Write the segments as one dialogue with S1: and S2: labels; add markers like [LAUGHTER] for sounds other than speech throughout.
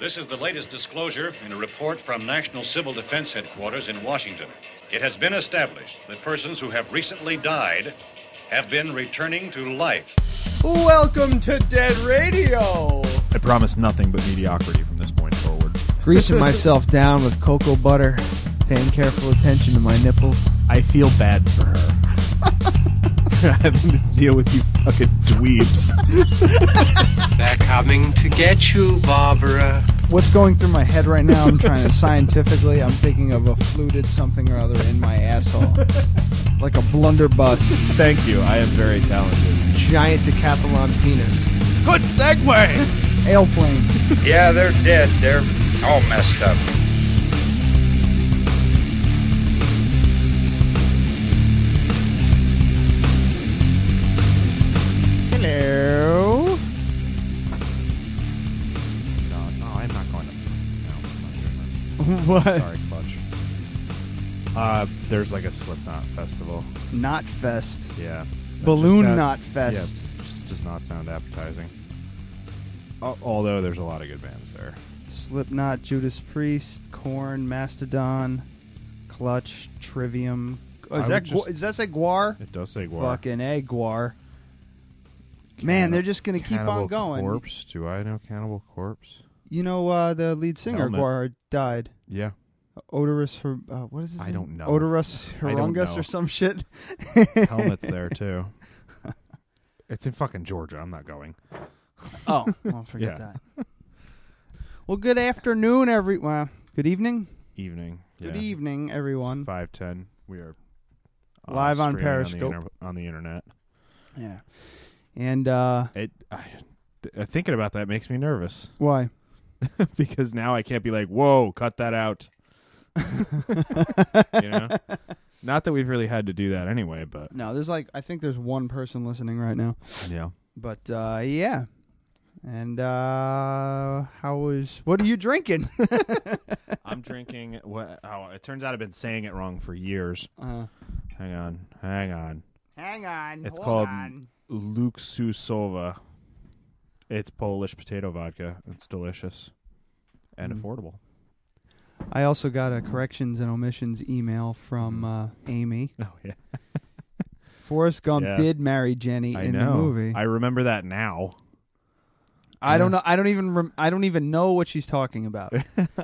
S1: This is the latest disclosure in a report from National Civil Defense Headquarters in Washington. It has been established that persons who have recently died have been returning to life.
S2: Welcome to Dead Radio.
S3: I promise nothing but mediocrity from this point forward.
S4: Greasing myself down with cocoa butter, paying careful attention to my nipples.
S3: I feel bad for her. [LAUGHS] Having to deal with you fucking dweebs.
S5: They're coming to get you, Barbara.
S4: What's going through my head right now?
S5: [LAUGHS]
S4: I'm trying to scientifically. I'm thinking of a fluted something or other in my asshole, like a blunderbuss,
S3: Thank you. I am very talented.
S4: giant decathlon penis,
S3: Good segue.
S4: airplane.
S5: Yeah, they're dead. They're all messed up.
S4: Hello.
S3: No, no, I'm not going to. No, I'm not doing
S4: What?
S3: this. Sorry, Clutch. Uh, there's like a Slipknot festival.
S4: Not fest.
S3: Yeah. That
S4: Balloon
S3: just sound-
S4: Knot Fest.
S3: Yeah, it's just does not sound appetizing. Al- Although there's a lot of good bands there.
S4: Slipknot, Judas Priest, Corn, Mastodon, Clutch, Trivium. Oh,
S3: I
S4: is that
S3: would
S4: gu-
S3: just-
S4: is that say Guar?
S3: It does say Guar.
S4: Fucking egg Guar. Man, they're just gonna keep
S3: Cannibal
S4: on going.
S3: Corpse? Do I know Cannibal Corpse?
S4: You know, uh, the lead singer
S3: Helmet.
S4: Guar died.
S3: Yeah. [LAUGHS]
S4: Odorous, her- uh, what is his
S3: I
S4: name?
S3: don't know.
S4: Odorous
S3: I don't
S4: Horungus
S3: know.
S4: or
S3: [LAUGHS]
S4: some shit.
S3: Helmet's there too. It's in fucking Georgia. I'm not going.
S4: Oh, well, forget
S3: Yeah.
S4: that. Well, good afternoon, every. Well, good evening.
S3: Evening.
S4: Good evening, everyone.
S3: Five ten. We are uh,
S4: Live on
S3: streaming the
S4: Periscope.
S3: inter- on the internet.
S4: Yeah. And uh,
S3: It. I, th- uh, thinking about that makes me [LAUGHS] nervous
S4: why?
S3: because now I can't be like, "Whoa, cut that [LAUGHS] out." you know. Not that we've really had to do that anyway, but
S4: No, there's like I think there's one person listening right now.
S3: yeah.
S4: But uh yeah. And uh how was what are you drinking? [LAUGHS]
S3: I'm drinking what oh, it turns out I've been saying it wrong for years.
S4: uh,
S3: Hang on. Hang on.
S4: hang on.
S3: It's called Luksusowa. It's Polish potato vodka. It's delicious
S4: Mm.
S3: and
S4: [LAUGHS]
S3: affordable.
S4: I also got a corrections and omissions email from uh Amy.
S3: Oh yeah,
S4: Forrest Gump
S3: Yeah.
S4: did marry Jenny
S3: I
S4: in
S3: know.
S4: the movie.
S3: I remember that
S4: [LAUGHS]
S3: now.
S4: I don't know I don't even rem- I don't even know what she's
S3: [LAUGHS]
S4: talking about.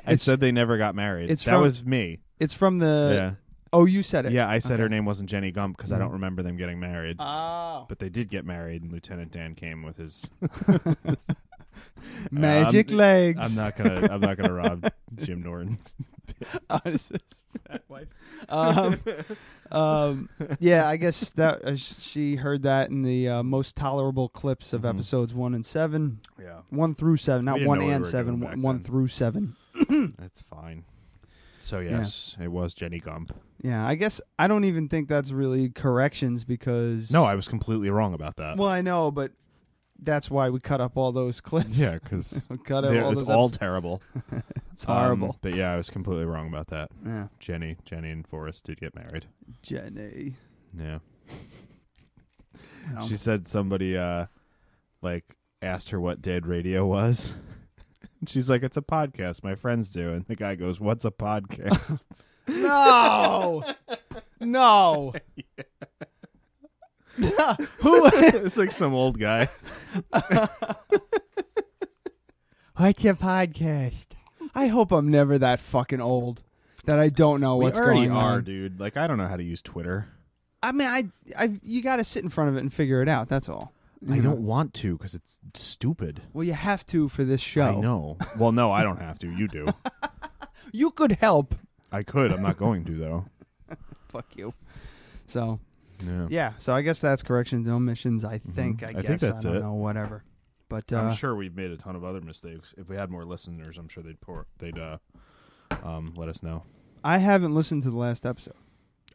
S3: I said they never got married.
S4: it's
S3: that
S4: from-
S3: was me.
S4: it's from the Oh, you said
S3: yeah,
S4: it.
S3: yeah. I said her
S4: okay. Mm-hmm.
S3: name wasn't Jenny Gump because I don't remember them getting married.
S4: Oh.
S3: but they did get married, and Lieutenant Dan came with
S4: [LAUGHS]
S3: his
S4: Magic
S3: I'm-
S4: legs.
S3: Um, I'm not gonna. I'm not
S4: [LAUGHS]
S3: gonna rob Jim Norton's. [LAUGHS] [LAUGHS]
S4: um, um, yeah, I guess that uh, sh- she heard that in the uh, most tolerable clips of episodes one and seven,
S3: Mm-hmm. Yeah,
S4: one through seven, not
S3: didn't
S4: one
S3: know we
S4: and
S3: were
S4: seven,
S3: doing back
S4: one one
S3: then.
S4: through seven.
S3: that's fine. So yes, it was Jenny Gump.
S4: Yeah, I guess I don't even think that's really corrections because
S3: No, I was completely wrong about that.
S4: well, I know, but that's why we cut up all those clips. [LAUGHS]
S3: yeah, because
S4: cut up
S3: They're-
S4: all
S3: it's
S4: those.
S3: all
S4: episodes.
S3: terrible.
S4: [LAUGHS]
S3: Um,
S4: it's horrible.
S3: but yeah, I was completely wrong about that.
S4: yeah,
S3: Jenny, Jenny and Forrest did get married.
S4: Jenny.
S3: Yeah.
S4: No.
S3: She said somebody uh like asked her what dead radio was. [LAUGHS] She's like, It's a podcast, my friends do. And the guy goes, What's a
S4: [LAUGHS]
S3: podcast? [LAUGHS]
S4: No, [LAUGHS] no. Who?
S3: it's like some old guy.
S4: What's a podcast? I hope I'm never that fucking old that I don't know [LAUGHS] what's
S3: we already
S4: going
S3: are,
S4: on.
S3: dude. Like I don't know how to use Twitter.
S4: I mean, I, I, you got to sit in front of it and figure it out. That's all.
S3: I
S4: You know?
S3: don't want to because it's stupid.
S4: Well, you have to for this show.
S3: I know. Well, no, I don't have to. You
S4: [LAUGHS]
S3: do.
S4: You could help.
S3: I could. I'm not going to though.
S4: Fuck you. So
S3: Yeah. Mm-hmm.
S4: yeah. So I guess that's corrections and omissions. I think. I,
S3: I
S4: guess.
S3: think that's
S4: I don't
S3: it.
S4: know. Whatever. But uh,
S3: I'm sure we've made a ton of other mistakes. If we had more listeners, I'm sure they'd pour, they'd uh, um, let us know.
S4: I haven't listened to the last episode.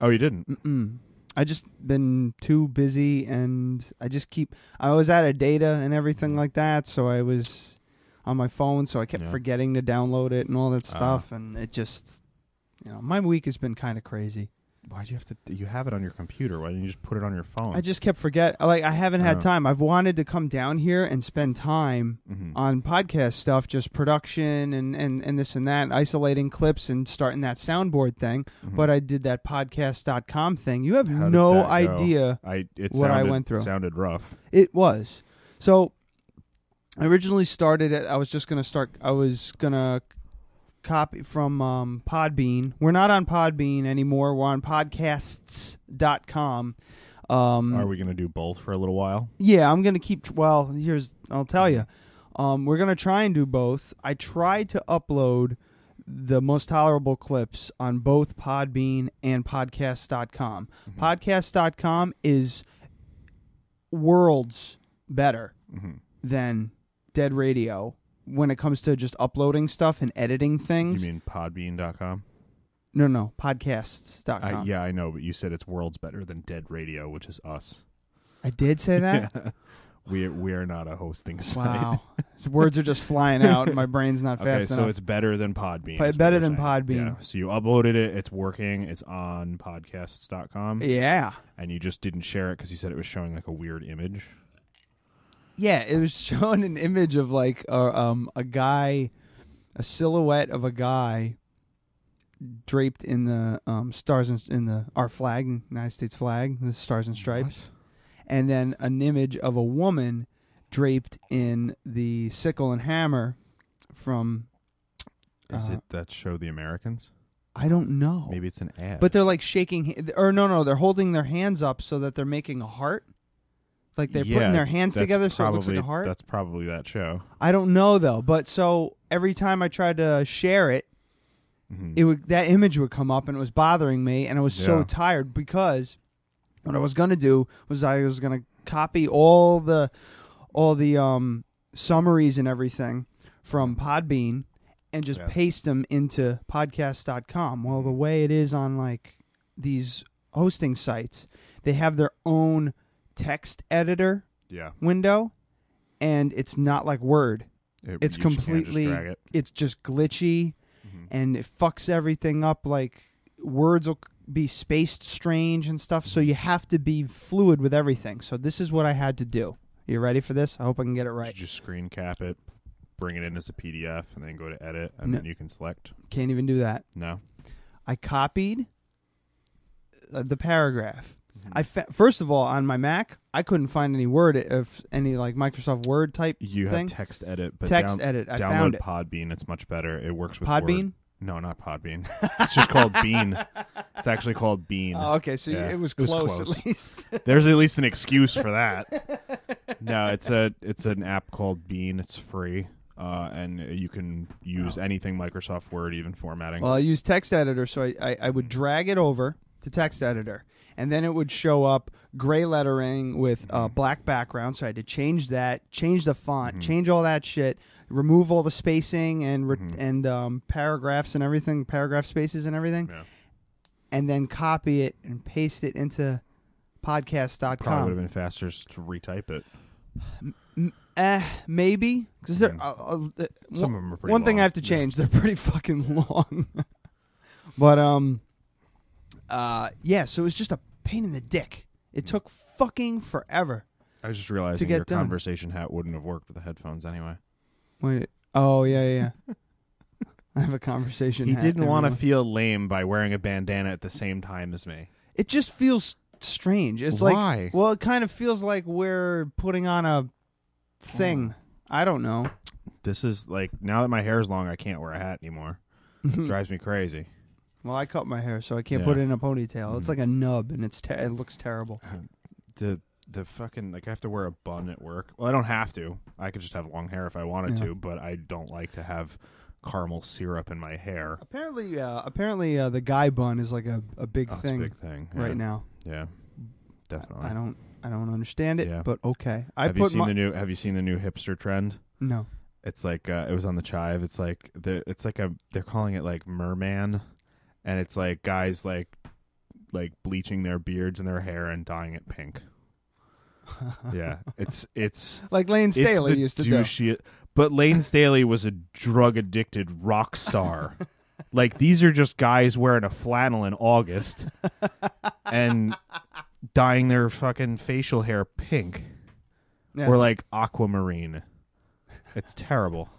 S3: Oh, you didn't?
S4: Mm. I just been too busy, and I just keep. I was out of data and everything like that, so I was on my phone, so I kept
S3: Yeah. Ah.
S4: forgetting to download it and all that stuff, and it just, you know, my week has been kind of crazy.
S3: Why'd you have to? You have it on your computer. Why didn't you just put it on your phone?
S4: I just kept forget. Like I haven't had
S3: Oh.
S4: time. I've wanted to come down here and spend time
S3: Mhm.
S4: on podcast stuff, just production and and and this and that, isolating clips and starting that soundboard thing. But I did that podcast.com thing. You have
S3: Mm-hmm. How did
S4: no
S3: that go?
S4: idea
S3: I it
S4: what I
S3: sounded-
S4: went through.
S3: sounded rough.
S4: it was. So I originally started it. I was just gonna start. I was gonna copy from um, Podbean. We're not on Podbean anymore. We're on podcasts.com. Um,
S3: Are we going to do both for a little while?
S4: yeah, I'm gonna keep. Well, here's I'll tell you.
S3: Mm-hmm.
S4: Um, we're gonna try and do both. I tried to upload the most tolerable clips on both Podbean and Podcast.com.
S3: Mm-hmm.
S4: Podcast.com is worlds better
S3: Mm-hmm.
S4: than Dead Radio when it comes to just uploading stuff and editing
S3: You
S4: things.
S3: mean Podbean.com?
S4: no, no, Podcasts.com.
S3: I, yeah, I know, but you said it's worlds better than Dead Radio, which is us.
S4: I did
S3: [LAUGHS]
S4: say that.
S3: We we are not a hosting [LAUGHS] site.
S4: Wow, words are just flying out, and my brain's not
S3: [LAUGHS]
S4: fast
S3: Okay,
S4: enough.
S3: so it's better than Podbean.
S4: But
S3: is what
S4: better
S3: you're
S4: than
S3: saying.
S4: Podbean.
S3: Yeah, So you uploaded it, it's working, it's on podcasts.com,
S4: yeah.
S3: and you just didn't share it because you said it was showing like a weird image.
S4: Yeah, it was [LAUGHS] showing an image of like a um a guy, a silhouette of a guy draped in the um stars and in the our flag, United States flag, the stars and stripes, and then an image of a woman draped in the sickle and hammer from
S3: Is
S4: Uh,
S3: it that show The Americans?
S4: I don't know.
S3: Maybe it's an ad.
S4: Oh. But they're like shaking h- or no no, they're holding their hands up so that they're making a heart. Like they're
S3: Yeah,
S4: putting their hands
S3: that's
S4: together so it looks like
S3: probably-
S4: a heart.
S3: That's probably that show.
S4: I don't know though, but so every time I tried to share it,
S3: Mhm.
S4: it would that image would come up and it was bothering me and I was so
S3: Yeah.
S4: tired because what I was going to do was I was going to copy all the all the um summaries and everything from Podbean and just
S3: Yeah.
S4: paste them into podcast.com. Well, the way it is on like these hosting sites, they have their own text editor
S3: yeah.
S4: window and it's not like Word
S3: It- you just
S4: it's
S3: can't just
S4: completely
S3: drag it. Mm-hmm.
S4: it's just glitchy and it fucks everything up like words will be spaced strange and stuff
S3: Mm-hmm.
S4: so you have to be fluid with everything so this is what i had to do you ready for this i hope i can get it
S3: You
S4: right
S3: just screen cap it, bring it in as a PDF, and then go to edit, and
S4: No.
S3: then you can select.
S4: can't even do that
S3: No,
S4: i copied uh, the paragraph
S3: Mm-hmm.
S4: i fa- first of all on my mac i couldn't find any word of any like microsoft word type
S3: you
S4: thing
S3: have text edit, but
S4: Text
S3: down-
S4: edit, I
S3: download
S4: found it.
S3: Podbean. It's much better. It works with
S4: Podbean?
S3: Word. No, not Podbean. [LAUGHS] it's just called Bean. It's actually called Bean.
S4: [LAUGHS] oh, okay so
S3: Yeah,
S4: it, was
S3: it was
S4: close
S3: close.
S4: at [LAUGHS] least
S3: There's at least an excuse for that.
S4: [LAUGHS]
S3: no, it's a it's an app called Bean. It's free. Uh, and you can use anything Microsoft Word, even formatting.
S4: Well, I use text editor, so I, I, I would drag it over to text editor, and then it would show up gray lettering with uh,
S3: Mm-hmm.
S4: black background. So I had to change that, change the font, change all that shit, remove all the spacing and re-
S3: Mm-hmm.
S4: and um, paragraphs and everything, paragraph spaces and everything,
S3: Yeah.
S4: and then copy it and paste it into podcast.com.
S3: Probably would have been faster just to retype it.
S4: Eh, maybe because they're
S3: Mhm.
S4: uh, uh, uh, one-
S3: Some of 'em are pretty
S4: One thing I
S3: long.
S4: have to
S3: Yeah.
S4: change: they're [LAUGHS] pretty fucking long. [LAUGHS] but um, uh, yeah. So it was just a pain in the dick. It took fucking forever.
S3: I was just realizing
S4: get
S3: your
S4: done.
S3: conversation hat wouldn't have worked with the headphones anyway.
S4: Wait. Oh yeah, yeah. yeah. [LAUGHS] I have a conversation.
S3: He
S4: hat,
S3: didn't want to
S4: everyone.
S3: feel lame by wearing a bandana at the same time as me.
S4: It just feels strange. It's
S3: Why?
S4: like well, it kind of feels like we're putting on a
S3: Mm.
S4: thing. I don't know.
S3: This is like now that my hair's long, I can't wear a hat anymore.
S4: [LAUGHS]
S3: Drives me crazy.
S4: Well, I cut my hair, so I can't
S3: Yeah. Mm.
S4: put it in a ponytail. It's like a nub, and it's ter- it looks terrible.
S3: The the fucking like I have to wear a bun at work. Well, I don't have to. I could just have long hair if I wanted
S4: Yeah.
S3: to, but I don't like to have caramel syrup in my hair.
S4: Apparently, uh, apparently uh, the guy bun is like a, a big
S3: That's Oh, a
S4: thing
S3: big thing yeah.
S4: right now.
S3: Yeah, definitely.
S4: I don't I don't understand it,
S3: Yeah.
S4: but okay. I
S3: have
S4: put
S3: you seen
S4: my,
S3: the new Have you seen the new hipster trend?
S4: no.
S3: It's like uh, it was on the chive. It's like the it's like a they're calling it like merman, and it's like guys like like bleaching their beards and their hair and dyeing it
S4: [LAUGHS]
S3: pink. yeah, it's it's
S4: Like Lane
S3: it's
S4: Staley
S3: the
S4: used to do.
S3: [LAUGHS] douchey- But Lane Staley was a drug addicted rock star. like these are just guys wearing a flannel in August and dyeing their fucking facial hair pink
S4: Yeah.
S3: or like aquamarine. It's terrible.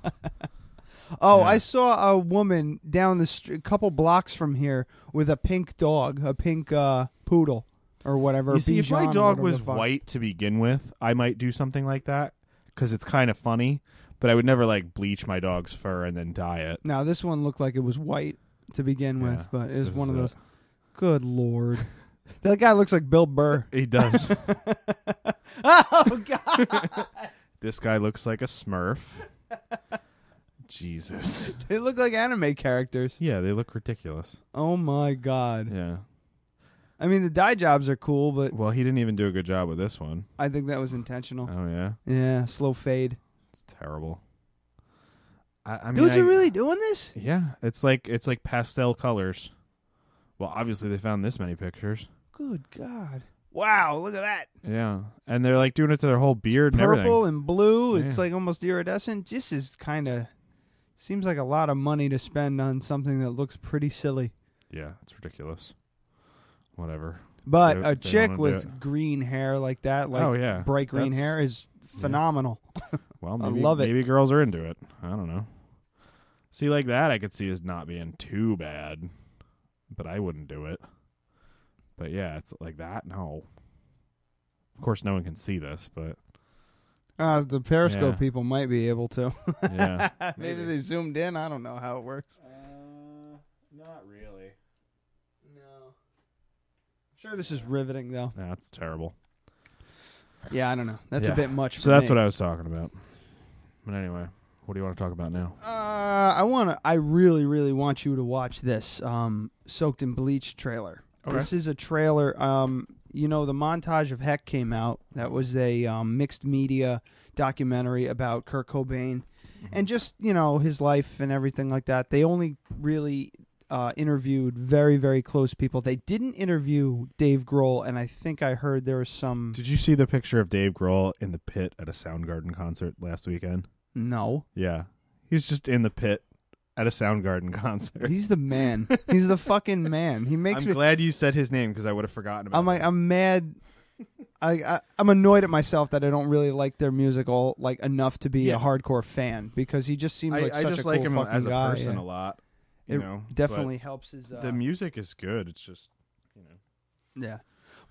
S4: oh, I saw a woman down the street, a couple blocks from here, with a pink dog, a pink uh, poodle or whatever.
S3: [LAUGHS] you see, if
S4: Bichon
S3: my
S4: or
S3: dog
S4: whatever
S3: was
S4: the fuck.
S3: white to begin with, I might do something like that because it's kind of funny. But I would never like bleach my dog's fur and then dye it.
S4: Now this one looked like it was white to begin
S3: Yeah,
S4: with, but it was
S3: this
S4: one of
S3: is uh, a-
S4: those.
S3: [LAUGHS]
S4: Good lord, that guy looks like Bill Burr.
S3: He [LAUGHS] does.
S4: oh God,
S3: [LAUGHS] this guy looks like a Smurf. Jesus.
S4: they look like anime characters.
S3: Yeah, they look ridiculous.
S4: Oh my God.
S3: Yeah.
S4: I mean, the dye jobs are cool, but
S3: Well, he didn't even do a good job with this one.
S4: I think that was intentional.
S3: Oh yeah,
S4: Yeah, slow fade.
S3: it's terrible. I, I mean,
S4: Dudes
S3: I-
S4: are really doing this?
S3: Yeah, it's like it's like pastel colors. Well, obviously they found this many pictures.
S4: Good God. Wow, look at that.
S3: Yeah, and they're like doing it to their whole beard and
S4: Purple
S3: everything.
S4: and blue. It's
S3: Yeah.
S4: like almost iridescent. This is kind of seems like a lot of money to spend on something that looks pretty silly.
S3: Yeah, it's ridiculous. Whatever.
S4: But
S3: They-
S4: a
S3: they
S4: chick
S3: wanna do
S4: with
S3: it.
S4: green hair like that, like
S3: oh yeah,
S4: bright green
S3: That's-
S4: hair, is phenomenal.
S3: Well,
S4: I
S3: maybe,
S4: love it.
S3: Maybe girls are into it. I don't know. See, like that, I could see as not being too bad, but I wouldn't do it. But yeah, it's like that. No. Of course, no one can see this, [LAUGHS] but
S4: Uh, the Periscope
S3: Yeah.
S4: people might be able to.
S3: yeah,
S4: [LAUGHS] Maybe they zoomed in. I don't know how it works.
S3: Uh, not really.
S4: No. I'm sure this is riveting, though.
S3: That's terrible.
S4: Yeah, I don't know. That's
S3: Yeah.
S4: a bit much. For
S3: So that's what I was talking about. But anyway, what do you want to talk about now?
S4: I. Uh, I want to. I really, really want you to watch this um, "Soaked in Bleach" trailer.
S3: Okay.
S4: This is a trailer. Um, you know, the montage of Heck came out. That was a um, mixed media documentary about Kurt Cobain
S3: Mm-hmm.
S4: and just you know his life and everything like that. They only really uh, interviewed very, very close people. They didn't interview Dave Grohl, and I think I heard there was some.
S3: Did you see the picture of Dave Grohl in the pit at a Soundgarden concert last weekend?
S4: No.
S3: [LAUGHS] Yeah, he's just in the pit at a Soundgarden [LAUGHS] concert.
S4: He's the man. He's the fucking man. He makes
S3: I'm
S4: me.
S3: glad you said his name because I would have forgotten about.
S4: I'm like
S3: that.
S4: I'm mad. I, I I'm annoyed at myself that I don't really like their music all like enough to be
S3: Yeah.
S4: a hardcore fan because he just seems
S3: I,
S4: like
S3: I
S4: such
S3: just
S4: a
S3: like
S4: cool
S3: him
S4: fucking
S3: as a
S4: guy.
S3: person
S4: yeah.
S3: a lot. You
S4: It
S3: know, but
S4: definitely helps his. Uh,
S3: the music is good. It's just
S4: Yeah,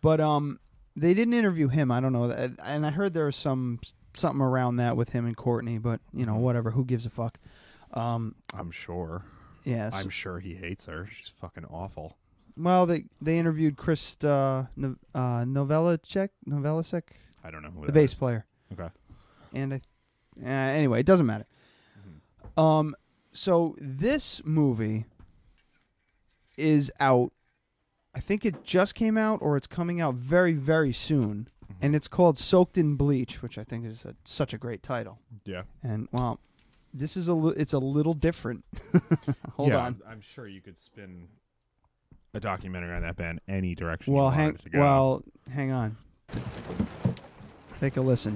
S4: but um, they didn't interview him. I don't know, that- and I heard there was some something around that with him and Courtney, but you
S3: Mm-hmm.
S4: know, whatever. Who gives a fuck? Um,
S3: I'm sure.
S4: yeah. so-
S3: I'm sure he hates her. She's fucking awful.
S4: well, they they interviewed Chris uh, no, uh, Novelicek, Novelicek,
S3: I don't know who
S4: the
S3: that
S4: bass
S3: is.
S4: player.
S3: Okay.
S4: and I, uh, anyway, it doesn't matter.
S3: Mm-hmm.
S4: Um, so this movie is out. I think it just came out, or it's coming out very, very soon,
S3: Mm-hmm.
S4: and it's called "Soaked in Bleach," which I think is a, such a great title.
S3: Yeah.
S4: And well, this is a li- it's a little different. [LAUGHS] Hold
S3: Yeah,
S4: on.
S3: I'm, I'm sure you could spin a documentary on that band any direction. you
S4: Well,
S3: wanted
S4: hang
S3: it to go.
S4: well, hang on. Take a listen.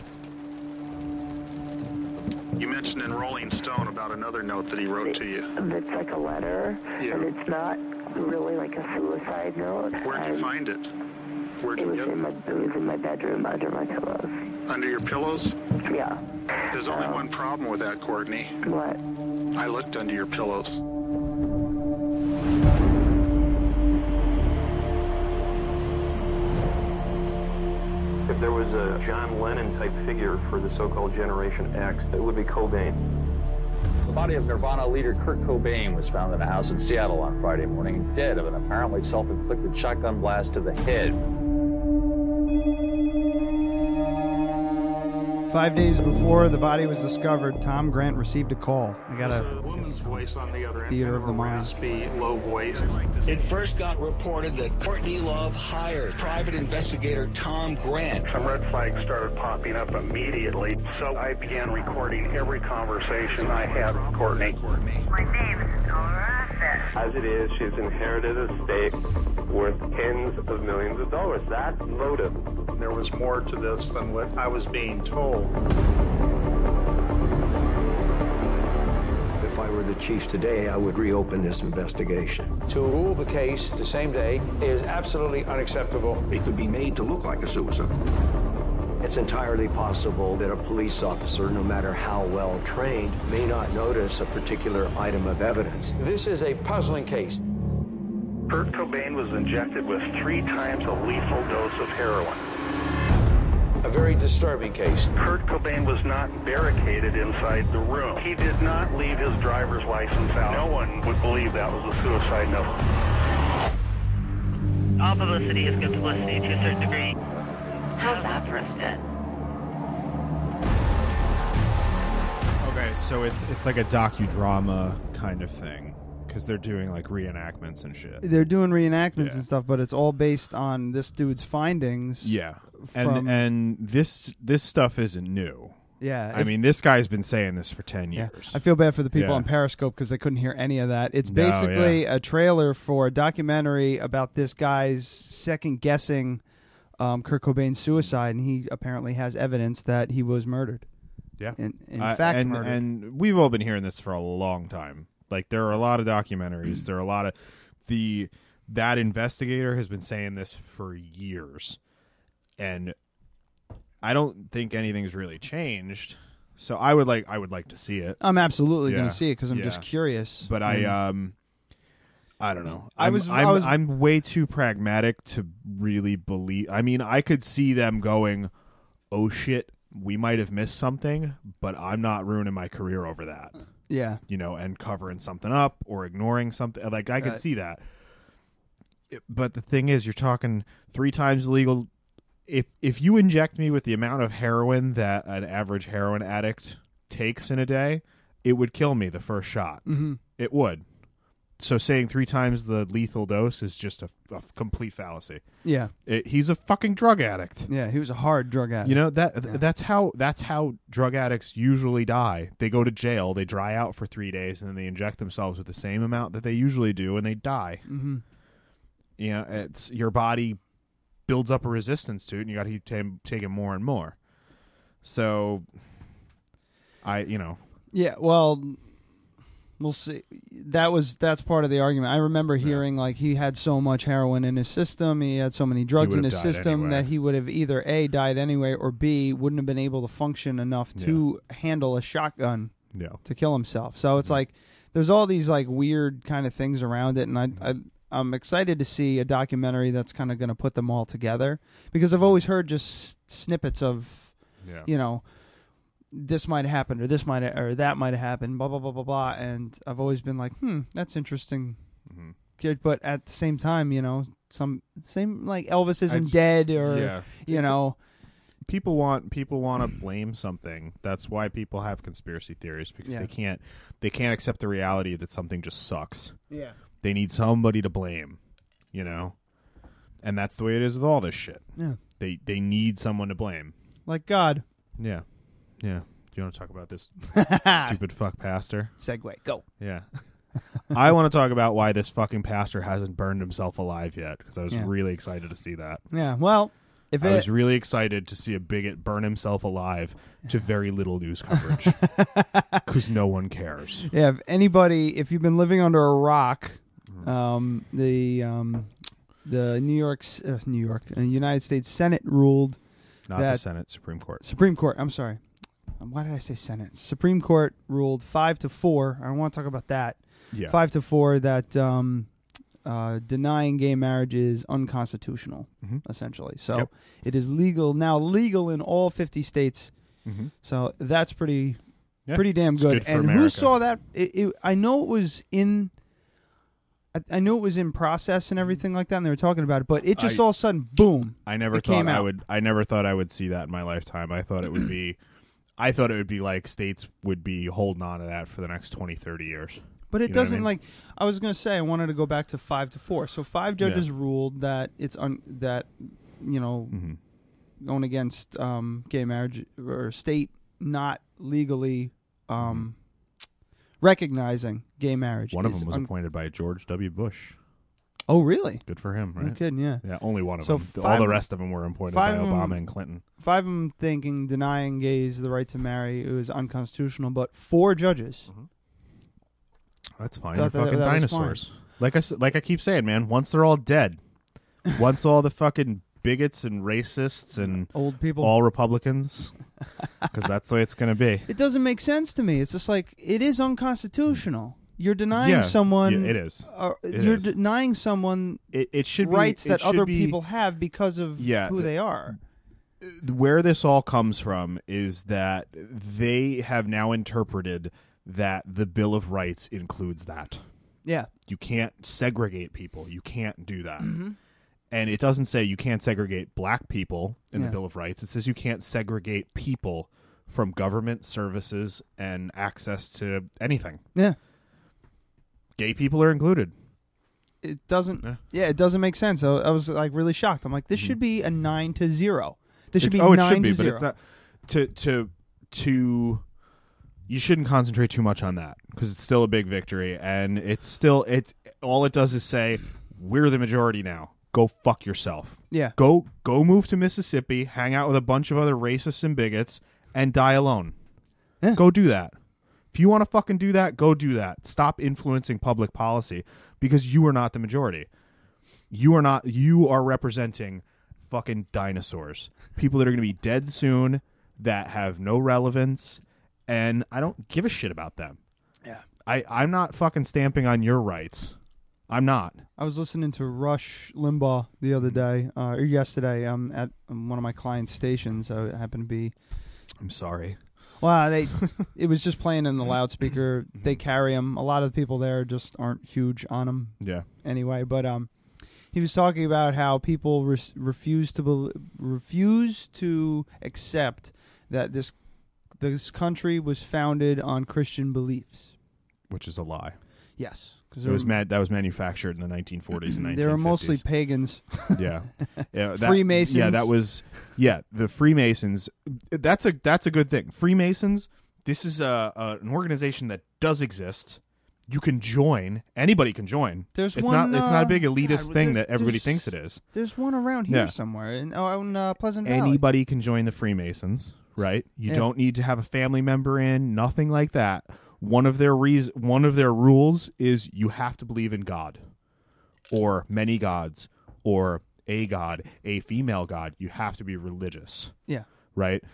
S6: You mentioned in Rolling Stone about another note that he wrote to you.
S7: It's like a letter,
S6: Yeah.
S7: and it's not really like a suicide note.
S6: Where'd you
S7: Um,
S6: find it? Where'd
S7: It
S6: you
S7: was
S6: get
S7: in my it was in my bedroom under my pillows.
S6: it? Under your pillows?
S7: Yeah.
S6: There's only
S7: Uh,
S6: one problem with that, Courtney.
S7: What?
S6: I looked under your pillows.
S8: If there was a John Lennon type figure for the so called Generation X, it would be Cobain.
S9: The body of Nirvana leader Kurt Cobain was found in a house in Seattle on Friday morning, dead of an apparently self inflicted shotgun blast to the head.
S4: Five days before the body was discovered, Tom Grant received a call. I gotta.
S6: a woman's voice on the other end.
S4: Theater
S6: kind
S4: of
S6: a
S4: the mind.
S6: raspy, low voice.
S10: It first got reported that Courtney Love hired private investigator Tom Grant.
S6: Some red flags started popping up immediately, so I began recording every conversation I had with Courtney.
S11: My name is Nora
S8: As it is, she's inherited a state worth tens of millions of dollars. That's motive.
S6: There was more to this than what I was being told.
S8: If
S12: If I were the chief today, I would reopen this investigation.
S10: To rule the case the same day is absolutely unacceptable.
S12: It could be made to look like a suicide. It's entirely possible that a police officer, no matter how well trained, may not notice a particular item of evidence.
S10: This is a puzzling case.
S6: Kurt Cobain was injected with three times a lethal dose of heroin.
S10: A very disturbing case.
S6: Kurt Cobain was not barricaded inside the room. He did not leave his driver's license out. No one would believe that was a suicide note.
S11: All publicity is good publicity to a certain degree. How's that for a spit?
S3: Okay, so it's it's like a docudrama kind of thing because they're doing like reenactments and shit.
S4: They're doing reenactments
S3: Yeah.
S4: and stuff, but it's all based on this dude's findings.
S3: Yeah,
S4: from-
S3: and and this this stuff isn't new.
S4: Yeah,
S3: I
S4: if-
S3: mean this guy's been saying this for ten
S4: Yeah.
S3: years.
S4: I feel bad for the people
S3: Yeah.
S4: on Periscope because they couldn't hear any of that. It's
S3: No, yeah.
S4: basically a trailer for a documentary about this guy's second guessing um, Kurt Cobain's suicide, and he apparently has evidence that he was murdered.
S3: Yeah,
S4: in, in
S3: Uh,
S4: fact,
S3: and,
S4: murdered.
S3: and we've all been hearing this for a long time. Like there are a lot of documentaries. there are a lot of the that investigator has been saying this for years, and I don't think anything's really changed. So I would like I would like to see it.
S4: I'm absolutely
S3: Yeah,
S4: going to see it because I'm
S3: yeah.
S4: just curious.
S3: But I um I don't know.
S4: Mm. I
S3: I'm-
S4: was- I
S3: I'm,
S4: was-
S3: I'm way too pragmatic to really believe. I mean, I could see them going, "Oh shit, we might have missed something," but I'm not ruining my career over that.
S4: Yeah.
S3: you know, and covering something up or ignoring something. uh, Like I could
S4: Right.
S3: see that. It- But the thing is, you're talking three times legal. If if you inject me with the amount of heroin that an average heroin addict takes in a day, it would kill me the first shot.
S4: Mhm.
S3: It would. So saying three times the lethal dose is just a, a complete fallacy.
S4: Yeah.
S3: It- he's a fucking drug addict.
S4: Yeah, he was a hard drug addict.
S3: You know that th- that's how that's how drug addicts usually die. They go to jail, they dry out for three days, and then they inject themselves with the same amount that they usually do, and they die.
S4: Mhm.
S3: You know, it's your body builds up a resistance to it, and you got to keep tam- taking more and more. So, I you know
S4: Yeah, well, we'll see. That was that's part of the argument. I remember hearing like he had so much heroin in his system, he had so many drugs
S3: would
S4: in
S3: have
S4: his
S3: died
S4: system
S3: anyway.
S4: that he would have either a died anyway or b wouldn't have been able to function enough to handle a shotgun
S3: Yeah.
S4: to kill himself. So it's like there's all these like weird kind of things around it, and I. I I'm excited to see a documentary that's kind of going to put them all together because I've always heard just snippets of,
S3: Yeah.
S4: you know, this might have happened or this might have, or that might have happened blah blah blah blah blah and i've always been like hmm that's interesting
S3: Mm-hmm.
S4: Good, but at the same time you know some same like elvis isn't
S3: just-
S4: dead or
S3: yeah. It's
S4: you
S3: a-
S4: know
S3: people want people want to blame something. That's why people have conspiracy theories because
S4: Yeah.
S3: they can't they can't accept the reality that something just sucks.
S4: Yeah.
S3: They need somebody to blame, you know? And that's the way it is with all this shit.
S4: Yeah.
S3: They they need someone to blame.
S4: like god
S3: Yeah. Yeah. Do you want to talk about
S4: [LAUGHS]
S3: this stupid fuck pastor?
S4: segue go
S3: Yeah. I want to talk about why this fucking pastor hasn't burned himself alive yet because I was
S4: Yeah.
S3: really excited to see that.
S4: yeah well if
S3: I
S4: it,
S3: was really excited to see a bigot burn himself alive to very little news
S4: [LAUGHS]
S3: coverage because no one cares.
S4: yeah if anybody if you've been living under a rock
S3: Mm-hmm.
S4: um the um the new york S- uh, new york uh, united states senate ruled
S3: Not the
S4: that
S3: Senate, Supreme Court.
S4: Supreme Court. I'm sorry. Um, Why did I say Senate? Supreme Court ruled five to four. I don't want to talk about that.
S3: Yeah.
S4: Five to four that um, uh, denying gay marriage is unconstitutional, essentially. So
S3: Mm-hmm. Yep.
S4: it is legal now, legal in all 50 states.
S3: Mhm.
S4: So that's pretty,
S3: Yeah.
S4: pretty damn
S3: It's
S4: good.
S3: good for
S4: and who
S3: America.
S4: saw that? It, it, I know it was in. I, I knew it was in process and everything like that, and they were talking about it. But it just
S3: Mm-hmm. I-
S4: all of a sudden, boom!
S3: I never
S4: it
S3: thought
S4: came
S3: I
S4: out.
S3: would. I never thought I would see that in my lifetime. I thought it would be. I thought it would be like states would be holding on to that for the next 20, 30 years.
S4: But it
S3: You know what I
S4: doesn't
S3: mean?
S4: like I was going to say I wanted to go back to 5 to 4. So 5 judges ruled that it's un that you know
S3: Mm-hmm.
S4: going against um gay marriage or state not legally um recognizing gay marriage.
S3: Mm-hmm. One of
S4: is
S3: them was
S4: un-
S3: appointed by George W. Bush.
S4: Oh, really?
S3: Good for him,
S4: No
S3: right?
S4: kidding, yeah.
S3: Yeah, only one of
S4: So
S3: them.
S4: five-
S3: All the rest of them were appointed by
S4: five of 'em-
S3: Obama and Clinton.
S4: Five of them thinking
S3: Mm-hmm.
S4: denying gays the right to marry it was unconstitutional, but four judges
S3: That's fine.
S4: Thought
S3: They're
S4: that-
S3: fucking
S4: that was
S3: dinosaurs. Like I s- like I keep saying, man. Once they're all
S4: [LAUGHS]
S3: dead, once all the fucking bigots and racists and
S4: old people,
S3: all Republicans, because that's the way it's gonna
S4: [LAUGHS]
S3: be.
S4: It doesn't make sense to me. It's just like it is unconstitutional. You're denying
S3: Yeah.
S4: someone.
S3: Yeah, it is.
S4: uh,
S3: It
S4: you're
S3: is.
S4: denying someone.
S3: It, it should be-
S4: rights
S3: it
S4: that
S3: should
S4: other
S3: be-
S4: people have because of
S3: Yeah,
S4: who
S3: th-
S4: they are.
S3: where this all comes from is that they have now interpreted that the Bill of Rights includes that.
S4: Yeah.
S3: You can't segregate people. You can't do that.
S4: Mm-hmm.
S3: And it doesn't say you can't segregate black people in
S4: Yeah.
S3: the Bill of Rights. It says you can't segregate people from government services and access to anything.
S4: Yeah.
S3: Gay people are included.
S4: It doesn't. Yeah, it doesn't make sense. I, I was like really shocked. I'm like, this should be a nine to zero. This should
S3: Mm-hmm. It-
S4: be
S3: oh, it
S4: nine
S3: should be,
S4: to
S3: but
S4: zero.
S3: it's not to to to. You shouldn't concentrate too much on that because it's still a big victory, and it's still it. All it does is say we're the majority now. Go fuck yourself.
S4: Yeah.
S3: Go go move to Mississippi, hang out with a bunch of other racists and bigots, and die alone. Go do that. If you want to fucking do that, go do that. Stop influencing public policy because you are not the majority. You are not. You are representing fucking dinosaurs, people that are going to be dead soon, that have no relevance, and I don't give a shit about them.
S4: Yeah.
S3: I I'm not fucking stamping on your rights. I'm not.
S4: I was listening to Rush Limbaugh the other day, uh, or yesterday, um, at um, one of my clients' stations. I happened to be.
S3: I'm sorry. [LAUGHS]
S4: Well, they it was just playing in the
S3: Mm-hmm.
S4: loudspeaker. They carry him. A lot of the people there just aren't huge on him.
S3: Yeah.
S4: Anyway, but um, he was talking about how people res- refuse to bel refuse to accept that this this country was founded on Christian beliefs.
S3: Which is a lie.
S4: Yes, because
S3: It was mad. That was manufactured in the 1940s and 1950s.
S4: [CLEARS THROAT] They were mostly
S3: [LAUGHS]
S4: pagans.
S3: yeah,
S4: [LAUGHS]
S3: yeah that-
S4: Freemasons.
S3: Yeah, that was yeah the Freemasons. That's a that's a good thing. Freemasons. This is a, a an organization that does exist. You can join. Anybody can join.
S4: There's
S3: it's
S4: one,
S3: Not, it's not a
S4: uh,
S3: big elitist
S4: God,
S3: thing
S4: there-
S3: that everybody
S4: there's-
S3: thinks it is.
S4: There's one around here
S3: Yeah.
S4: somewhere in, oh, in uh, Pleasant Valley.
S3: Anybody can join the Freemasons, right? You
S4: Yeah.
S3: don't need to have a family member in. Nothing like that. One of their reas one of their rules is you have to believe in God, or many gods, or a god, a female god. You have to be religious
S4: Yeah.
S3: right?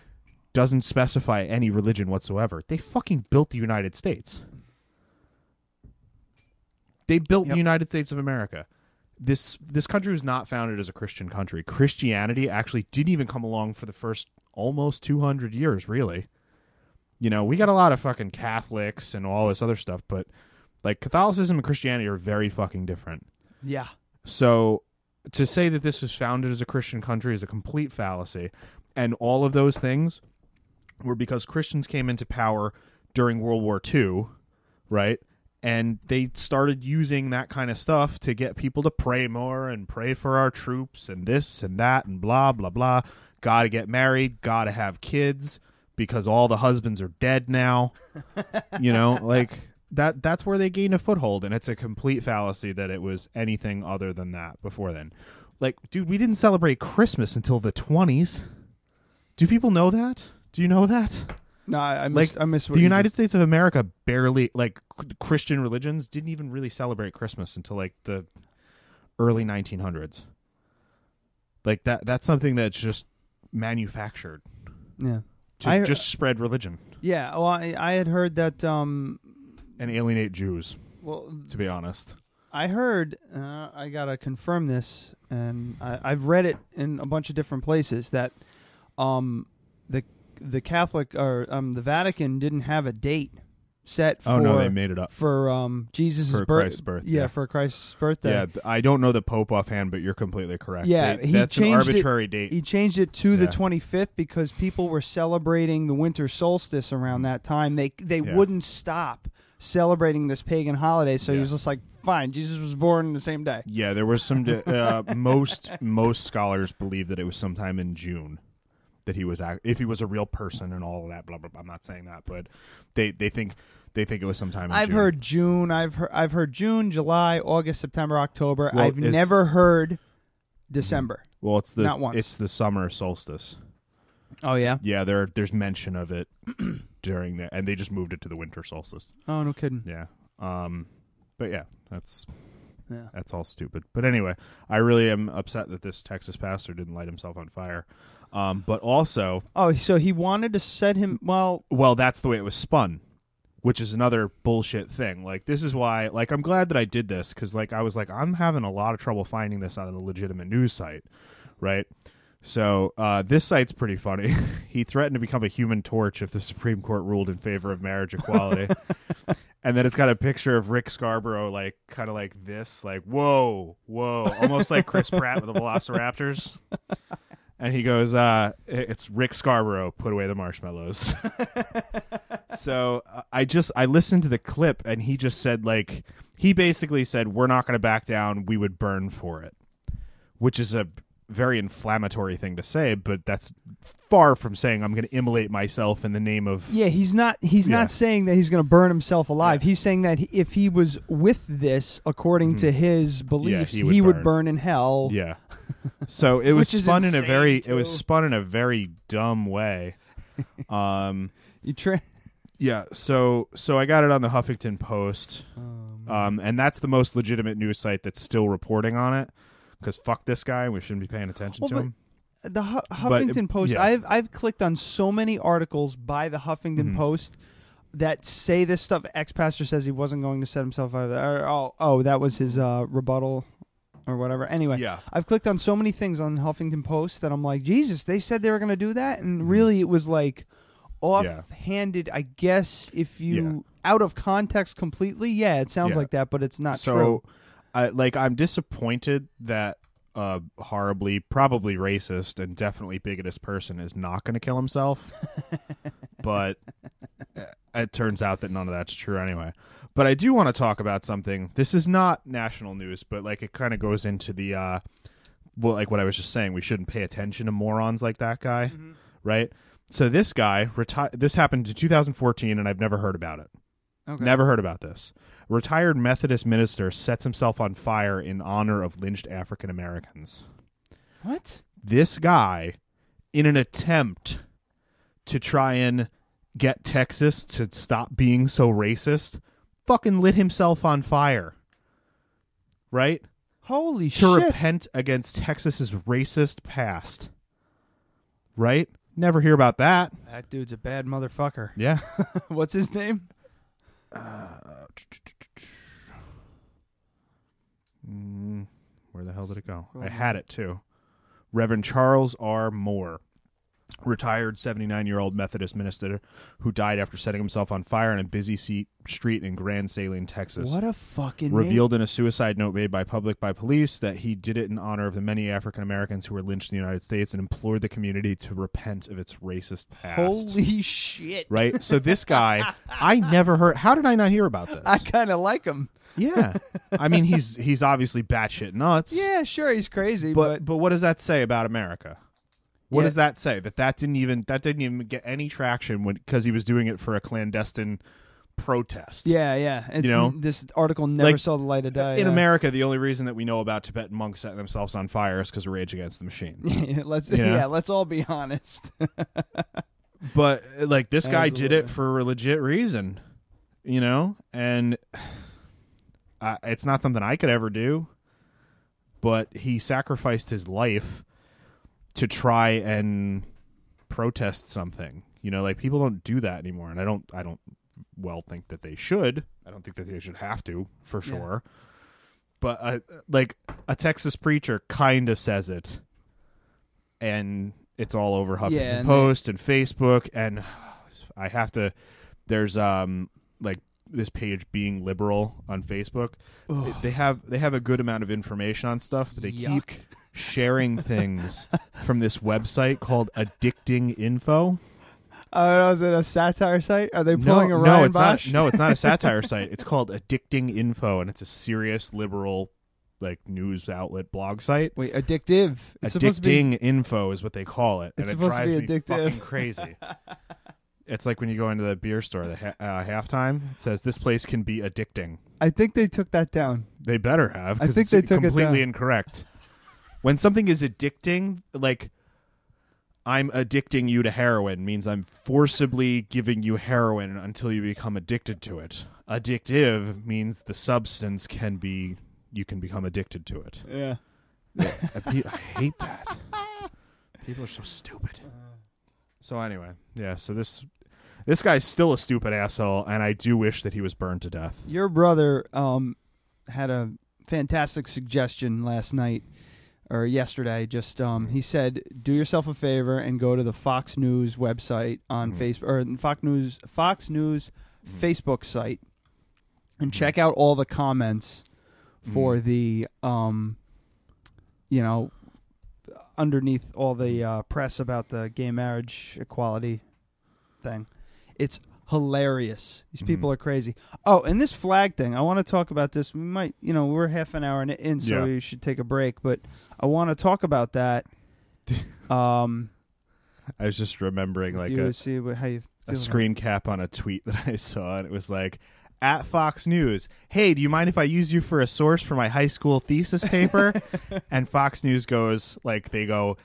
S3: Doesn't specify any religion whatsoever. They fucking built the United States. They built the United States of America. This this country was not founded as a Christian country. Christianity actually didn't even come along for the first almost 200 years, really. You know, we got a lot of fucking Catholics and all this other stuff, but like Catholicism and Christianity are very fucking different.
S4: Yeah.
S3: So to say that this was founded as a Christian country is a complete fallacy. And all of those things were because Christians came into power during World War II, right? And they started using that kind of stuff to get people to pray more and pray for our troops and this and that and blah, blah, blah. Gotta get married, gotta have kids because all the husbands are dead now. you know,
S4: [LAUGHS]
S3: like that that's where they gained a foothold and it's a complete fallacy that it was anything other than that before then. Like, dude, we didn't celebrate Christmas until the 20s. Do people know that? Do you know that?
S4: No, I, I missed.
S3: like
S4: I missed what
S3: the
S4: you
S3: United States of America barely like c- Christian religions didn't even really celebrate Christmas until like the early 1900s. Like that that's something that's just manufactured
S4: Yeah.
S3: to
S4: I- uh,
S3: just spread religion
S4: did. Yeah. Well, I, I had heard that. Um,
S3: and alienate Jews.
S4: Well,
S3: to be honest.
S4: I heard. Uh, I gotta confirm this, and I, I've read it in a bunch of different places that, um, the the Catholic or um the Vatican didn't have a date set. For,
S3: Oh, no, they made it up.
S4: for um Jesus'
S3: For
S4: birth.
S3: Christ's birth,
S4: Yeah,
S3: yeah.
S4: for Christ's birthday.
S3: Yeah, th- I don't know the Pope offhand, but you're completely correct.
S4: Yeah,
S3: They-
S4: he
S3: that's an
S4: changed
S3: arbitrary
S4: it,
S3: date.
S4: He changed it to the
S3: Yeah.
S4: 25th because people were celebrating the winter solstice around that time. They they
S3: Yeah.
S4: wouldn't stop celebrating this pagan holiday, so he was just like, "Fine, Jesus was born the same day."
S3: yeah, there was some. Di- uh, [LAUGHS] most most scholars believe that it was sometime in June that he was ac- if he was a real person and all of that. Blah blah. blah. I'm not saying that, but they they think they think it was sometime. In
S4: I've
S3: June.
S4: heard June, I've heard I've heard June, July, August, September, October.
S3: Well,
S4: I've
S3: it's-
S4: never heard December.
S3: Well, it's the
S4: Not once.
S3: it's the summer solstice.
S4: Oh yeah.
S3: Yeah, [CLEARS THROAT] there there's mention of it during the and they just moved it to the winter solstice.
S4: Oh no, kidding.
S3: Yeah. Um, but yeah, that's
S4: Yeah.
S3: that's all stupid. But anyway, I really am upset that this Texas pastor didn't light himself on fire. Um, but also,
S4: Oh, so he wanted to set him. Well,
S3: well, that's the way it was spun, which is another bullshit thing. Like this is why, like, I'm glad that I did this because, like, I was like, I'm having a lot of trouble finding this on a legitimate news site, right? So uh, this site's pretty funny. [LAUGHS] he threatened to become a human torch if the Supreme Court ruled in favor of marriage equality. and then it's got a picture of Rick Scarborough, like kind of like this, like whoa, whoa, almost like Chris Pratt with the Velociraptors. And he goes, uh, it- "It's Rick Scarborough. Put away the marshmallows." [LAUGHS] so uh, I just I listened to the clip, and he just said like he basically said, "We're not going to back down. We would burn for it," which is a very inflammatory thing to say, but that's far from saying I'm going to immolate myself in the name of
S4: yeah, he's not. He's
S3: Yeah.
S4: not saying that he's going to burn himself alive. He's saying that he, if he was with this, according to his beliefs,
S3: Mm-hmm. he
S4: he,
S3: would burn.
S4: would, burn. in hell.
S3: Yeah. [LAUGHS] So it was
S4: Which is
S3: spun in a
S4: insane,
S3: very it was
S4: too.
S3: spun in a very dumb way. Um
S4: you try
S3: Yeah, so so I got it on the Huffington Post. um and that's the most legitimate news site that's still reporting on it cuz fuck this guy, we shouldn't be paying attention
S4: Well,
S3: to
S4: but
S3: him.
S4: The Hu-
S3: But it-
S4: Huffington Post.
S3: yeah.
S4: I've I've clicked on so many articles by the Huffington
S3: Mhm.
S4: Post that say this stuff. Ex pastor says he wasn't going to set himself out of there. Oh, oh, that was his uh, rebuttal or whatever. Anyway,
S3: Yeah.
S4: I've clicked on so many things on Huffington Post that I'm like, Jesus, they said they were going to do that,
S3: Mm-hmm.
S4: and really it was like offhanded. I guess if you out of context completely, yeah, it sounds
S3: Yeah.
S4: like that, but it's not
S3: so,
S4: true.
S3: I, like I'm disappointed that a horribly, probably racist and definitely bigoted person is not going to kill himself.
S4: [LAUGHS]
S3: but uh, it turns out that none of that's true anyway. But I do want to talk about something. This is not national news, but like it kind of goes into the uh well like what I was just saying, we shouldn't pay attention to morons like that guy,
S4: Mm-hmm.
S3: right? So this guy reti- this happened in 2014 and I've never heard about it.
S4: Okay.
S3: Never heard about this. Retired Methodist minister sets himself on fire in honor of lynched African Americans.
S4: What?
S3: This guy, in an attempt to try and get Texas to stop being so racist, fucking lit himself on fire. Right?
S4: Holy
S3: to
S4: shit.
S3: repent against Texas's racist past. Right? Never hear about that.
S4: That dude's a bad motherfucker.
S3: Yeah.
S4: [LAUGHS] What's his name?
S3: Mm, where the hell did it go?
S4: Go
S3: I
S4: ahead.
S3: had it too. Reverend Charles R. Moore, retired 79 year old Methodist minister who died after setting himself on fire in a busy seat, street in Grand Saline, Texas.
S4: What a fucking name.
S3: Revealed in a suicide note made by public by police that he did it in honor of the many African Americans who were lynched in the United States and implored the community to repent of its racist past.
S4: [LAUGHS] Holy shit.
S3: [LAUGHS] Right? So this guy, I never heard. How did I not hear about this?
S4: I kind of like him.
S3: Yeah. I mean, he's he's obviously batshit nuts.
S4: Yeah, sure, he's crazy,
S3: But
S4: but,
S3: but what does that say about America? What
S4: Yeah.
S3: does that say? That that didn't even that didn't even get any traction when because he was doing it for a clandestine protest.
S4: yeah, yeah. It's,
S3: you know,
S4: this article never
S3: Like,
S4: saw the light of day. uh,
S3: in
S4: yeah.
S3: America, the only reason that we know about Tibetan monks setting themselves on fire is because of Rage Against the Machine.
S4: Yeah, [LAUGHS] let's
S3: You know?
S4: yeah, let's all be honest.
S3: [LAUGHS]
S4: [LAUGHS] Uh,
S3: but uh, like this guy did it for a legit reason, you know, and [SIGHS] I, it's not something I could ever do. But he sacrificed his life to try and protest something. You know, like people don't do that anymore, and I don't, I don't well think that they should. I don't think that they should have to for
S13: Yeah.
S3: sure. But uh, like a Texas preacher kind of says it, and it's all over Huffington
S13: Yeah, and they-
S3: Post and Facebook, and [SIGHS] I have to. There's um like this page being liberal on Facebook. They,
S13: Ugh.
S3: they have they have a good amount of information on stuff, but they
S13: Yuck. [LAUGHS]
S3: keep sharing things from this website called Addicting Info.
S4: I don't know, is it a satire site? Are they
S3: No,
S4: pulling a
S3: no,
S4: Ryan
S3: it's not.
S4: Bosch?
S3: No, it's not
S4: [LAUGHS]
S3: a satire site. It's called Addicting Info, and it's a serious liberal like news outlet blog site.
S4: Wait, addictive. It's supposed to be-
S3: addicting info is what they call it, and
S4: It's
S3: it
S4: supposed to
S3: drives
S4: be
S3: me
S4: addictive.
S3: fucking
S4: [LAUGHS]
S3: crazy. it's like when you go into the beer store, the ha- uh, halftime it says this place can be addicting.
S4: I think they took that down.
S3: They better have.
S4: I
S3: 'cause
S4: think
S3: it's
S4: they took it
S3: completely
S4: down.
S3: incorrect. When something is addicting, like I'm addicting you to heroin means I'm forcibly giving you heroin until you become addicted to it. Addictive means the substance can be you can become addicted to it.
S4: Yeah.
S3: Yeah, I pe- I hate that. People are so stupid. So anyway, yeah, so this this guy's still a stupid asshole and I do wish that he was burned to death.
S4: Your brother um, had a fantastic suggestion last night or yesterday. Just um, he said, do yourself a favor and go to the Fox News website on
S3: Mm.
S4: Facebook or Fox News Fox News Facebook site and check out all the comments for the um, you know underneath all the uh, press about the gay marriage equality thing. It's hilarious. These people
S3: Mm-hmm.
S4: are crazy. Oh, and this flag thing, I want to talk about this. We might, you know, we're half an hour in, in so
S3: Yeah.
S4: we should take a break, but I want to talk
S3: [LAUGHS]
S4: about that. Um,
S3: I was just remembering like
S4: you
S3: a,
S4: would see wh- how you feel
S3: a
S4: about
S3: screen cap on a tweet [LAUGHS] that I saw, and it was like, at Fox News, hey, do you mind if I use you for a source for my high school thesis paper? and Fox News goes, like, they go,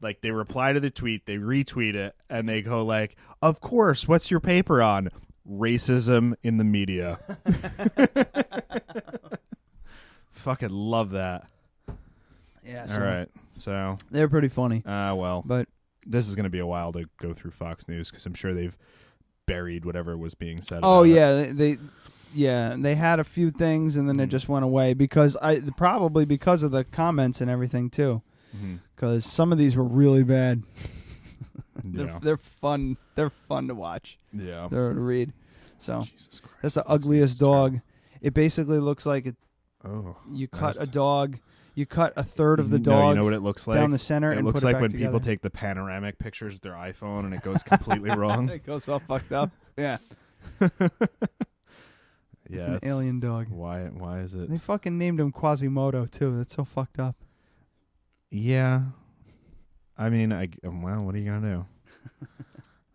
S3: like, they reply to the tweet, they retweet it, and they go, like, of course, what's your paper on? Racism in the media. [LAUGHS] Fucking love that.
S4: Yeah,
S3: All
S4: so-
S3: right. So
S4: they're pretty funny.
S3: Ah, well,
S4: but
S3: this is going to be a while to go through Fox News because I'm sure they've buried whatever was being said.
S4: Oh
S3: about it.
S4: yeah, they, they yeah, they had a few things and then
S3: Mm-hmm.
S4: it just went away because I probably because of the comments and everything too.
S3: Mhm.
S4: Cuz some of these were really bad. [LAUGHS] they're,
S3: Yeah.
S4: they're fun. They're fun to watch.
S3: Yeah.
S4: They're to read. So that's the ugliest dog. It basically looks like it
S3: Oh.
S4: You cut
S3: that's-
S4: a dog, you cut a third of the
S3: No,
S4: dog
S3: you know
S4: [LAUGHS]
S3: what it looks like
S4: down the center
S3: It
S4: and
S3: looks
S4: put
S3: like
S4: back
S3: when
S4: together.
S3: people take the panoramic pictures with their iPhone and it goes
S4: [LAUGHS]
S3: completely wrong.
S4: it goes all
S3: [LAUGHS]
S4: fucked up. Yeah.
S3: Yeah,
S4: an alien dog.
S3: Why? Why is it?
S4: They fucking named him Quasimodo too. That's so fucked up.
S3: Yeah. I mean, I um, well, what are you gonna
S4: [LAUGHS]
S3: do?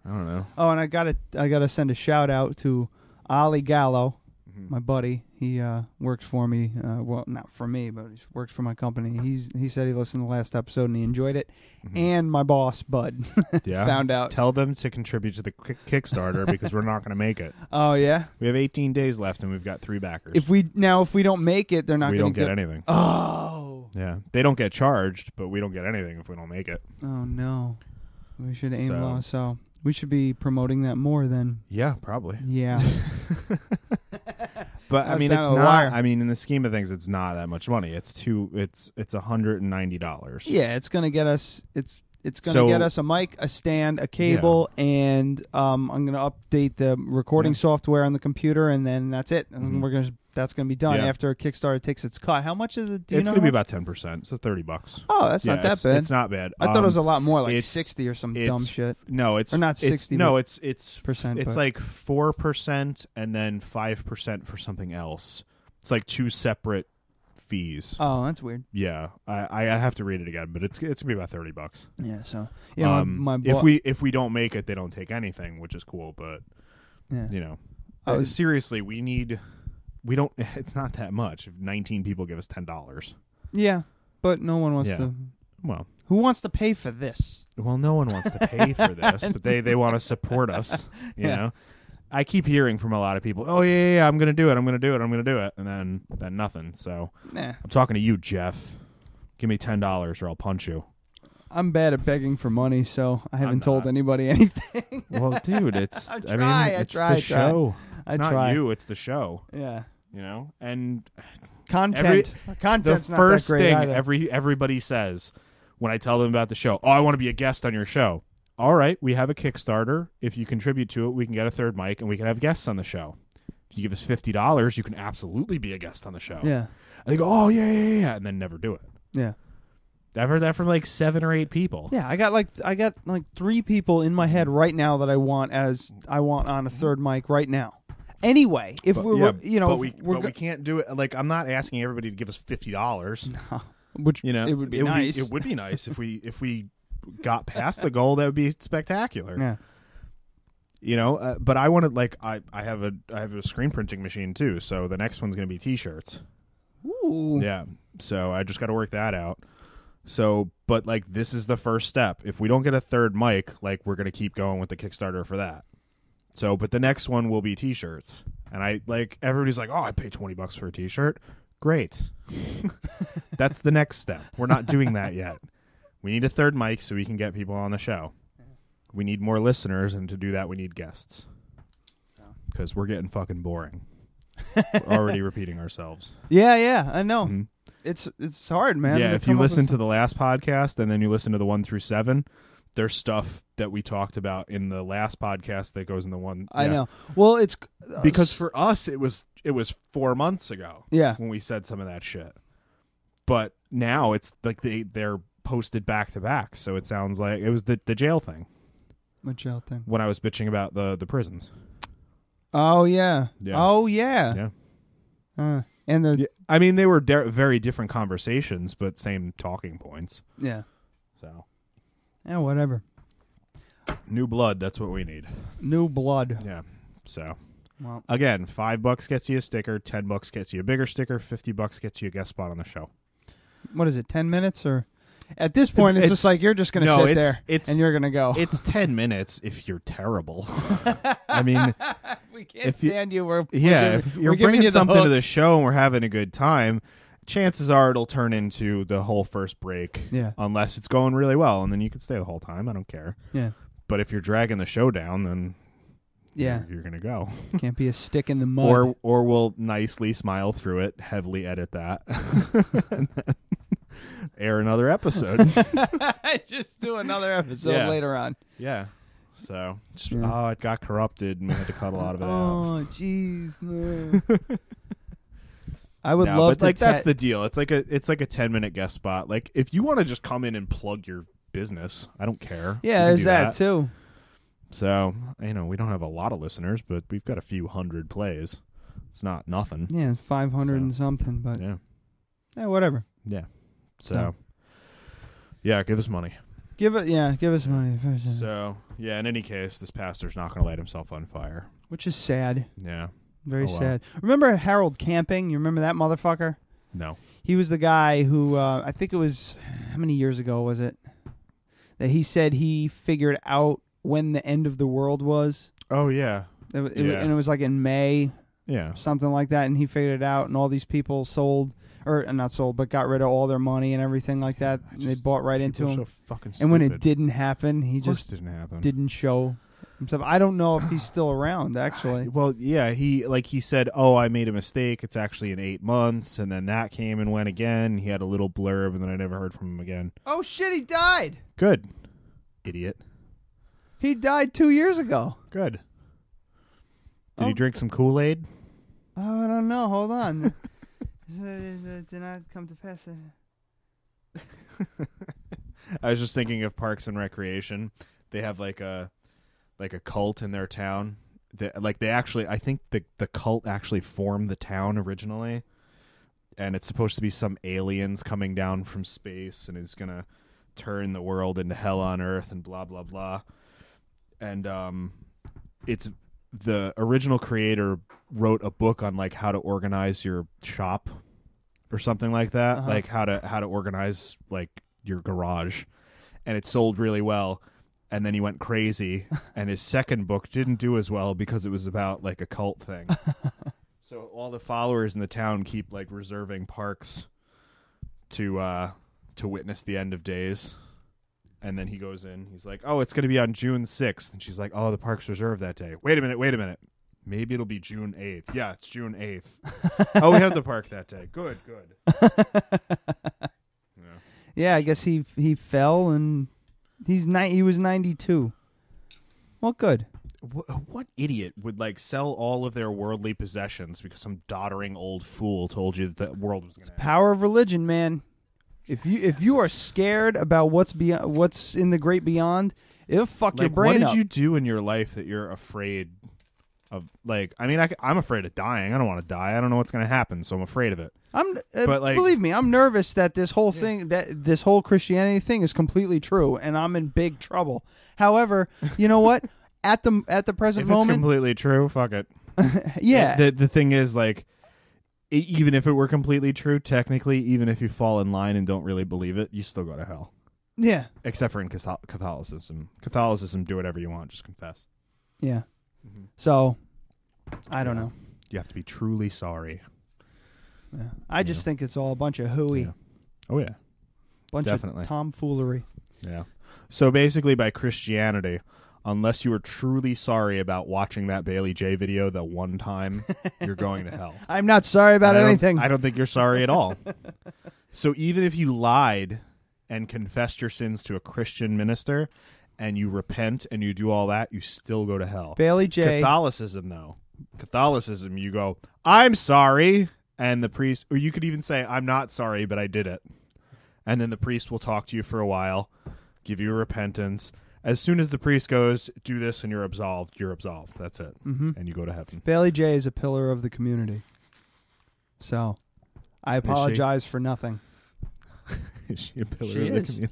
S3: I don't know.
S4: Oh, and I gotta I gotta send a shout out to Ollie Gallo,
S3: Mm-hmm.
S4: my buddy. He uh, works for me. Uh, well, not for me, but he works for my company. He's he said he listened to the last episode and he enjoyed it. And my boss Bud
S3: Mm-hmm.
S4: [LAUGHS]
S3: Yeah.
S4: found out.
S3: Tell them to contribute to the Kick- Kickstarter because we're not gonna make it.
S4: Oh yeah.
S3: We have 18 days left and we've got three backers.
S4: If we now if we don't make it, they're not
S3: we
S4: gonna
S3: don't get
S4: go-
S3: anything.
S4: Oh.
S3: Yeah, they don't get charged, but we don't get anything if we don't make it.
S4: Oh no. We should aim
S3: So-
S4: low. So we should be promoting that more then.
S3: Yeah, probably. [LAUGHS]
S4: Yeah.
S3: But I
S4: That's
S3: mean,
S4: down
S3: it's
S4: to the
S3: not.
S4: wire.
S3: I mean, in the scheme of things, it's not that much money. It's two. It's it's a hundred and ninety dollars.
S4: Yeah, it's gonna get us. It's it's gonna
S3: So-
S4: get us a mic, a stand, a cable, and um, I'm gonna update the recording
S3: Yeah.
S4: software on the computer, and then that's it. And
S3: Mhm.
S4: we're gonna that's gonna be done
S3: Yeah.
S4: after Kickstarter takes its cut. How much is it? Do you
S3: it's
S4: know
S3: gonna be
S4: how much?
S3: about ten percent, so thirty bucks.
S4: Oh, that's
S3: Yeah,
S4: not that
S3: it's-
S4: bad.
S3: It's not bad.
S4: I thought it was
S3: Um,
S4: a lot more, like
S3: it's-
S4: 60 or some
S3: it's-
S4: dumb shit.
S3: No, it's
S4: Or not
S3: it's-
S4: 60,
S3: no,
S4: but
S3: it's it's
S4: percent,
S3: It's
S4: but-
S3: like four percent and then five percent for something else. It's like two separate fees.
S4: Oh, that's weird.
S3: Yeah, I I have to read it again, but it's it's gonna be about thirty bucks.
S4: Yeah, so- yeah, my-
S3: Um,
S4: my bo-
S3: if we if we don't make it, they don't take anything, which is cool. But
S4: Yeah.
S3: you know,
S4: I
S3: uh,
S4: was-
S3: seriously, we need we don't. [LAUGHS] It's not that much. If nineteen people give us ten dollars,
S4: Yeah, but no one wants
S3: Yeah.
S4: to.
S3: Well.
S4: who wants to pay for this?
S3: Well, no one wants to pay
S4: [LAUGHS]
S3: for this, but they they want to support us. You
S4: Yeah.
S3: know, I keep hearing from a lot of people, "Oh yeah, yeah, yeah, I'm gonna do it. I'm gonna do it. I'm gonna do it," and then then nothing. So
S4: Nah.
S3: I'm talking to you, Jeff. Give me ten dollars, or I'll punch you.
S4: I'm bad at begging for money, so I haven't
S3: I'm
S4: told anybody [LAUGHS] anything.
S3: Well, dude, it's
S4: [LAUGHS] I
S3: I,
S4: try,
S3: mean,
S4: I
S3: it's
S4: try, I
S3: the
S4: try.
S3: show.
S4: I
S3: It's not
S4: try.
S3: you, it's the show.
S4: Yeah.
S3: You know, and
S4: Content. Our content's
S3: The
S4: not that
S3: first
S4: great
S3: thing
S4: either.
S3: every everybody says when I tell them about the show, oh, I want to be a guest on your show. All right, we have a Kickstarter. If you contribute to it, we can get a third mic and we can have guests on the show. If you give us fifty dollars, you can absolutely be a guest on the show.
S4: Yeah.
S3: and they go, oh yeah, yeah, yeah, yeah, and then never do it.
S4: Yeah.
S3: I've heard that from like seven or eight people.
S4: Yeah, I got like I got like three people in my head right now that I want as I want on a third mic right now. Anyway, if
S3: But-
S4: we're
S3: yeah,
S4: you know
S3: but
S4: if
S3: we,
S4: we're
S3: but
S4: go-
S3: we can't do it. Like I'm not asking everybody to give us fifty dollars.
S4: [LAUGHS] No, which
S3: you know
S4: it would be nice.
S3: it would be nice if we if we got past the goal. That would be spectacular.
S4: Yeah.
S3: You know, uh, but I wanted like I I have a I have a screen printing machine too. So the next one's gonna be t-shirts.
S4: Ooh.
S3: Yeah. So I just got to work that out. So, but like this is the first step. If we don't get a third mic, like we're gonna keep going with the Kickstarter for that. So, but the next one will be t-shirts, and I like everybody's like, oh, I pay twenty bucks for a t-shirt. Great, [LAUGHS] that's the next step. We're not doing that yet. We need a third mic so we can get people on the show. We need more listeners, and to do that, we need guests because we're getting fucking
S4: [LAUGHS]
S3: boring. we're already repeating ourselves.
S4: Yeah, yeah, I know. It's it's hard, man.
S3: Mm-hmm. Yeah,
S4: to
S3: if you
S4: come up with
S3: listen to the last podcast and then you listen to the one through seven, there's stuff that we talked about in the last podcast that goes in the one.
S4: I
S3: yeah.
S4: know. Well, it's uh,
S3: because for us it was it was four months ago.
S4: Yeah.
S3: when we said some of that shit, but now it's like they they're posted back to back, so it sounds like it was the the jail thing
S4: What jail thing?
S3: when I was bitching about the the prisons.
S4: Oh yeah.
S3: Yeah.
S4: Oh yeah.
S3: Yeah.
S4: Uh, and the
S3: I mean, they were de- very different conversations, but same talking points.
S4: Yeah.
S3: So
S4: Yeah, whatever.
S3: new blood, that's what we need.
S4: New blood.
S3: Yeah. So
S4: Well.
S3: again, five bucks gets you a sticker, ten bucks gets you a bigger sticker, fifty bucks gets you a guest spot on the show.
S4: What is it? Ten minutes or? At this point, it's, just like you're just gonna
S3: no, it's-
S4: sit there
S3: it's-
S4: and you're gonna go. [LAUGHS]
S3: it's ten minutes if you're terrible. I mean,
S4: we can't
S3: if you-
S4: stand you. We're, we're
S3: yeah,
S4: giving-
S3: if
S4: we're
S3: you're
S4: giving
S3: bringing
S4: you the
S3: something to
S4: hook.
S3: the show and we're having a good time, chances are it'll turn into the whole first break.
S4: Yeah.
S3: Unless it's going really well, and then you can stay the whole time. I don't care.
S4: Yeah.
S3: But if you're dragging the show down, then
S4: Yeah.
S3: you're, you're gonna go.
S4: Can't be a stick in the mud.
S3: Or or we'll nicely smile through it, heavily edit that, [LAUGHS] and then air another episode.
S4: [LAUGHS] just do another episode
S3: Yeah.
S4: later on.
S3: yeah. So just,
S4: Yeah.
S3: oh, it got corrupted, and we had to cut a lot of it out.
S4: Oh jeez.
S3: [LAUGHS]
S4: no. I would
S3: No,
S4: love
S3: but
S4: to
S3: like that's
S4: te-
S3: the deal. It's like a it's like a ten minute guest spot. Like if you want to just come in and plug your business, I don't care. You
S4: Yeah,
S3: can
S4: there's
S3: do
S4: that, too.
S3: So you know we don't have a lot of listeners, but we've got a few hundred plays. It's not nothing.
S4: Yeah, five hundred and something, but
S3: yeah,
S4: yeah, whatever.
S3: Yeah. So,
S4: So.
S3: yeah, give us money.
S4: Give it, yeah, give us money. first, uh,
S3: So yeah, in any case, this pastor's not going to light himself on fire.
S4: which is sad.
S3: Yeah.
S4: Very
S3: Oh, well.
S4: sad. Remember Harold Camping? You remember that motherfucker?
S3: No.
S4: He was the guy who uh, I think it was how many years ago was it that he said he figured out when the end of the world was.
S3: Oh yeah.
S4: It, wa- it, wa-
S3: Yeah.
S4: And it was like in May.
S3: Yeah.
S4: Something like that, and he figured it out, and all these people sold or uh, not sold, but got rid of all their money and everything like that. and they bought right into
S3: people are
S4: him.
S3: so fucking
S4: and when it
S3: stupid.
S4: didn't happen, he
S3: Of course
S4: just
S3: it didn't happen.
S4: Didn't show himself. I don't know if he's still around. Actually,
S3: well, yeah, he like he said, "Oh, I made a mistake. It's actually in eight months." And then that came and went again. He had a little blurb, and then I never heard from him again.
S4: [SIGHS] Oh shit, he died.
S3: Good, idiot.
S4: He died two years ago.
S3: Good. Did
S4: Um,
S3: he drink some Kool Aid?
S4: Oh, I don't know. Hold [LAUGHS] on. Did not come to pass.
S3: I was just thinking of Parks and Recreation. They have like a like a cult in their town. That like they actually, I think the the cult actually formed the town originally, and it's supposed to be some aliens coming down from space and is gonna turn the world into hell on earth and blah blah blah. And um, it's the original creator wrote a book on like how to organize your shop or something like that
S13: Uh-huh.
S3: like how to how to organize like your garage and it sold really well and then he went crazy and his second book didn't do as well because it was about like a cult thing so all the followers in the town keep like reserving parks to uh to witness the end of days and then he goes in he's like oh it's going to be on june 6th and she's like oh the park's reserved that day wait a minute wait a minute maybe it'll be june 8th yeah it's june 8th oh we have the park that day good good
S4: Yeah, I guess he he fell and he's ni- he was ninety two. Well, good.
S3: Wh- what idiot would like sell all of their worldly possessions because some doddering old fool told you that the world was going to
S4: Power of religion, man. If you if you are scared about what's beyond what's in the great beyond, it'll fuck your
S3: Like,
S4: brain
S3: What did
S4: up.
S3: you do in your life that you're afraid of? Like, I mean, I, am afraid of dying. I don't want to die. I don't know what's going to happen, so I'm afraid of it.
S4: I'm uh,
S3: But, like-
S4: believe me, I'm nervous that this whole thing that this whole Christianity thing is completely true and I'm in big trouble. However, you
S3: [LAUGHS]
S4: know what? at the at the present
S3: if it's
S4: moment,
S3: completely true, fuck it.
S4: yeah.
S3: The the thing is like e- even if it were completely true, technically, even if you fall in line and don't really believe it, you still go to hell.
S4: Yeah.
S3: Except for in Catho- Catholicism. Catholicism, do whatever you want, just confess.
S4: Yeah.
S3: Mm-hmm.
S4: So, I don't know.
S3: You have to be truly sorry.
S4: Yeah. I just think it's all a bunch of hooey.
S3: Oh yeah.
S4: Bunch
S3: Definitely.
S4: of tomfoolery.
S3: Yeah. So basically, by Christianity, unless you were truly sorry about watching that Bailey J video the one time, you're going to hell.
S4: I'm not sorry about
S3: And I don't-
S4: anything.
S3: I don't think you're sorry at all. [LAUGHS] so even if you lied and confessed your sins to a Christian minister and you repent and you do all that, you still go to hell.
S4: Bailey J.
S3: Catholicism though. Catholicism, you go, I'm sorry, and the priest or you could even say, I'm not sorry, but I did it. And then the priest will talk to you for a while, give you repentance. As soon as the priest goes, do this and you're absolved, you're absolved. That's it.
S4: Mhm.
S3: And you go to heaven. [LAUGHS]
S4: Bailey J is a pillar of the community. So, I
S3: she?
S4: apologize for nothing.
S3: Is she a pillar
S4: She
S3: of the
S4: is.
S3: community?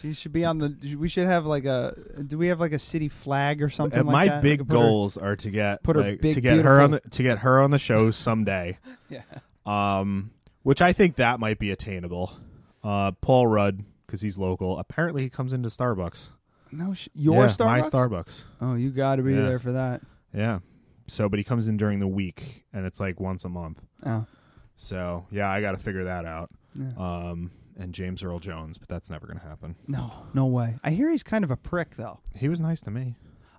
S4: She should be on the. We should have like a. Do we have like a city flag or something?
S3: Uh,
S4: like
S3: my
S4: that?
S3: big
S4: Like, put her-
S3: goals are to get
S4: put her
S3: like,
S4: big,
S3: to get her on the,
S4: beautiful-
S3: to get her on the show someday.
S4: [LAUGHS] Yeah.
S3: Um, which I think that might be attainable. Uh, Paul Rudd because he's local. Apparently, he comes into Starbucks.
S4: No, sh- your
S3: Yeah, my
S4: Starbucks?
S3: Starbucks.
S4: Oh, you got to be
S3: Yeah.
S4: there for that.
S3: Yeah. So, but he comes in during the week, and it's like once a month.
S4: Oh.
S3: So yeah, I got to figure that out.
S4: Yeah.
S3: Um, and James Earl Jones, but that's never gonna happen.
S4: No, no way. I hear he's kind of a prick though.
S3: He was nice to me.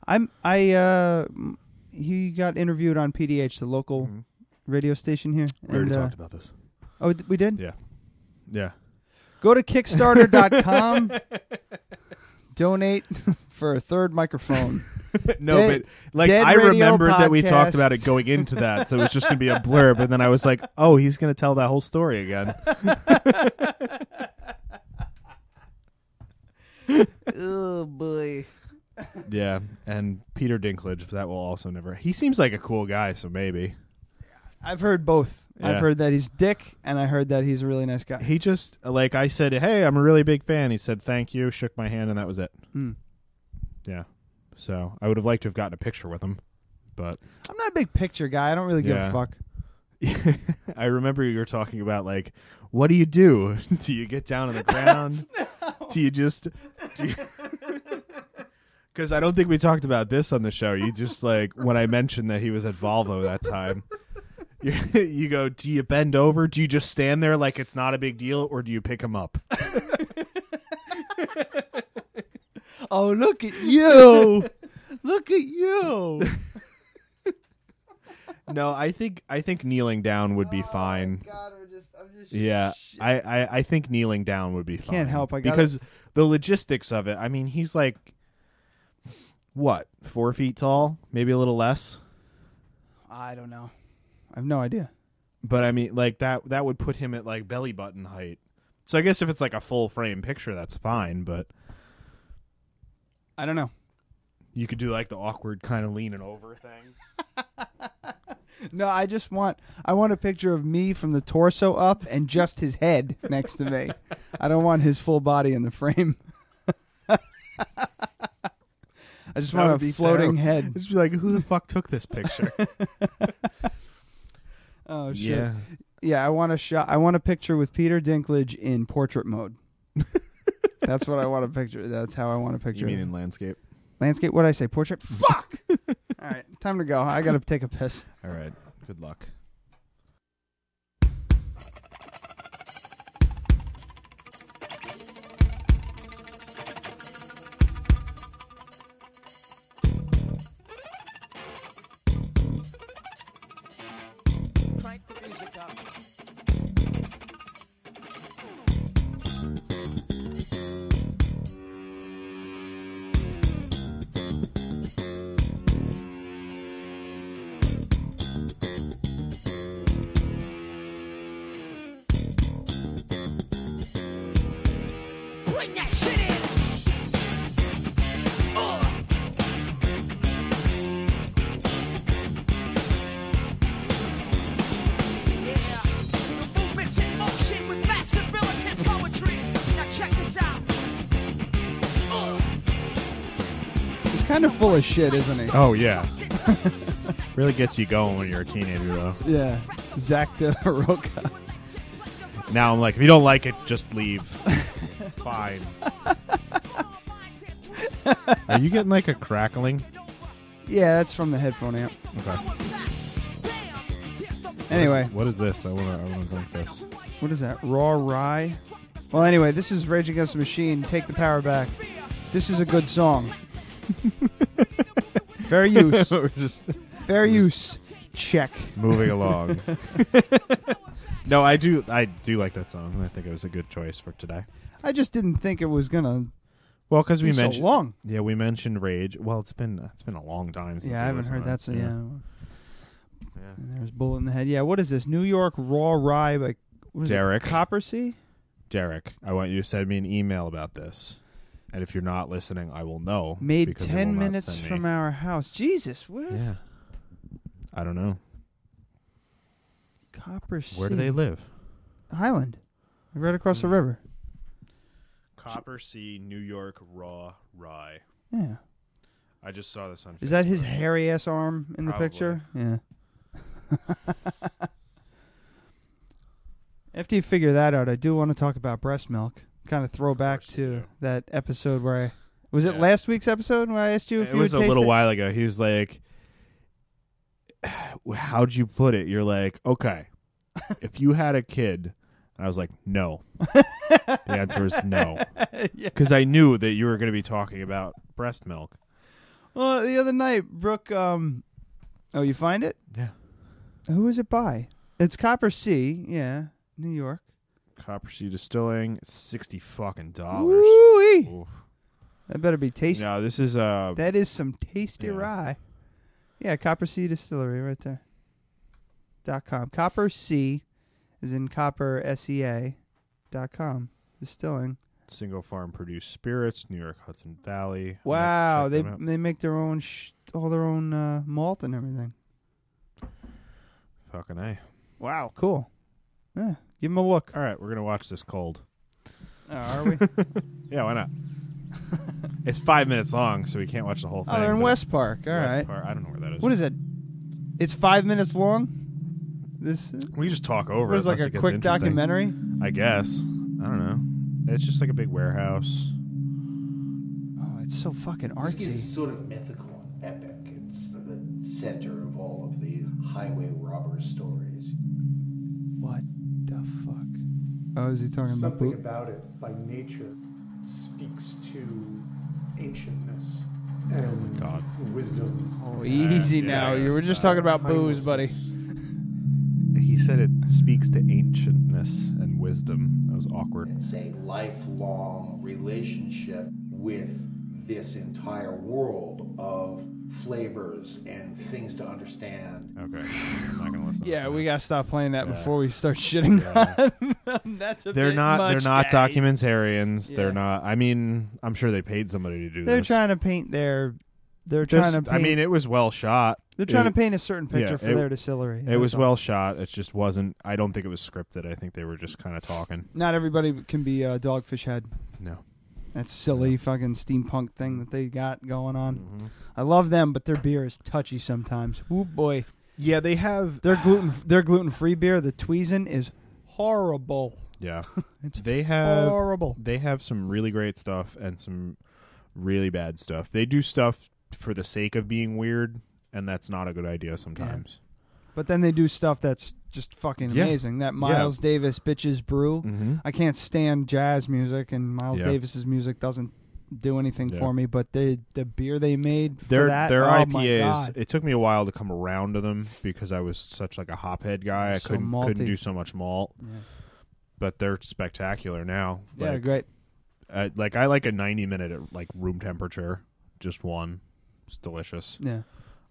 S4: I'm. I. Uh, m- he got interviewed on PDH, the local radio station here.
S3: Mm-hmm. We already
S4: and, uh,
S3: talked about this.
S4: Oh, d- we did.
S3: Yeah. Yeah.
S4: Go to
S3: [LAUGHS]
S4: Kickstarter.com. donate [LAUGHS] for a third microphone.
S3: No,
S4: Dead-
S3: but like
S4: Dead
S3: I
S4: Radio
S3: remembered that we talked
S4: Podcast.
S3: about it [LAUGHS] going into that, so it was just gonna be a blurb, and then I was like, "Oh, he's gonna tell that whole story again."
S4: [LAUGHS] oh boy.
S3: [LAUGHS] yeah, and Peter Dinklage, that will also never. He seems like a cool guy, so maybe
S4: I've heard both.
S3: Yeah.
S4: I've heard that he's dick, and I heard that he's a really nice guy.
S3: he just like I said, "Hey, I'm a really big fan." He said, "Thank you," shook my hand, and that was it.
S4: Hmm.
S3: Yeah, so I would have liked to have gotten a picture with him, but
S4: I'm not a big picture guy. I don't really give
S3: Yeah. [LAUGHS]
S4: a fuck.
S3: I remember you were talking about like, what do you do? [LAUGHS] do you get down on the ground? Do you [LAUGHS] just? Because I don't think we talked about this on the show. You just like when I mentioned that he was at Volvo that time. [LAUGHS] You you go. Do you bend over? Do you just stand there like it's not a big deal, or do you pick him up?
S4: Oh, look at you! [LAUGHS] look at you!
S3: No, I think I think kneeling down would be fine. yeah, I, I I think kneeling down would be fine.
S4: Can't help, I gotta-
S3: because the logistics of it. I mean, he's like what four feet tall, maybe a little less.
S4: I don't know. I have no idea.
S3: But I mean, like that that would put him at like belly button height. So I guess if it's like a full frame picture, that's fine. But
S4: I don't know.
S3: you could do like the awkward kind of leaning over thing.
S4: No, I just want I want a picture of me from the torso up and just his head next
S3: [LAUGHS]
S4: to me. I don't want his full body in the frame. [LAUGHS] I just
S3: That would
S4: want
S3: be
S4: a floating
S3: terrible.
S4: head.
S3: [LAUGHS] Just be like, who the fuck took this picture?
S4: Oh shit.
S3: [LAUGHS] Yeah.
S4: Yeah. I want a shot. I want a picture with Peter Dinklage in
S3: [LAUGHS]
S4: portrait mode. That's what I want a picture. That's how I want a picture.
S3: you mean in landscape?
S4: Landscape. What did I
S3: [LAUGHS]
S4: say? Portrait. Fuck. All right, time to go. I gotta take a piss.
S3: All right. Good luck.
S10: Crank the music up. Bring that shit in. Ugh. Yeah, the movement's in motion with massive relative poetry. Now check this out. Ugh.
S4: He's kind of full of shit, isn't he?
S3: Oh yeah. really gets you going when you're a teenager though.
S4: Yeah. Zach DeRocca.
S3: Now I'm like, if you don't like it, just leave. Fine. [LAUGHS] Are you getting like a crackling?
S4: Yeah, that's from the headphone amp.
S3: Okay.
S4: Anyway,
S3: what is this? I want to. I want to drink this.
S4: [LAUGHS] what is that? Raw rye. Well, anyway, this is Rage Against the Machine. Take the power back. This is a good
S3: [LAUGHS]
S4: song. Fair use.
S3: We're just-
S4: Fair
S3: we're
S4: use. Check.
S3: [LAUGHS] Moving
S4: [LAUGHS]
S3: along. no, I do. I do like that song, and I think it was a good choice for today.
S4: I just didn't think it was gonna.
S3: Well, because we
S4: be so
S3: mentioned
S4: long.
S3: Yeah, we mentioned Rage. Well, it's been it's been a long time. Since
S4: Yeah,
S3: we
S4: I haven't
S3: listened
S4: heard
S3: to it.
S4: that. So yeah. And there's bullet in the head. Yeah. What is this? New York Raw Rye by what is it?
S3: Derek.
S4: Copper Sea.
S3: Derek, I want you to send me an email about this, and if you're not listening, I will know.
S4: Made
S3: because it
S4: ten
S3: will not
S4: minutes
S3: send me.
S4: from our house. Jesus, where
S3: Yeah. I don't know.
S4: Copper Sea?
S3: Where do they Hmm. live?
S4: Highland, right across the river.
S3: Copper Sea, New York, raw rye.
S4: Yeah.
S3: I just saw this on.
S4: Is that his hairy ass arm in the
S3: Probably.
S4: picture? Yeah. [LAUGHS] After you figure that out, I do want to talk about breast milk. Kind of throw back to that episode where I was it
S3: Yeah.
S4: last week's episode where I asked you if
S3: it
S4: you
S3: was
S4: would
S3: a
S4: taste
S3: little
S4: it?
S3: while ago. He was like, "How'd you put it?" You're like,
S4: [LAUGHS]
S3: "Okay, if you had a kid," and I was like, "No." the answer is no,
S4: [LAUGHS] Yeah.
S3: because I knew that you were going to be talking about breast milk.
S4: Well, the other night, Brooke. Um, oh, you find it?
S3: Yeah.
S4: Who is it by? It's Copper C. Yeah, New York.
S3: Copper Sea Distilling, it's sixty fucking dollars.
S4: Ooh-wee.
S3: Oof.
S4: That better be tasty.
S3: No, this is uh,
S4: That is some tasty
S3: Yeah.
S4: rye. Yeah, Copper Sea Distillery right there. Dot com. Copper C is in copper S E A dot com. Distilling.
S3: single farm produced spirits, New York Hudson Valley. I'm gonna
S4: Wow,
S3: check
S4: they
S3: them out.
S4: they make their own sh- all their own uh, malt and everything.
S3: fucking a.
S4: Wow, cool. Yeah, give them
S3: [LAUGHS]
S4: a look.
S3: All right, we're gonna watch this cold. Oh,
S4: are we?
S3: Yeah, why not? [LAUGHS] it's five minutes long, so we can't watch the whole thing.
S4: oh, they're in
S3: but-
S4: West Park. All right.
S3: West Park. I don't know where that is.
S4: What is it? It's five minutes long. This
S3: We just talk over
S4: What
S3: it
S4: is it, like
S3: unless
S4: a
S3: it gets
S4: quick
S3: interesting.
S4: documentary?
S3: I guess. I don't know. It's just like a big warehouse.
S4: Oh, it's so fucking
S13: Whiskey is
S4: artsy.
S13: sort of mythical and epic. It's the center of all of these highway robber stories.
S4: What the fuck? Oh, is he talking about
S14: Something
S4: boot?
S14: about it, by nature, speaks to ancientness and
S3: God.
S14: wisdom.
S4: Oh, easy now. You were just talking about booze, buddy.
S3: He said it speaks to ancientness and wisdom. That was awkward.
S13: It's a lifelong relationship with this entire world of flavors and things to understand.
S3: Okay, I'm not gonna listen.
S4: Yeah, we gotta stop playing that
S3: Yeah.
S4: before we start shitting
S3: Yeah.
S4: on them. [LAUGHS] That's a
S3: They're
S4: bit
S3: not.
S4: much,
S3: they're not
S4: guys.
S3: documentarians.
S4: Yeah.
S3: They're not. I mean, I'm sure they paid somebody to do
S4: They're
S3: this.
S4: trying to paint their. They're
S3: Just-
S4: trying to. Paint,
S3: I mean, it was well shot.
S4: They're trying
S3: It-
S4: to paint a certain
S3: yeah,
S4: picture for
S3: it-
S4: their distillery.
S3: It
S4: That's
S3: was
S4: all.
S3: well shot. It just wasn't. I don't think it was scripted. I think they were just kind of talking.
S4: Not everybody can be a dogfish head.
S3: No.
S4: That silly fucking steampunk thing that they got going on.
S3: Mm-hmm.
S4: I love them, but their beer is touchy sometimes. Ooh boy.
S3: Yeah, they have
S4: their gluten their gluten free beer, the Tweezin, is horrible. [LAUGHS]
S3: Yeah, they have
S4: horrible.
S3: They have some really great stuff and some really bad stuff. They do stuff for the sake of being weird, and that's not a good idea sometimes.
S4: But then they do stuff that's just fucking
S3: Yeah.
S4: amazing. That
S3: Yeah.
S4: Miles Davis bitches brew.
S3: Mhm.
S4: I can't stand jazz music, and Miles
S3: Yeah.
S4: Davis's music doesn't do anything
S3: Yeah.
S4: for me. But they, the beer they made for
S3: Their
S4: that,
S3: their
S4: oh my
S3: IPAs.
S4: God.
S3: It took me a while to come around to them because I was such like a hophead guy. I
S4: So
S3: couldn't couldn't
S4: malty.
S3: do so much malt.
S4: Yeah.
S3: But they're spectacular now.
S4: Yeah,
S3: Like,
S4: great.
S3: Uh, like I like a ninety minute at like room temperature, just one. It's delicious.
S4: Yeah.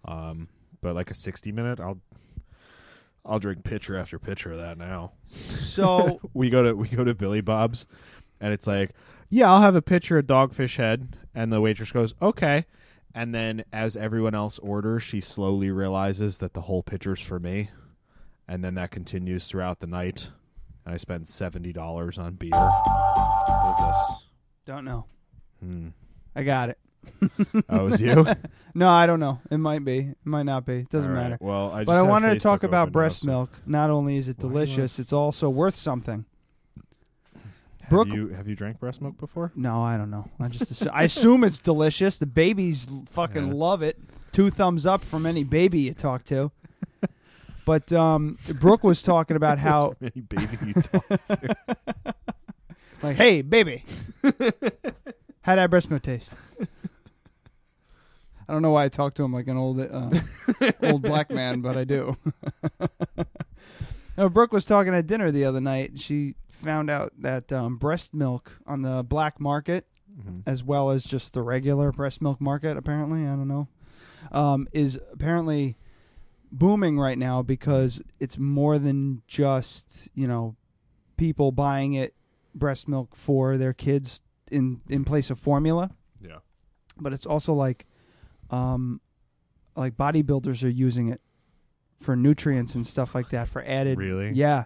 S3: Um, but like a sixty minute, I'll I'll drink pitcher after pitcher of that now.
S4: So-
S3: [LAUGHS] we go to we go to Billy Bob's, and it's like, yeah, I'll have a pitcher of Dogfish Head, and the waitress goes, okay. And then, as everyone else orders, she slowly realizes that the whole pitcher's for me, and then that continues throughout the night. And I spend seventy dollars on beer. What is this?
S4: Don't know.
S3: Hmm.
S4: I got it.
S3: Oh, it
S4: [LAUGHS]
S3: was you?
S4: no, I don't know. It might be. It might not be. It doesn't
S3: All right.
S4: matter.
S3: Well, I just
S4: but I
S3: had
S4: wanted to
S3: Facebook
S4: talk about
S3: open
S4: breast
S3: up, so-
S4: milk. Not only is it
S3: do you wanna-
S4: delicious, it's also worth something.
S3: Have you have you drank breast milk before? [LAUGHS]
S4: No, I don't know. I just assu- I assume it's delicious. The babies l- fucking
S3: Yeah.
S4: love it. Two thumbs up from any baby you talk to. But um, Brooke was talking about how
S3: From any baby
S4: [LAUGHS]
S3: you talk to.
S4: like, hey, baby, how that breast milk taste? I don't know why I talk to him like an old uh, old black man, but I do. now, Brooke was talking at dinner the other night. She found out that um, breast milk on the black market, as well as just the regular breast milk market, apparently, I don't know, um, is apparently booming right now because it's more than just, you know, people buying it breast milk for their kids in, in place of formula
S3: Yeah.
S4: but it's also like um like bodybuilders are using it for nutrients and stuff like that for added
S3: Really?
S4: yeah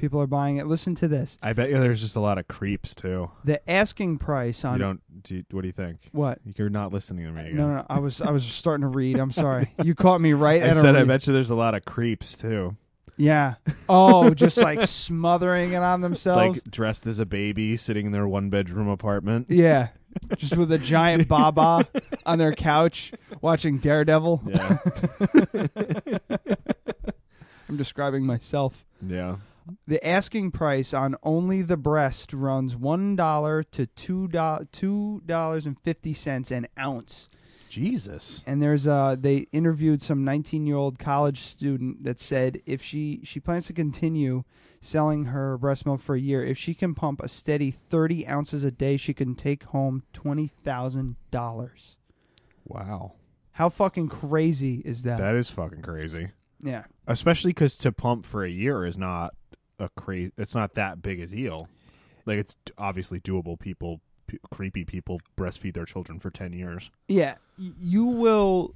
S4: people are buying it listen to this
S3: I bet you there's just a lot of creeps too.
S4: the asking price on
S3: You don't. Do you, what do you think?
S4: What?
S3: You're not listening to me. Again.
S4: Uh, no, no no i was i was
S3: [LAUGHS]
S4: starting to read i'm sorry you caught me right
S3: I
S4: at a
S3: said I
S4: read.
S3: bet you there's a lot of creeps too. [LAUGHS]
S4: yeah oh just like smothering it on themselves
S3: Like dressed as a baby, sitting in their one bedroom
S4: [LAUGHS]
S3: apartment.
S4: yeah just with a
S3: [LAUGHS]
S4: giant baba on their couch watching daredevil
S3: Yeah.
S4: i'm describing myself
S3: Yeah.
S4: The asking price on only the breast runs one dollar to two dollars two dollars and fifty cents an ounce.
S3: Jesus.
S4: And there's uh they interviewed some 19 year old college student that said if she she plans to continue selling her breast milk for a year, if she can pump a steady 30 ounces a day, she can take home twenty thousand dollars.
S3: Wow.
S4: How fucking crazy is that?
S3: That is fucking crazy.
S4: Yeah.
S3: Especially because to pump for a year is not a crazy. It's not that big a deal. Like it's d- obviously doable. People, p- creepy people, breastfeed their children for ten years.
S4: Yeah, y- you will.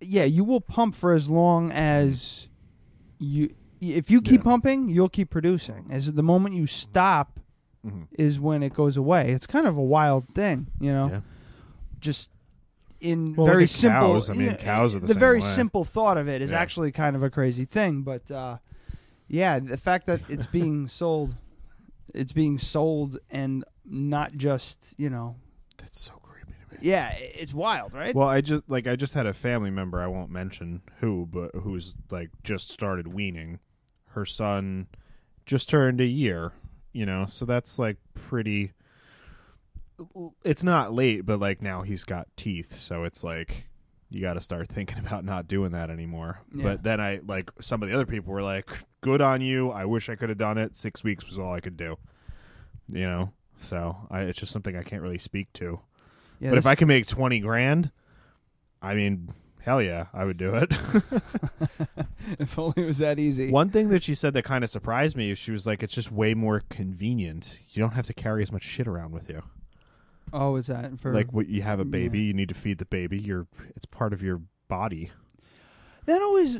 S4: Yeah, you will pump for as long as you. If you keep pumping, you'll keep producing. As the moment you stop,
S3: Mm-hmm.
S4: is when it goes away. It's kind of a wild thing, you know. Just in
S3: Well, look
S4: very
S3: at
S4: simple.
S3: cows. I mean,
S4: yeah,
S3: cows are the same
S4: very
S3: way.
S4: simple thought of it is
S3: Yeah.
S4: actually kind of a crazy thing, but uh, yeah, the fact that it's being [LAUGHS] sold, it's being sold, and not just you know.
S3: That's so creepy to
S4: me. Yeah, i- it's wild, right?
S3: Well, I just like I just had a family member I won't mention who, but who's like just started weaning. Her son just turned a year, you know, so that's like pretty. It's not late, but like now he's got teeth, so it's like you got to start thinking [LAUGHS] about not doing that anymore.
S1: Yeah.
S3: But then I like some of the other people were like, "Good on you! I wish I could have done it. Six weeks was all I could do," you know. So I, it's just something I can't really speak to.
S4: Yeah,
S3: but if
S4: this-
S3: I can make twenty grand, I mean, hell yeah, I would [LAUGHS] do it.
S4: if only it was that easy.
S3: One thing that she said that kind of surprised me, she was like, "It's just way more convenient. You don't have to carry as much shit around with you.
S4: Oh, is that for
S3: like, what you have a baby,
S4: Yeah.
S3: you need to feed the baby. You're, it's part of your body.
S4: That always.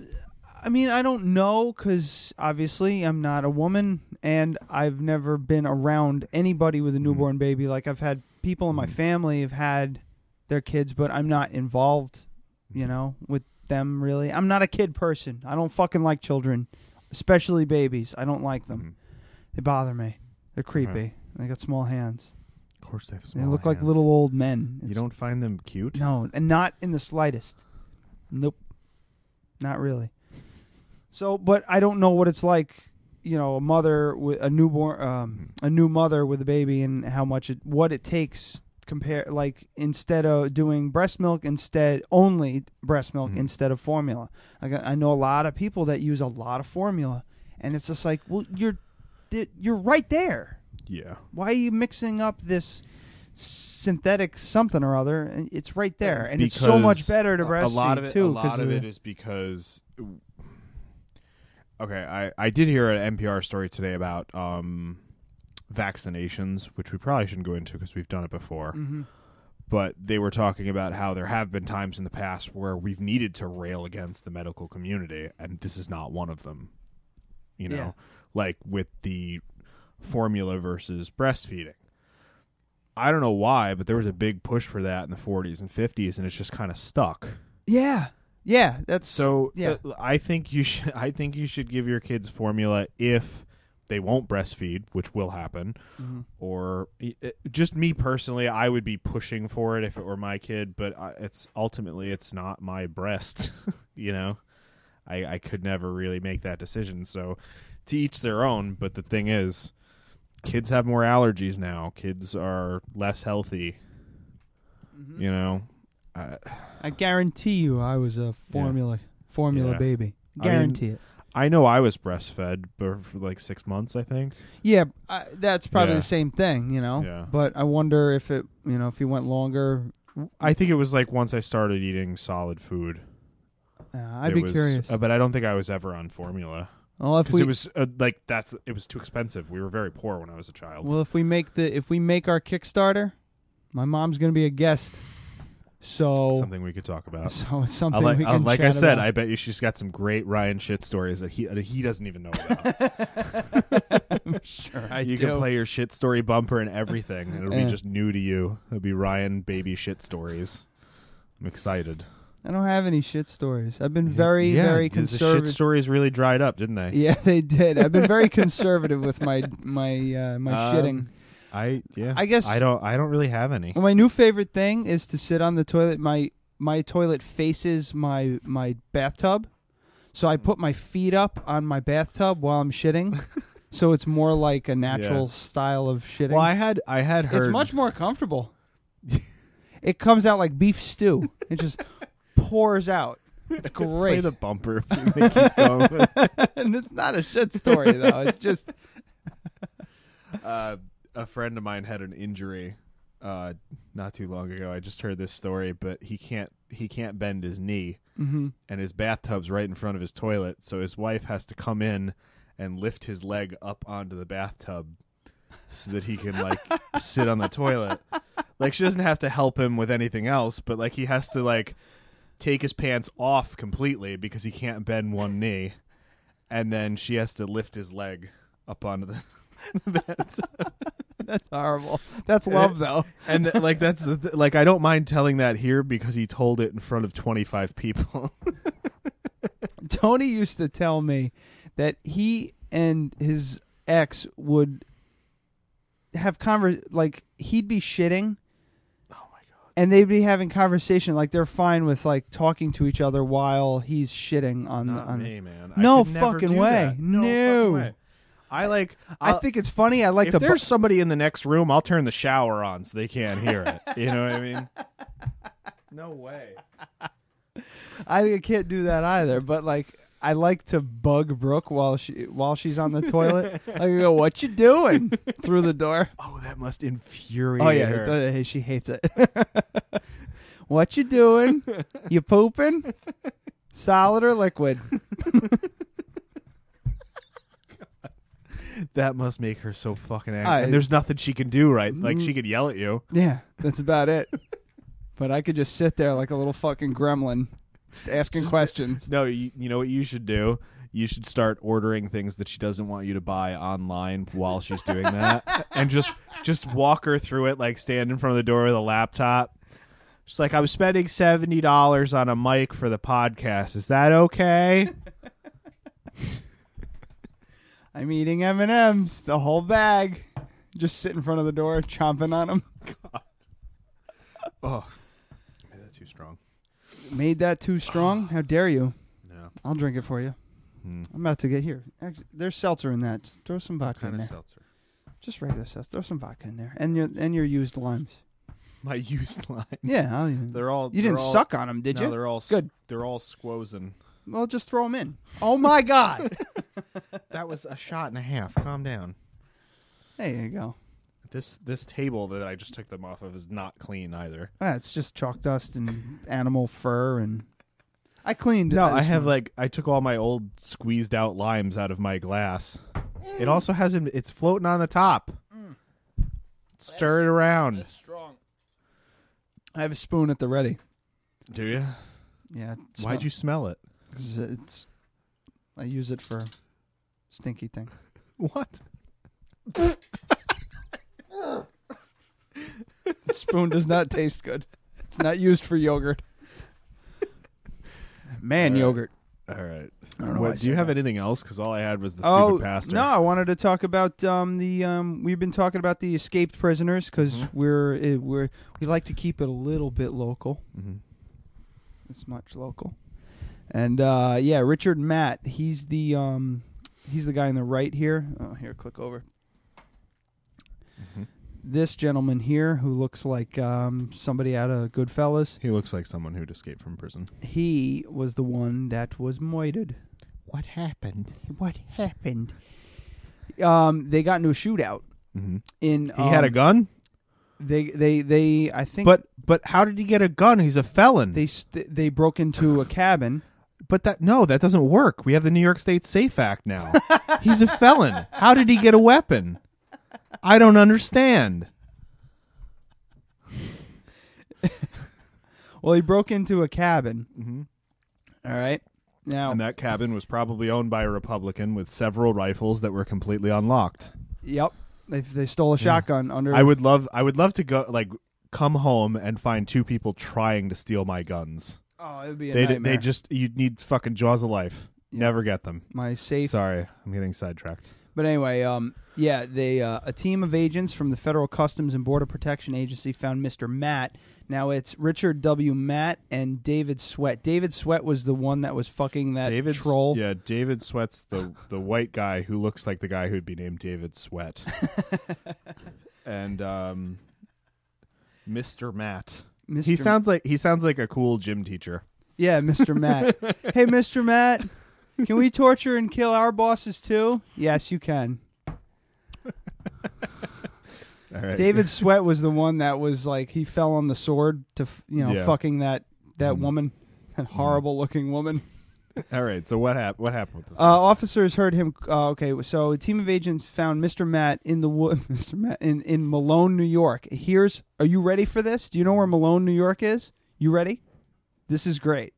S4: I mean, I don't know because obviously I'm not a woman, and I've never been around anybody
S3: Mm-hmm.
S4: with a newborn baby. Like I've had people in my family have had their kids, but I'm not involved.
S3: Mm-hmm.
S4: You know, with them really. I'm not a kid person. I don't fucking like children, especially babies. I don't like them.
S3: Mm-hmm.
S4: They bother me. They're creepy. They got small hands.
S3: Of course, they have
S4: they
S3: Uh-huh. small
S4: look like
S3: hands.
S4: little old men.
S3: You don't find them cute?
S4: No, and not in the slightest. Nope. Not really. So, but I don't know what it's like, you know, a mother with a newborn um a new mother with a baby and how much it what it takes compare like instead of doing breast milk instead only breast milk instead of formula. Like I I know a lot of people that use a lot of formula and it's just like, well, you're you're right there.
S3: Yeah.
S4: Why are you mixing up this synthetic something or other? And It's right there, and it's so much
S3: Because
S4: better to
S3: a- a
S4: breastfeed
S3: lot of it,
S4: too.
S3: A lot
S4: 'cause
S3: of
S4: the-
S3: it is because. Okay, I I did hear an NPR story today about um, vaccinations, which we probably shouldn't go into because we've done it before.
S4: Mm-hmm.
S1: Mhm.
S3: But they were talking about how there have been times in the past where we've needed to rail against the medical community, and this is not one of them. You know,
S1: Yeah.
S3: like with the formula versus breastfeeding I don't know why, but there was a big push for that in the 40s and 50s, and it's just kind of stuck.
S4: Yeah. Yeah, that's
S3: so.
S4: yeah.
S3: uh, I think you should. [LAUGHS] I think you should give your kids formula if they won't breastfeed, which will happen.
S4: Mhm.
S3: Or i- i- just me personally, I would be pushing for it if it were my kid, but I, it's ultimately it's not my breast. [LAUGHS] you know, I I could never really make that decision. So to each their own. But the thing is, kids have more allergies now. Kids are less healthy.
S4: Mm-hmm.
S3: You know. Uh,
S4: I guarantee you, I was a formula formula
S3: yeah.
S4: baby.
S3: I mean,
S4: Guarantee it.
S3: I know I was breastfed for, for like six months, I think.
S4: Yeah, I, that's probably
S3: Yeah.
S4: the same thing, you know.
S3: Yeah.
S4: But I wonder if it, you know, if you went longer.
S3: I think it was like once I started eating solid food.
S4: Uh, I'd
S3: it
S4: be
S3: was-
S4: curious.
S3: uh, but I don't think I was ever on formula.
S4: Well, if
S3: 'Cause
S4: we-
S3: it was uh, like that's it was too expensive. We were very poor when I was a child.
S4: Well, if we make the if we make our Kickstarter, my mom's gonna be a guest. So
S3: something we could talk about.
S4: [LAUGHS] So it's
S3: Uh, I
S4: something
S3: like,
S4: we
S3: uh,
S4: can
S3: like I
S4: chat
S3: said,
S4: about.
S3: I bet you she's got some great Ryan shit stories that he uh, he doesn't even know about.
S4: [LAUGHS] I'm sure I
S3: you
S4: do.
S3: can play your shit story bumper and everything, and it'll
S4: Yeah.
S3: be just new to you. It'll be Ryan baby shit stories. I'm excited.
S4: I don't have any shit stories. I've been very
S3: yeah,
S4: very
S3: the- the shit
S4: conservative.
S3: stories really dried up, didn't they?
S4: [LAUGHS] Yeah, they did. I've been very conservative with my my uh, my
S3: Um,
S4: shitting.
S3: I yeah.
S4: I guess-
S3: I don't. I don't really have any.
S4: Well, my new favorite thing is to sit on the toilet. My my toilet faces my my bathtub, so I put my feet up on my bathtub while I'm
S3: [LAUGHS]
S4: shitting, so it's more like a natural
S3: Yeah.
S4: style of shitting.
S3: Well, I had I had heard
S4: It's much more comfortable. it comes out like beef stew. It just [LAUGHS] pours out. It's great.
S3: Play the bumper. if you keep
S4: [LAUGHS]
S3: going.
S4: and it's not a shit story though. It's just
S3: uh, a friend of mine had an injury uh, not too long ago. I just heard this story, but he can't he can't bend his knee,
S4: Mhm.
S3: and his bathtub's right in front of his toilet, so his wife has to come in and lift his leg up onto the bathtub so that he can like sit on the toilet. Like she doesn't have to help him with anything else, but like he has to like take his pants off completely because he can't bend one knee. And then she has to lift his leg up onto the [LAUGHS]
S4: that's [LAUGHS] horrible. That's love though.
S3: and th- like that's the th- like I don't mind telling that here because he told it in front of 25 people.
S4: [LAUGHS] Tony used to tell me that he and his ex would have conver like he'd be shitting. Oh And they'd be having conversation like they're fine with like talking to each other while he's shitting on
S3: Not
S4: on
S3: me, man. I
S4: Uh, No
S3: could never
S4: fucking
S3: do
S4: way.
S3: that. No fucking way. I like
S4: I
S3: I'll-
S4: think it's funny. I like
S3: if
S4: to bu-
S3: there's somebody in the next room, I'll turn the shower on so they can't hear it. You know what I mean? [LAUGHS] No way.
S4: I can't do that either. But like, I like to bug Brooke while she while she's on the toilet. I go, "What you doing?" through the door.
S3: Oh, that must infuriate
S4: Oh yeah,
S3: her.
S4: it does- she hates it. [LAUGHS] what you doing? You pooping? Solid or liquid?
S3: that must make her so fucking angry.
S4: I-
S3: and there's nothing she can do, right? Like
S4: Mm.
S3: she could yell at you.
S4: yeah, that's about it. But I could just sit there like a little fucking gremlin, just asking questions.
S3: No, you, you know what you should do? You should start ordering things that she doesn't want you to buy online while she's doing that, and just just walk her through it. Like stand in front of the door with a laptop. She's like, "I'm spending seventy dollars on a mic for the podcast. Is that
S4: [LAUGHS]
S3: okay?"
S4: I'm eating M and M's, the whole bag. Just sit in front of the door, chomping on them.
S3: oh, Maybe that's too strong.
S4: Made that
S3: [SIGHS]
S4: too strong? How dare you?
S3: No.
S4: I'll drink it for you.
S3: Hmm.
S4: I'm about to get here. Actually, there's seltzer in that. Just throw some vodka
S3: kind
S4: in
S3: of
S4: there.
S3: seltzer?
S4: Just regular seltzer. Throw some vodka in there, and your and your used limes.
S3: [LAUGHS] My used lines.
S4: Yeah, I'll-
S3: they're all.
S4: You
S3: they're
S4: didn't
S3: all-
S4: suck on 'em, did
S3: no,
S4: you?
S3: They're all s-
S4: Good.
S3: They're all squozing.
S4: Well, just throw them in.
S3: [LAUGHS]
S4: Oh my God!
S3: That was a shot and a half. Calm down.
S4: there you go.
S3: This this table that I just took them off of is not clean either.
S4: Ah, it's just chalk dust
S3: [LAUGHS]
S4: and animal fur, and I cleaned.
S3: No,
S4: it
S3: I
S4: this
S3: have
S4: morning.
S3: like I took all my old squeezed out limes out of my glass. It also has it. It's floating on the top. Stir it around.
S2: strong.
S4: I have a spoon at the ready.
S3: Do you?
S4: Yeah.
S3: Why'd you smell it?
S4: 'Cause it's. I use it for stinky things.
S3: What?
S4: spoon does not taste good. It's not used for yogurt.
S3: All
S4: Man,
S3: right.
S4: yogurt.
S3: All right.
S4: I don't know
S3: What-
S4: why I
S3: do you
S4: said
S3: have anything else? Because all I had was the
S4: oh
S3: stupid pastor.
S4: no, I wanted to talk about um, the um, we've been talking about the escaped prisoners because
S3: Mm-hmm.
S4: we're eh, we're we like to keep it a little bit local.
S3: Mhm.
S4: It's much local, and uh, yeah, Richard Matt, he's the um, he's the guy on the right here. Oh, here, click over.
S3: Mm-hmm.
S4: This gentleman here, who looks like um, somebody out of Goodfellas,
S3: he looks like someone who'd escaped from prison.
S4: He was the one that was moited.
S3: What happened?
S4: What happened? Um, they got into a shootout.
S3: Mhm.
S4: In
S3: He had a
S4: um,
S3: gun.
S4: They, they, they. I think.
S3: But but how did he get a gun? He's a felon.
S4: They st- they broke into a cabin.
S3: But that no, that doesn't work. We have the New York State Safe Act now. He's a felon. How did he get a weapon? I don't understand.
S4: well, he broke into a cabin. All right. Now,
S3: Mm-hmm. and that cabin was probably owned by a Republican with several rifles that were completely unlocked.
S4: Yep. They they stole a shotgun under.
S3: I would love I would love to go like come home and find two people trying to steal my guns.
S4: Oh, it would be a
S3: they
S4: nightmare.
S3: they just you'd need fucking jaws of life. Never get them.
S4: My safe.
S3: Sorry, I'm getting sidetracked.
S4: But anyway, um, yeah, they uh, a team of agents from the Federal Customs and Border Protection Agency found Mr. Matt. Now it's Richard W. Matt and David Sweat. David Sweat was the one that was fucking that
S3: David
S4: troll.
S3: Yeah, David Sweat's the the white guy who looks like the guy who'd be named David
S4: [LAUGHS]
S3: Sweat. and um Mr. Matt. He
S4: Mr.
S3: sounds like he sounds like a cool gym teacher.
S4: Yeah, Mr.
S3: [LAUGHS]
S4: Matt. hey, Mr. Matt, can we torture and kill our bosses too? Yes, you can.
S3: All right.
S4: David Sweat was the one that was like he fell on the sword to f- you know
S3: Yeah. Mm.
S4: fucking that that woman, [LAUGHS] that horrible looking woman.
S3: All right. So what happened what happened with this?
S4: Uh, officers heard him. Uh, okay, so a team of agents found Mr. Matt in the [LAUGHS] wood, Mr. Matt in, in Malone, New York. Here's, are you ready for this? Do you know where Malone, New York is? You ready? This is great.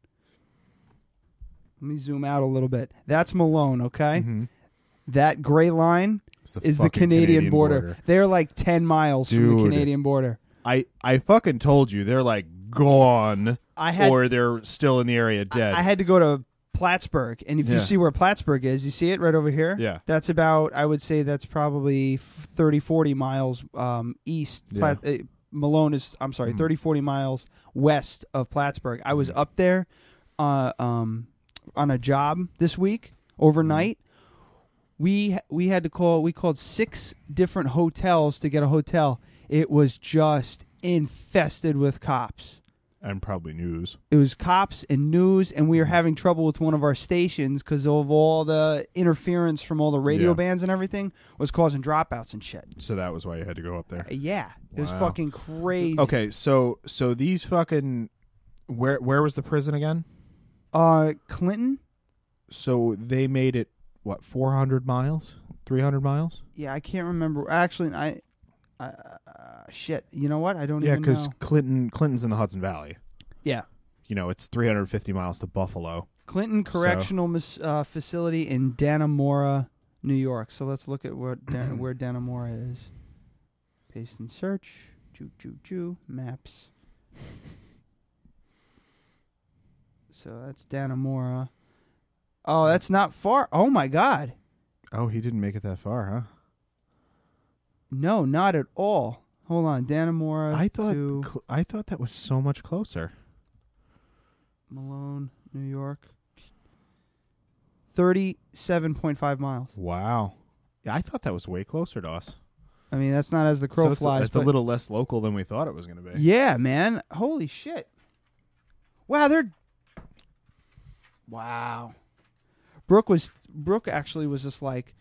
S4: Let me zoom out a little bit. That's Malone, okay? That gray line
S3: Mm-hmm. the
S4: is the
S3: fucking
S4: Canadian,
S3: Canadian
S4: border.
S3: border.
S4: They're like 10 miles from the
S3: Dude.
S4: Canadian border.
S3: I I fucking told you they're like gone
S4: I had-
S3: or they're still in the area dead.
S4: I had to go to Plattsburgh, and if you
S3: Yeah.
S4: see where Plattsburgh is, you see it right over here.
S3: Yeah.
S4: that's about. I would say that's probably 30, 40 miles um, east. Plat- uh, Malone is. I'm sorry,
S3: Mm.
S4: 30, 40 miles west of Plattsburgh. I
S3: Mm-hmm.
S4: was up there, uh, um, on a job this week overnight.
S3: Mm-hmm.
S4: We we had to call. We called six different hotels to get a hotel. It was just infested with cops.
S3: and probably news.
S4: It was cops and news, and
S3: Mm-hmm.
S4: we were having trouble with one of our stations because of all the interference from all the radio
S3: Yeah.
S4: bands and everything was causing dropouts and shit.
S3: So that was why you had to go up there.
S4: Yeah, it was
S3: Wow.
S4: fucking crazy.
S3: Okay, so so these fucking where where was the prison again?
S4: uh, Clinton.
S3: So they made it what four hundred miles, three hundred miles?
S4: Yeah, I can't remember. Actually, I, I uh, shit. You know what? I don't
S3: yeah,
S4: even know.
S3: Clinton Clinton's in the Hudson Valley.
S4: Yeah.
S3: you know it's three hundred fifty miles to Buffalo.
S4: Clinton
S3: So-
S4: Correctional mis- uh, Facility in Dannemora, New York. So let's look at where
S3: [CLEARS THROAT]
S4: Dan- where Dannemora is. Paste and search. Choo choo choo. Maps. So that's Dannemora. Oh, that's not far. Oh my God.
S3: Oh, he didn't make it that far, huh?
S4: No, not at all. Hold on, Dannemora.
S3: I thought
S4: to
S3: Cl- I thought that was so much closer.
S4: Malone, New York. Thirty-seven point five miles.
S3: Wow. Yeah, I thought that was way closer to us.
S4: I mean, that's not as the crow
S3: so it's,
S4: flies.
S3: it's a
S4: but-
S3: little less local than we thought it was going to be.
S4: Yeah, man. Holy shit. Wow, they're Wow. Brooke was Brooke actually was just like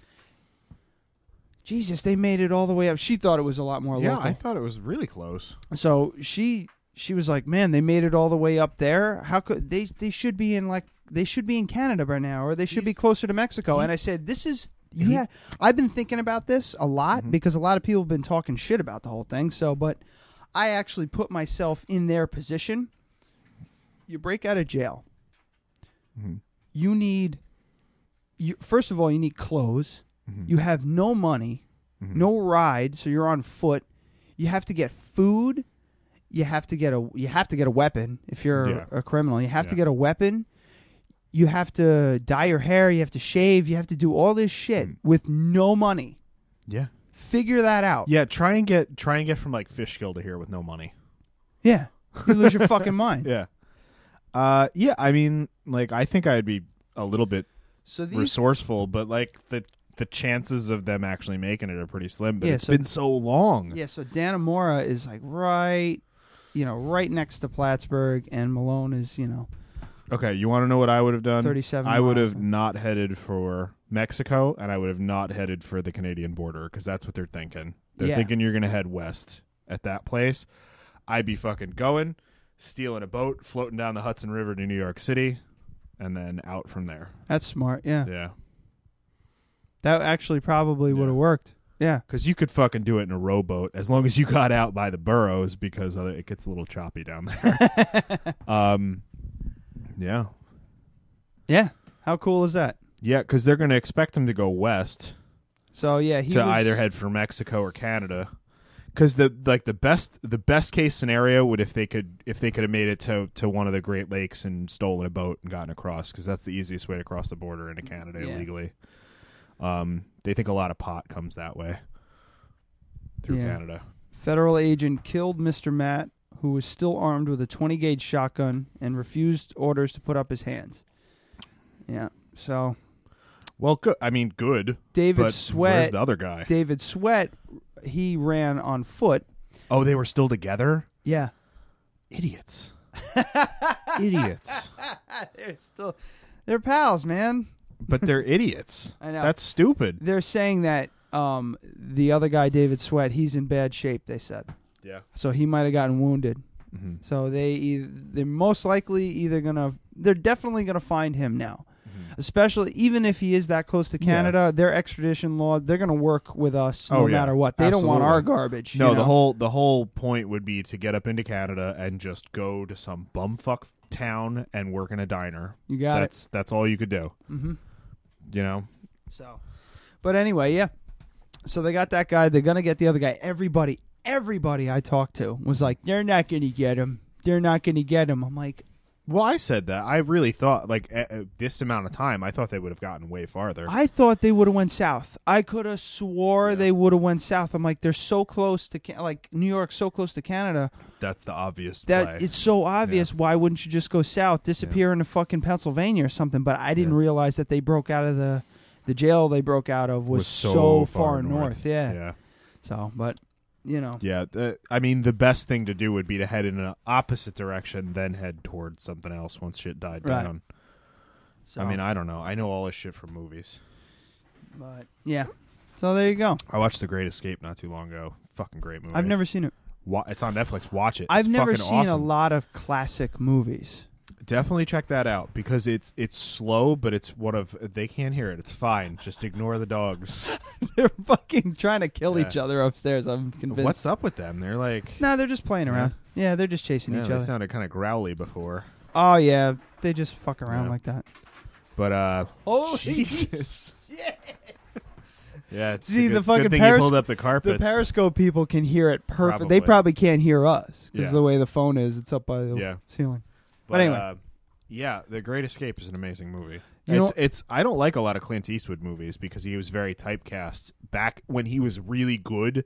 S4: Jesus, they made it all the way up. She thought it was a lot more
S3: yeah,
S4: local.
S3: I thought it was really close.
S4: so she she was like, "Man, they made it all the way up there. How could they they should be in like they should be in Canada by now or they should be closer to Mexico." and I said, "This is yeah, I've been thinking about this a lot
S3: Mm-hmm.
S4: because a lot of people have been talking shit about the whole thing. So, but I actually put myself in their position. You break out of jail. You need you first of all, you need clothes. You have no money, no ride, so you're on foot. You have to get food. you have to get a you have to get a weapon if you're
S15: Yeah.
S4: a criminal. You have to
S15: Yeah.
S4: get a weapon. You have to dye your hair. You have to shave. You have to do all this shit with no money.
S3: Yeah.
S4: Figure that out.
S3: Yeah, try and get try and get from like Fishkill to here with no money.
S4: Yeah. You lose your fucking mind.
S3: Yeah. Uh yeah, I mean, like I think I'd be a little bit
S4: So these-
S3: resourceful, but like the the chances of them actually making it are pretty slim, but
S4: Yeah,
S3: it's
S4: so-
S3: been so long.
S4: Yeah, so Danamora is like right, you know, right next to Plattsburgh, and Malone is, you know,
S3: Okay, you want to know what I would have done?
S4: 37
S3: I would
S4: miles.
S3: have not headed for Mexico, and I would have not headed for the Canadian border because that's what they're thinking. They're
S15: Yeah.
S3: thinking you're going to head west at that place. I'd be fucking going, stealing a boat, floating down the Hudson River to New York City, and then out from there.
S4: that's smart. Yeah,
S3: Yeah,
S4: that actually probably would have worked. Yeah,
S3: because you could fucking do it in a rowboat as long as you got out by the burrows because other, it gets a little choppy down
S4: [LAUGHS]
S3: there. um, yeah,
S4: yeah. How cool is that?
S3: Yeah, because they're going to expect him to go west.
S4: So yeah, he
S3: to
S4: was-
S3: either head for Mexico or Canada. Because the like the best the best case scenario would if they could if they could have made it to to one of the Great Lakes and stolen a boat and gotten across because that's the easiest way to cross the border into Canada
S15: Yeah.
S3: illegally. Um, they think a lot of pot comes that way through
S4: Yeah.
S3: Canada.
S4: Federal agent killed Mr. Matt, who was still armed with a 20 gauge shotgun and refused orders to put up his hands. Yeah. So.
S3: Well, good. I mean, good.
S4: David
S3: but
S4: Sweat.
S3: where's the other guy?
S4: David Sweat. He ran on foot.
S3: Oh, they were still together.
S4: Yeah.
S3: Idiots. [LAUGHS] Idiots.
S4: [LAUGHS] they're still. They're pals, man.
S3: But they're idiots.
S4: [LAUGHS] I know.
S3: That's stupid.
S4: They're saying that um, the other guy, David Sweat, he's in bad shape. They said.
S3: Yeah.
S4: So he might have gotten wounded.
S3: Mhm.
S4: So they eith- they're most likely either gonna they're definitely gonna find him now, especially even if he is that close to
S3: Mm-hmm. Yeah.
S4: Canada. Their extradition law they're gonna work with us
S3: Oh,
S4: no
S3: yeah.
S4: matter what. They don't want
S3: Absolutely.
S4: our garbage.
S3: No,
S4: you know?
S3: the whole the whole point would be to get up into Canada and just go to some bumfuck town and work in a diner.
S4: You got it.
S3: that's, That's all you could do.
S4: Mhm.
S3: You know.
S4: So, but anyway, yeah. So they got that guy. They're gonna get the other guy. Everybody, everybody I talked to was like, "They're not gonna get him. They're not gonna get him." I'm like,
S3: Well, I said that. I really thought like at, at this amount of time, I thought they would have gotten way farther.
S4: I thought they would have went south. I could have swore they would have went south. I'm like, they're so close to Ca- like New York, so close to Canada.
S3: that's the obvious
S4: That it's so obvious. Why wouldn't you just go south, disappear into fucking Pennsylvania or something? But I didn't realize that they broke out of the the jail they broke out of was,
S3: Was so
S4: far
S3: far
S4: north.
S3: north.
S4: Yeah.
S3: Yeah.
S4: So, but you know,
S3: Yeah, th- I mean the best thing to do would be to head in an opposite direction, then head towards something else once shit died
S4: Right.
S3: down.
S4: So-
S3: I mean, I don't know. I know all this shit from movies.
S4: but yeah. So there you go.
S3: I watched The Great Escape not too long ago. Fucking great movie.
S4: I've never seen it.
S3: Wa- it's on Netflix. Watch it.
S4: I've
S3: It's
S4: never
S3: fucking
S4: seen a
S3: awesome.
S4: lot of classic movies. [LAUGHS]
S3: Definitely check that out because it's it's slow, but it's one of they can't hear it. It's fine. Just ignore the dogs.
S4: They're fucking trying to kill
S3: Yeah.
S4: each other upstairs. I'm [LAUGHS] convinced.
S3: What's up with them? They're like
S4: No, they're just playing around. Yeah, they're just chasing
S3: Yeah,
S4: each
S3: they
S4: other.
S3: sounded kind of growly before,
S4: Oh yeah, they just fuck around
S3: Yeah.
S4: like that.
S3: but uh
S4: Oh [LAUGHS]
S3: Jesus! yeah. It's
S4: See
S3: a good,
S4: the fucking
S3: good thing
S4: peris-
S3: you pulled up the carpets.
S4: The Periscope people can hear it perfect. They
S3: Probably.
S4: probably can't hear us because
S3: Yeah.
S4: the way the phone is, it's up by the
S3: Yeah.
S4: ceiling. But, anyway,
S3: uh, yeah, The Great Escape is an amazing movie.
S4: You
S3: it's,
S4: know-
S3: it's I don't like a lot of Clint Eastwood movies because he was very typecast. Back when he was really good,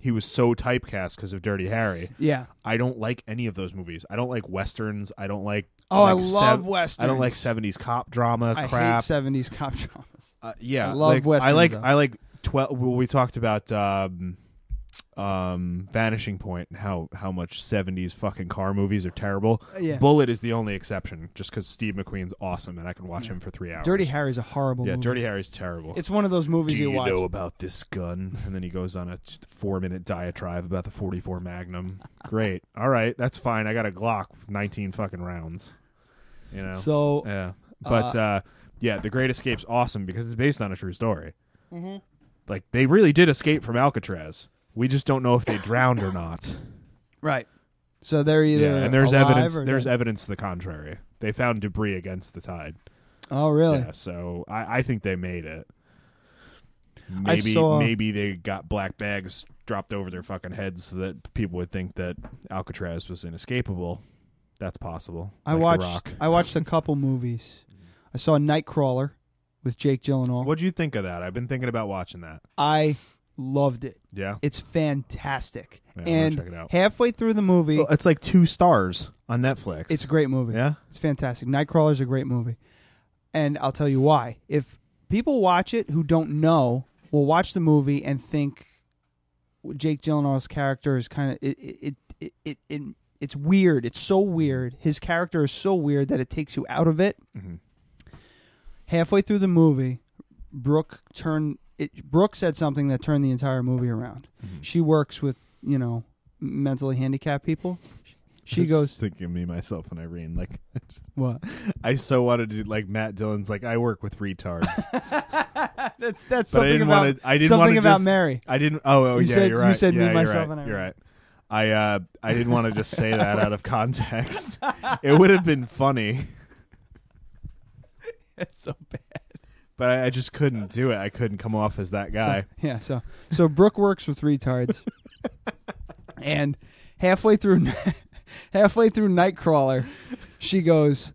S3: he was so typecast because of Dirty Harry.
S4: Yeah.
S3: I don't like any of those movies. I don't like westerns. I don't like
S4: Oh, I
S3: like sev-
S4: love
S3: I don't like
S4: westerns.
S3: seventies cop drama
S4: I
S3: crap.
S4: hate seventies cop dramas.
S3: Uh, yeah,
S4: I love
S3: like,
S4: westerns.
S3: I like
S4: though.
S3: I like twelve. Well, we talked about um, um, Vanishing Point and how how much seventies fucking car movies are terrible.
S4: Uh, yeah.
S3: Bullet is the only exception, just because Steve McQueen's awesome and I can watch him for three hours.
S4: Dirty Harry's a horrible.
S3: Yeah,
S4: movie.
S3: Dirty Harry's terrible.
S4: It's one of those movies
S3: Do
S4: you
S3: you,
S4: watch.
S3: know about this gun? And then he goes on a four-minute diatribe about the 44 Magnum. [LAUGHS] Great. All right, that's fine. I got a Glock, with 19 fucking rounds. You know.
S4: So,
S3: yeah, but uh, yeah, The Great Escape's awesome because it's based on a true story.
S4: Mhm.
S3: Like they really did escape from Alcatraz. We just don't know if they drowned or [LAUGHS] not.
S4: Right. So they're either
S3: yeah, and there's
S4: alive
S3: evidence.
S4: Or
S3: There's
S4: dead.
S3: evidence to the contrary. They found debris against the tide.
S4: Oh really?
S3: Yeah, so I, I think they made it.
S4: I
S3: Maybe
S4: saw-
S3: maybe they got black bags dropped over their fucking heads so that people would think that Alcatraz was inescapable. That's possible.
S4: I
S3: Like The Rock.
S4: watched. I watched a couple movies. I saw Nightcrawler with Jake Gyllenhaal.
S3: What'd you think of that? I've been thinking about watching that.
S4: I loved it.
S3: Yeah?
S4: it's fantastic.
S3: Yeah, I'm gonna
S4: and
S3: check it out.
S4: halfway through the movie,
S3: Well, it's like two stars on Netflix.
S4: It's a great movie.
S3: Yeah?
S4: It's fantastic. Nightcrawler's a great movie. And I'll tell you why. If people watch it who don't know, will watch the movie and think Jake Gyllenhaal's character is kind of it it, it it it it's weird. It's so weird. His character is so weird that it takes you out of it.
S3: Mhm.
S4: Halfway through the movie, Brooke turned it Brooke said something that turned the entire movie around. She works with, you know, mentally handicapped people. [LAUGHS]
S3: [LAUGHS]
S4: She goes
S3: thinking of me myself and Irene like [LAUGHS]
S4: What?
S3: I so wanted to do like Matt Dillon's like I work with
S4: [LAUGHS]
S3: retards.
S4: That's that's
S3: But
S4: something
S3: I didn't
S4: about
S3: want to. I didn't
S4: something
S3: wanna
S4: about
S3: just-
S4: Mary.
S3: I didn't. Oh, oh
S4: You
S3: yeah,
S4: said-
S3: you're right.
S4: You said
S3: Yeah,
S4: me,
S3: you're
S4: myself,
S3: right.
S4: and I.
S3: You're right. I uh, I didn't want to just
S4: [LAUGHS]
S3: say that out of context. it would have been funny,
S4: [LAUGHS] It's so bad.
S3: but I, I just couldn't do it. I couldn't come off as that guy.
S4: So, yeah. So so Brooke works with
S3: [LAUGHS]
S4: retards, and halfway through, [LAUGHS] halfway through Nightcrawler, she goes,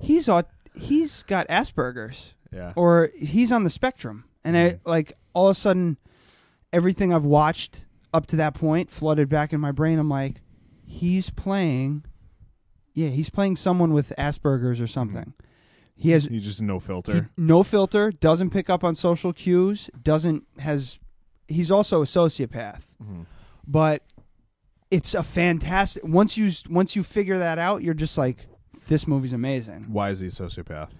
S4: "He's aut- he's got Asperger's,
S3: Yeah.
S4: or he's on the spectrum." And
S3: Mm.
S4: I like all of a sudden, everything I've watched up to that point flooded back in my brain. I'm like, he's playing, yeah, he's playing someone with Asperger's
S3: Mm-hmm.
S4: or something. He has
S3: He's just no filter.
S4: no filter doesn't pick up on social cues doesn't has he's also a sociopath
S3: Mhm.
S4: but it's a fantastic once you once you figure that out you're just like this movie's amazing
S3: Why is he a sociopath?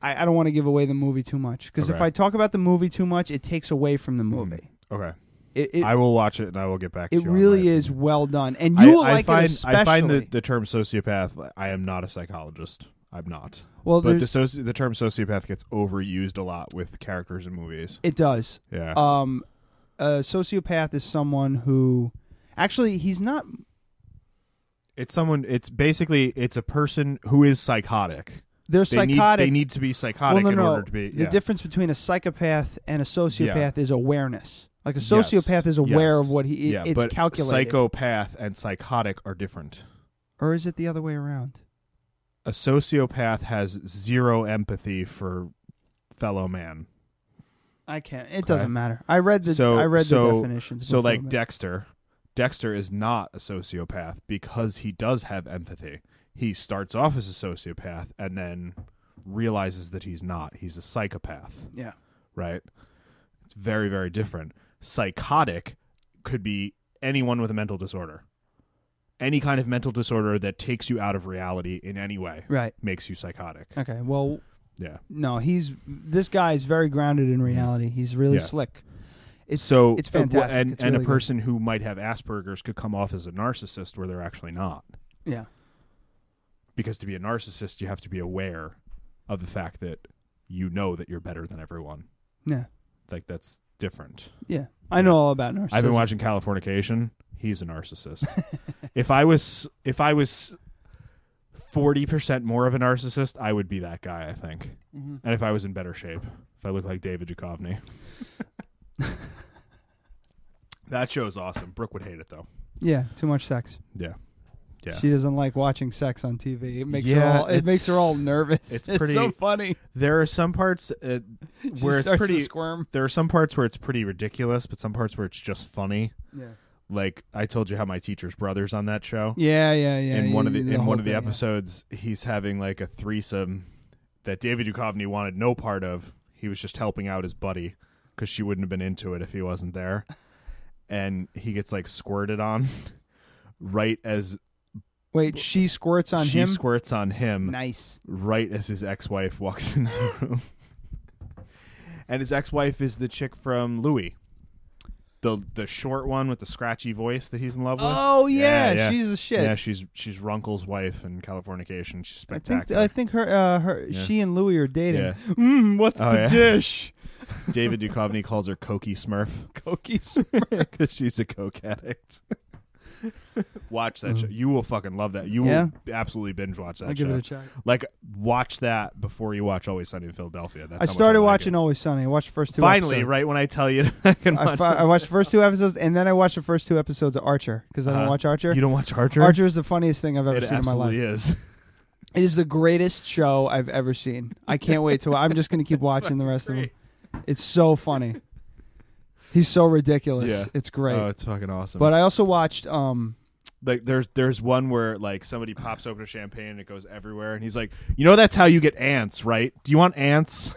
S4: i, I don't want to give away the movie too much because if
S3: Okay.
S4: i talk about the movie too much it takes away from the movie
S3: Okay.
S4: It- it-
S3: I will watch it and I will get back to
S4: it
S3: you. on
S4: really
S3: my-
S4: is well done and you will
S3: I,
S4: like
S3: I find,
S4: it especially
S3: I find the, the term sociopath. I am not a psychologist. I'm not.
S4: Well,
S3: but the,
S4: there's-
S3: soci- the term sociopath gets overused a lot with characters in movies.
S4: It does.
S3: Yeah.
S4: Um, a sociopath is someone who, actually, he's not.
S3: It's someone. It's basically it's a person who is psychotic.
S4: They're
S3: They need-
S4: psychotic.
S3: they need to be psychotic
S4: Well, no,
S3: in
S4: no.
S3: order to be.
S4: The
S3: yeah.
S4: difference between a psychopath and a sociopath is awareness. Like a
S3: Yes,
S4: sociopath is aware
S3: yes.
S4: of what he.
S3: Yeah,
S4: it's
S3: but
S4: calculated.
S3: Psychopath and psychotic are different.
S4: or is it the other way around?
S3: A sociopath has zero empathy for fellow man.
S4: I can't. It doesn't
S3: Okay.
S4: matter. I read the.
S3: so,
S4: I read
S3: so,
S4: the definitions.
S3: So,
S4: before,
S3: like
S4: but-
S3: Dexter, Dexter is not a sociopath because he does have empathy. He starts off as a sociopath and then realizes that he's not. He's a psychopath.
S4: Yeah.
S3: Right. It's very, very different. Psychotic could be anyone with a mental disorder. Any kind of mental disorder that takes you out of reality in any way
S4: Right.
S3: makes you psychotic.
S4: Okay. Well.
S3: Yeah.
S4: No, he's this guy is very grounded in reality. He's really
S3: Yeah.
S4: slick. It's
S3: so
S4: it's
S3: uh, wh-
S4: fantastic.
S3: and,
S4: It's
S3: and
S4: really
S3: a
S4: good.
S3: person who might have Asperger's could come off as a narcissist where they're actually not.
S4: Yeah.
S3: Because to be a narcissist, you have to be aware of the fact that you know that you're better than everyone.
S4: Yeah.
S3: Like that's different.
S4: Yeah. I know all about narcissism.
S3: I've been watching Californication. He's a
S4: [LAUGHS]
S3: narcissist. if I was if I was 40% more of a narcissist, I would be that guy, I think.
S4: Mhm.
S3: And if I was in better shape, if I looked like David
S4: [LAUGHS]
S3: Duchovny. that show's awesome. Brooke would hate it though.
S4: Yeah, too much sex.
S3: Yeah. Yeah.
S4: She doesn't like watching sex on TV. It makes her all. It makes her
S3: it's-
S4: all nervous. [LAUGHS]
S3: It's pretty
S4: so
S3: [LAUGHS]
S4: funny.
S3: There are some parts
S4: [LAUGHS]
S3: uh, where it's
S4: starts to
S3: pretty
S4: squirm.
S3: There are some parts where it's pretty ridiculous, but some parts where it's just funny.
S4: Yeah.
S3: Like I told you how my teacher's brother's on that show.
S4: Yeah, yeah, yeah,
S3: In one of the,
S4: yeah, the
S3: in
S4: whole
S3: one of the
S4: thing, yeah.
S3: episodes, he's having like a threesome that David Duchovny wanted no part of. He was just helping out his buddy because she wouldn't have been into it if he wasn't there. And he gets like squirted on [LAUGHS] right as
S4: Wait, she squirts on
S3: she
S4: him.
S3: squirts on him.
S4: Nice.
S3: Right as his ex-wife walks in the [LAUGHS] room, and his ex-wife is the chick from Louis, the the short one with the scratchy voice that he's in love with.
S4: Oh, yeah, she's the shit.
S3: Yeah, she's she's Runkle's wife in Californication. She's
S4: I think
S3: spectacular.
S4: I think her uh, her
S3: Yeah.
S4: she and Louis are dating.
S3: Yeah.
S4: [LAUGHS] Mm, what's
S3: Oh,
S4: the
S3: yeah.
S4: dish?
S3: David
S4: [LAUGHS]
S3: Duchovny calls her Cokie Smurf. [LAUGHS]
S4: Cokie Smurf. [LAUGHS]
S3: Because she's a coke addict. Watch that show. You will fucking love that. You
S4: Mm. Yeah.
S3: will absolutely binge watch that
S4: I'll
S3: show.
S4: give it a try.
S3: Like watch that before you watch Always Sunny in Philadelphia. That's
S4: I
S3: how much
S4: started
S3: like it.
S4: watching Always Sunny. I watched the first two.
S3: Finally,
S4: episodes.
S3: right when I tell you, [LAUGHS] I can
S4: I,
S3: watch
S4: fi-
S3: it.
S4: I watched the first two episodes, and then I watched the first two episodes of Archer because I don't
S3: Uh-huh.
S4: watch Archer.
S3: You don't watch Archer?
S4: Archer is the funniest thing I've ever
S3: It
S4: seen in my life.
S3: absolutely is.
S4: It is the greatest show I've ever seen. I can't wait to. I'm just going
S3: [LAUGHS]
S4: to keep watching the rest of them. It's so funny. He's so ridiculous.
S3: Yeah.
S4: It's great.
S3: Oh, it's fucking awesome.
S4: But I also watched. Um,
S3: like there's there's one where like somebody pops open a champagne and it goes everywhere and he's like you know that's how you get ants right do you want
S4: [LAUGHS]
S3: ants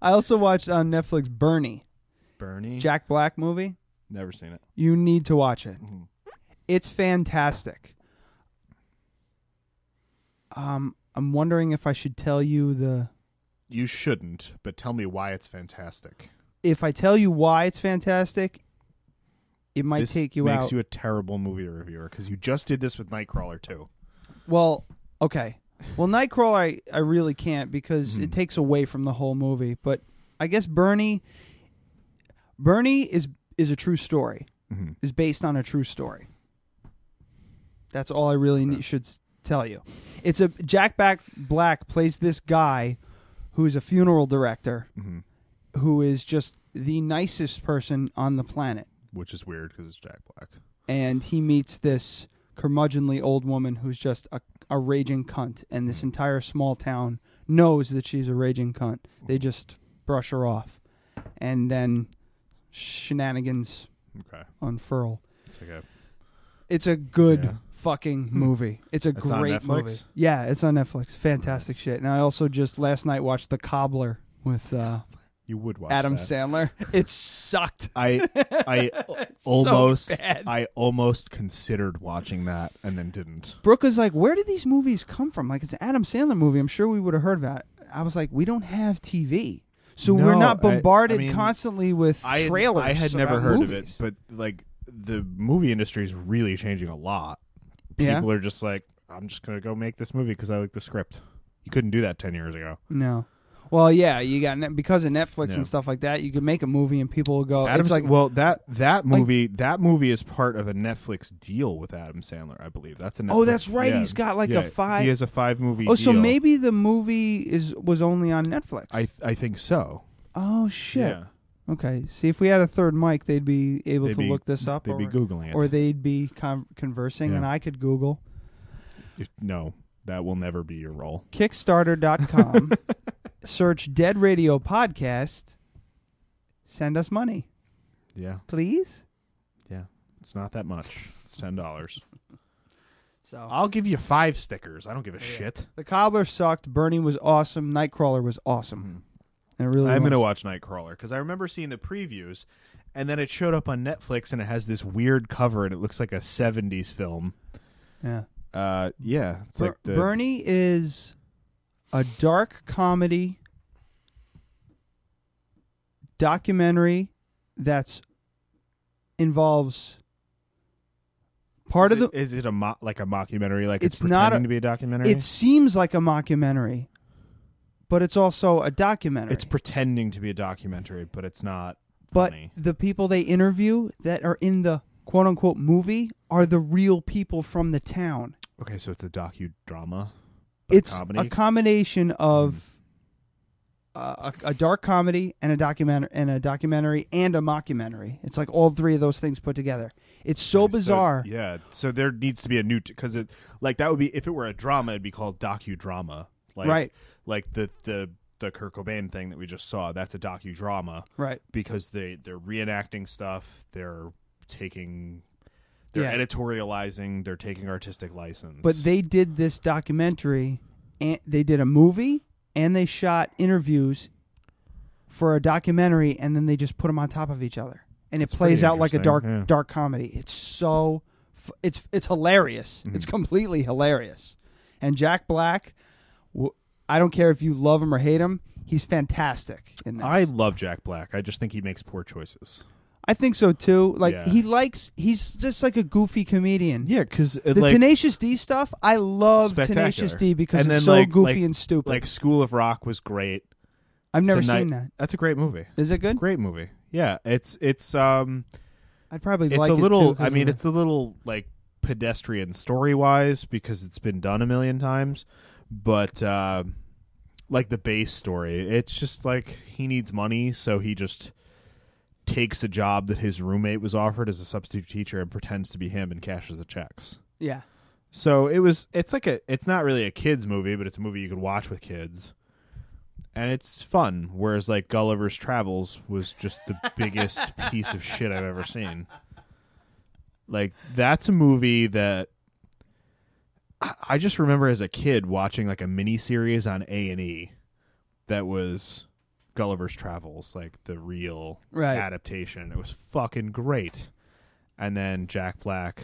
S4: I also watched on Netflix Bernie.
S3: Bernie?
S4: Jack Black movie.
S3: never seen it
S4: You need to watch it.
S3: Mm-hmm.
S4: It's fantastic. Um, I'm wondering if I should tell you the
S3: you shouldn't but tell me why it's fantastic
S4: if I tell you why it's fantastic, it might
S3: This
S4: take you
S3: makes
S4: out.
S3: you a terrible movie reviewer because you just did this with nightcrawler too
S4: well, okay. Well, Nightcrawler, I, I really can't because it takes away from the whole movie. But I guess Bernie, Bernie is is a true story.
S3: Mhm.
S4: Is based on a true story. That's all I really need, should s- tell you. It's a Jack Back Black plays this guy who is a funeral director,
S3: Mhm.
S4: who is just the nicest person on the planet.
S3: which is weird because it's jack black
S4: and he meets this curmudgeonly old woman who's just a, a raging cunt, and this entire small town knows that she's a raging cunt. They just brush her off, and then shenanigans
S3: Okay.
S4: unfurl.
S3: it's like a
S4: It's a good
S3: Yeah.
S4: fucking
S3: Hmm.
S4: movie. It's a
S3: It's on
S4: great
S3: Netflix?
S4: movie. Yeah, it's on Netflix. Fantastic shit. And I also just last night watched The Cobbler with uh,
S3: you would watch
S4: Adam
S3: that. [LAUGHS]
S4: Sandler. It sucked.
S3: i i
S4: [LAUGHS] It's so
S3: almost
S4: bad.
S3: i almost considered watching that and then didn't
S4: Brooke is like, where do these movies come from? Like, it's an Adam Sandler movie. I'm sure we would have heard about it. I was like, we don't have TV. So we're
S3: No,
S4: not
S3: I- I
S4: bombarded
S3: mean,
S4: constantly with
S3: I had-
S4: trailers.
S3: I had never
S4: about
S3: heard
S4: movies.
S3: of it, but like the movie industry is really changing a lot.
S4: Yeah.
S3: People are just like, I'm just gonna go make this movie because I like the script. You couldn't do that ten years ago.
S4: No. Well, yeah, you got net because of Netflix
S3: Yeah.
S4: and stuff like that. You could make a movie and people will go.
S3: Adam,
S4: it's like,
S3: well, that that movie that movie is part of a Netflix deal with Adam Sandler, I believe. That's a Netflix,
S4: Oh, that's right.
S3: yeah.
S4: He's got like
S3: Yeah,
S4: a five.
S3: He has a five movie.
S4: Oh, so
S3: deal.
S4: maybe the movie is was only on Netflix.
S3: I th- I think so.
S4: oh shit.
S3: Yeah.
S4: Okay. See, if we had a third mic, they'd be able
S3: They'd
S4: to
S3: be-
S4: look this up.
S3: they'd
S4: or,
S3: be Googling it.
S4: or they'd be con- conversing,
S3: Yeah.
S4: and I could Google.
S3: If- no, that will never be your role. [LAUGHS]
S4: Kickstarter.com, search Dead Radio Podcast, send us money,
S3: Yeah,
S4: please.
S3: yeah. It's not that much. It's ten dollars.
S4: So
S3: I'll give you five stickers. I don't give a shit.
S4: The Cobbler sucked. Bernie was awesome. Nightcrawler was awesome. And I really
S3: Mm-hmm. I'm
S4: wants-
S3: going to watch Nightcrawler because I remember seeing the previews, and then it showed up on Netflix and it has this weird cover and it looks like a '70s film.
S4: Yeah.
S3: Uh, yeah. It's
S4: Ber-
S3: like the
S4: Bernie is a dark comedy documentary that's involves part
S3: is
S4: of the
S3: it- is it a mo- like a mockumentary? Like it's,
S4: it's not
S3: pretending to
S4: a-
S3: be a documentary.
S4: It seems like a mockumentary, but it's also a documentary.
S3: it's pretending to be a documentary, but it's not.
S4: but the people they interview that are in the quote unquote movie are the real people from the town.
S3: Okay, so it's a docudrama. but
S4: It's
S3: comedy? Mm.
S4: a combination of uh, a, a dark comedy and a documentary and a documentary and a mockumentary. It's like all three of those things put together. It's so
S3: So,
S4: bizarre.
S3: yeah. So there needs to be a new because it like that would be if it were a drama, it'd be called docudrama. Like,
S4: Right.
S3: Like the the the Kurt Cobain thing that we just saw. That's a docudrama.
S4: Right.
S3: Because they they're reenacting stuff. They're taking. They're
S4: Yeah.
S3: editorializing. They're taking artistic license.
S4: But they did this documentary, and they did a movie, and they shot interviews for a documentary, and then they just put them on top of each other, and it
S3: That's
S4: plays
S3: pretty
S4: out like a dark,
S3: interesting, yeah.
S4: dark comedy. It's so, f- it's it's hilarious.
S3: Mm-hmm.
S4: It's completely hilarious, and Jack Black, w- I don't care if you love him or hate him, he's fantastic in this.
S3: I love Jack Black. I just think he makes poor choices.
S4: I think so too. Like
S3: Yeah.
S4: he likes, he's just like a goofy comedian.
S3: Yeah, uh, because
S4: the Tenacious D stuff, I love
S3: Spectacular.
S4: Tenacious D because
S3: And
S4: it's
S3: then,
S4: so
S3: like-
S4: goofy
S3: like-
S4: and stupid.
S3: Like School of Rock was great.
S4: I've never
S3: Tonight-
S4: seen that.
S3: That's a great movie.
S4: Is it good?
S3: Great movie. Yeah, it's it's um
S4: I'd probably
S3: it's
S4: like
S3: a
S4: it,
S3: little.
S4: too, 'cause
S3: I mean,
S4: of-
S3: it's a little like pedestrian story wise because it's been done a million times, but uh, like the base story, it's just like he needs money, so he just takes a job that his roommate was offered as a substitute teacher and pretends to be him and cashes the checks.
S4: Yeah.
S3: So it was. It's like a. It's not really a kids movie, but it's a movie you could watch with kids. And it's fun, whereas like Gulliver's Travels was just the biggest piece of shit I've ever seen. Like that's a movie that I- I just remember as a kid watching like a mini series on A and E that was Gulliver's Travels, like the real
S4: Right.
S3: adaptation. It was fucking great. And then Jack Black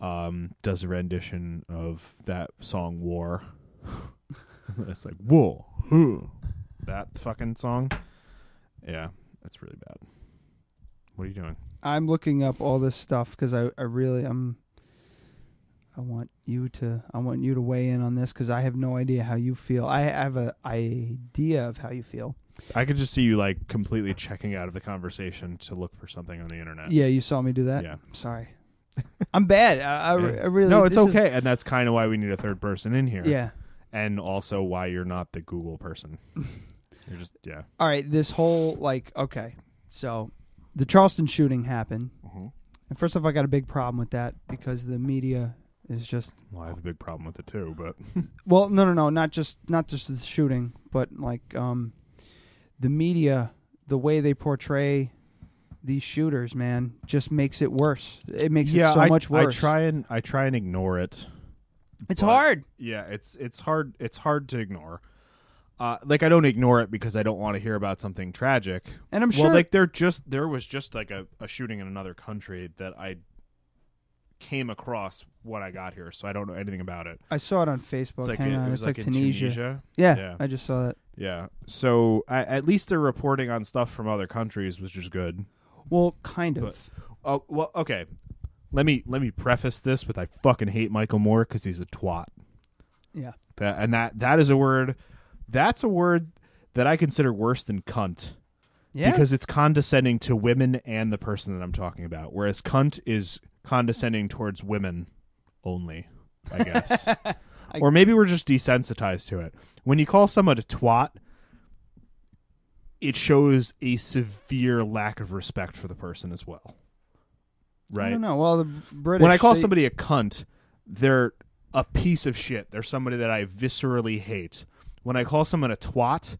S3: um, does a rendition of that song War. [LAUGHS] it's like War, who that fucking song. Yeah, that's really bad. What are you doing?
S4: I'm looking up all this stuff because I, I really I'm. I want you to I want you to weigh in on this because I have no idea how you feel. I have a idea of how you feel.
S3: I could just see you like completely checking out of the conversation to look for something on the internet.
S4: Yeah, you saw me do that.
S3: Yeah.
S4: I'm sorry. [LAUGHS] I'm bad. I, I, re-
S3: Yeah.
S4: I really
S3: no, it's
S4: this is-
S3: okay, and that's kind of why we need a third person in here.
S4: Yeah.
S3: and also why you're not the Google
S4: [LAUGHS]
S3: person. you're just yeah.
S4: all right, this whole like okay, so the Charleston shooting happened,
S3: Mm-hmm.
S4: and first off, I got a big problem with that because the media is just
S3: Well, I have a big problem with it too, but [LAUGHS]
S4: well, no, no, no, not just not just the shooting, but like um, the media, the way they portray these shooters, man, just makes it worse. It makes it so
S3: I,
S4: much worse.
S3: I try and I try and ignore it.
S4: It's
S3: but-
S4: hard.
S3: Yeah, it's it's hard it's hard to ignore. Uh, like I don't ignore it because I don't want to hear about something tragic.
S4: And I'm
S3: well,
S4: sure-
S3: like there just there was just like a, a shooting in another country that I came across when I got here, so I don't know anything about it.
S4: I saw it on Facebook.
S3: It's like
S4: Hang
S3: it-
S4: on,
S3: it was
S4: it's like,
S3: like in
S4: Tunisia.
S3: Tunisia?
S4: Yeah,
S3: Yeah.
S4: I just saw that.
S3: Yeah. So I, at least they're reporting on stuff from other countries, which is good.
S4: Well, kind of.
S3: oh well, okay. Let me let me preface this with I fucking hate Michael Moore because he's a twat.
S4: Yeah.
S3: That and that that is a word. That's a word that I consider worse than cunt.
S4: Yeah.
S3: Because it's condescending to women and the person that I'm talking about, whereas cunt is condescending towards women only, I guess. or maybe we're just desensitized to it. When you call someone a twat, it shows a severe lack of respect for the person as well. Right?
S4: I don't know. Well, the British.
S3: when I call
S4: they-
S3: somebody a cunt, they're a piece of shit. They're somebody that I viscerally hate. When I call someone a twat,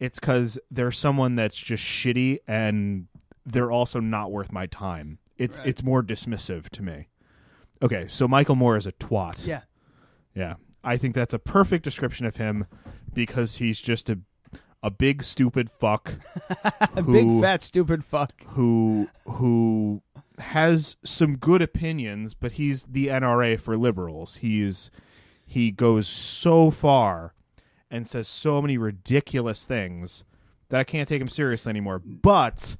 S3: it's because they're someone that's just shitty and they're also not worth my time. It's
S4: Right.
S3: it's more dismissive to me. Okay, so Michael Moore is a twat.
S4: Yeah.
S3: Yeah. I think that's a perfect description of him because he's just a a big stupid fuck.
S4: A
S3: who-
S4: big fat stupid fuck.
S3: who who has some good opinions, but he's the NRA for liberals. He's he goes so far and says so many ridiculous things that I can't take him seriously anymore. But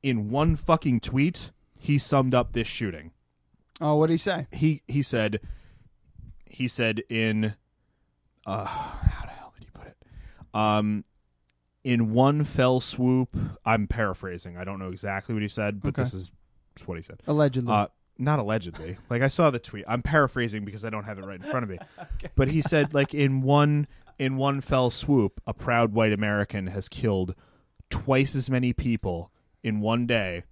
S3: in one fucking tweet, he summed up this shooting.
S4: Oh, what did he say?
S3: He he said he said in uh how the hell did he put it? Um in one fell swoop, I'm paraphrasing. I don't know exactly what he said, but
S4: Okay. Oh,
S3: this is that's what he said.
S4: Allegedly.
S3: Uh, not allegedly. like I saw the tweet. I'm paraphrasing because I don't have it right in front of me. But he said like in one in one fell swoop, a proud white American has killed twice as many people in one day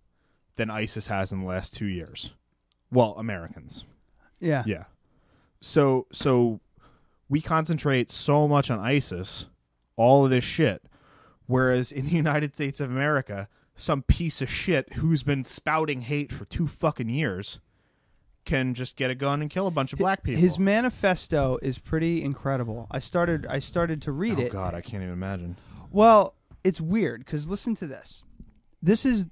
S3: than ISIS has in the last 2 years. Well, Americans.
S4: Yeah.
S3: Yeah. So so we concentrate so much on ISIS, all of this shit, whereas in the [LAUGHS] United States of America, some piece of shit who's been spouting hate for two fucking years can just get a gun and kill a bunch of black people.
S4: His manifesto is pretty incredible. I started. I started to read
S3: oh
S4: it.
S3: god, I can't even imagine.
S4: Well, it's weird because listen to this. This is,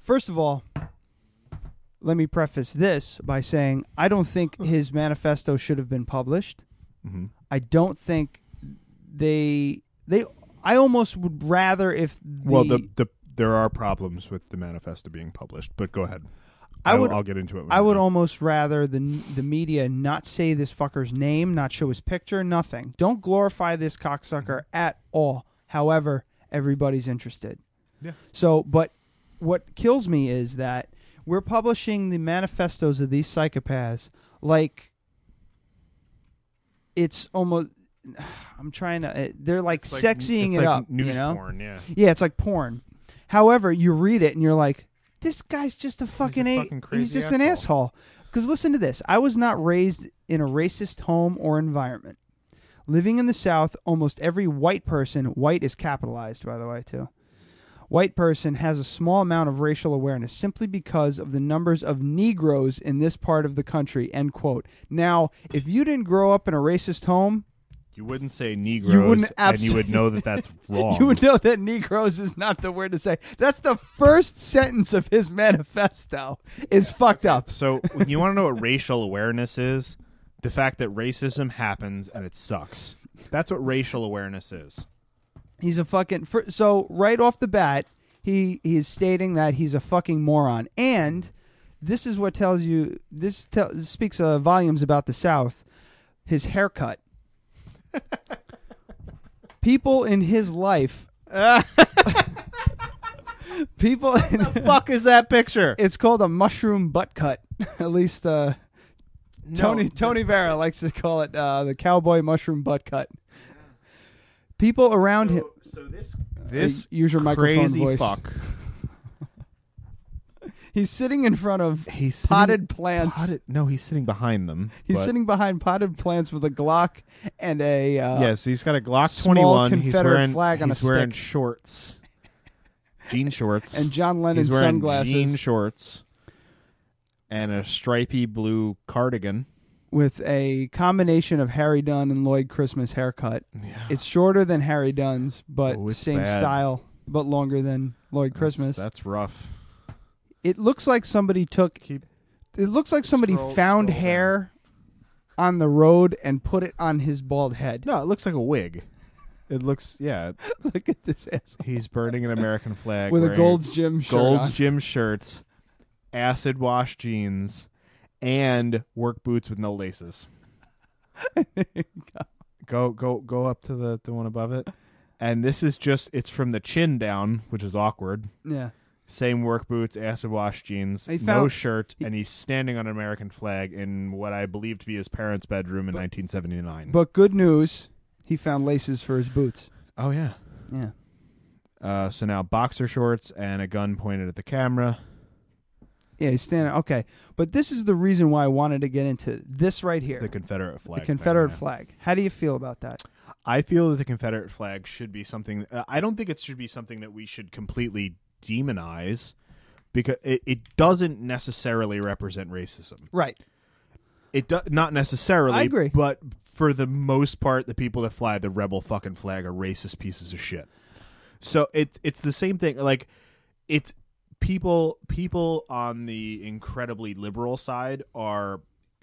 S4: first of all, let me preface this by saying I don't think his manifesto should have been published.
S3: Mhm.
S4: I don't think they they. I almost would rather if the,
S3: well, the the there are problems with the manifesto being published, but go ahead.
S4: I would.
S3: I'll get into it. when
S4: I
S3: you're
S4: would
S3: done.
S4: almost rather the the media not say this fucker's name, not show his picture, nothing. Don't glorify this
S3: Mm-hmm.
S4: cocksucker at all. However, everybody's interested.
S3: Yeah.
S4: So, but what kills me is that we're publishing the manifestos of these psychopaths like it's almost. [SIGHS] I'm trying to. it- They're like
S3: It's like-
S4: sexying
S3: it's
S4: it
S3: like
S4: up.
S3: news
S4: you know?
S3: porn, yeah.
S4: Yeah, it's like porn. However, you read it and you're like, this guy's just a fucking. a-
S3: fucking crazy
S4: he's just an asshole. Because listen to this. I was not raised in a racist home or environment. Living in the South, almost every white person, white is capitalized, by the way, too. White person has a small amount of racial awareness simply because of the numbers of Negroes in this part of the country. End quote. Now, if you didn't grow up in a racist home,
S3: You wouldn't say Negroes,
S4: you wouldn't
S3: and
S4: absolutely,
S3: you would know that that's wrong.
S4: [LAUGHS] you would know that Negroes is not the word to say. That's the first sentence of his manifesto is fucked up.
S3: So you want to know what racial awareness is? The fact that racism happens and it sucks. That's what racial awareness is.
S4: He's a fucking fir- so right off the bat, he he is stating that he's a fucking moron, and this is what tells you this, tell, this speaks uh, volumes about the South. His haircut. People in his life. [LAUGHS] people. In, the
S3: fuck is that picture?
S4: It's called a mushroom butt cut. [LAUGHS] At least uh, Tony Tony
S3: [LAUGHS]
S4: Vera likes to call it uh, the cowboy mushroom butt cut. People around him.
S3: So this
S4: Uh, use your microphone
S3: crazy
S4: voice.
S3: fuck.
S4: He's sitting in front
S3: [LAUGHS]
S4: of
S3: he's
S4: potted plants.
S3: potted- no, he's sitting behind them.
S4: He's
S3: but-
S4: sitting behind potted plants with a Glock and a uh,
S3: yeah, so he's got a Glock
S4: small
S3: 21. He's
S4: Confederate
S3: wearing
S4: flag on
S3: he's
S4: a
S3: wearing
S4: stick.
S3: shorts, jean shorts,
S4: And John Lennon
S3: he's wearing
S4: sunglasses.
S3: jean shorts, and a stripy blue cardigan.
S4: with a combination of Harry Dunn and Lloyd
S3: [SIGHS]
S4: Christmas haircut. It's shorter than Harry Dunn's, but
S3: Oh, it's
S4: same
S3: bad.
S4: style, but longer than Lloyd Christmas.
S3: That's, that's rough.
S4: It looks like somebody took. it looks like somebody
S3: scroll-
S4: found
S3: scroll
S4: hair on the road and put it on his bald head.
S3: No, it looks like a wig. It looks yeah.
S4: [LAUGHS] Look at this asshole.
S3: He's burning an American flag
S4: With a
S3: wearing
S4: Gold's Gym shirt
S3: Gold's
S4: on.
S3: Gym shirt, acid wash jeans, and work boots with no
S4: [LAUGHS]
S3: laces. go go go up to the the one above it, and this is just it's from the chin down, which is awkward.
S4: Yeah.
S3: Same work boots, acid wash jeans,
S4: He
S3: no
S4: found-
S3: shirt, and he's standing on an American flag in what I believe to be his parents' bedroom in 1979.
S4: But good news, he found laces for his boots.
S3: Oh yeah.
S4: Yeah.
S3: Uh, so now boxer shorts and a gun pointed at the camera.
S4: Yeah, he's standing. Okay, but this is the reason why I wanted to get into this right here.
S3: The Confederate flag.
S4: The
S3: thing,
S4: Confederate
S3: yeah.
S4: flag. How do you feel about that?
S3: I feel that the Confederate flag should be something. Uh, I don't think it should be something that we should completely demonize because it, it doesn't necessarily represent racism.
S4: Right.
S3: It do, not necessarily.
S4: I agree.
S3: But for the most part, the people that fly the rebel fucking flag are racist pieces of shit. So it it's the same thing. Like it's people people on the incredibly liberal side are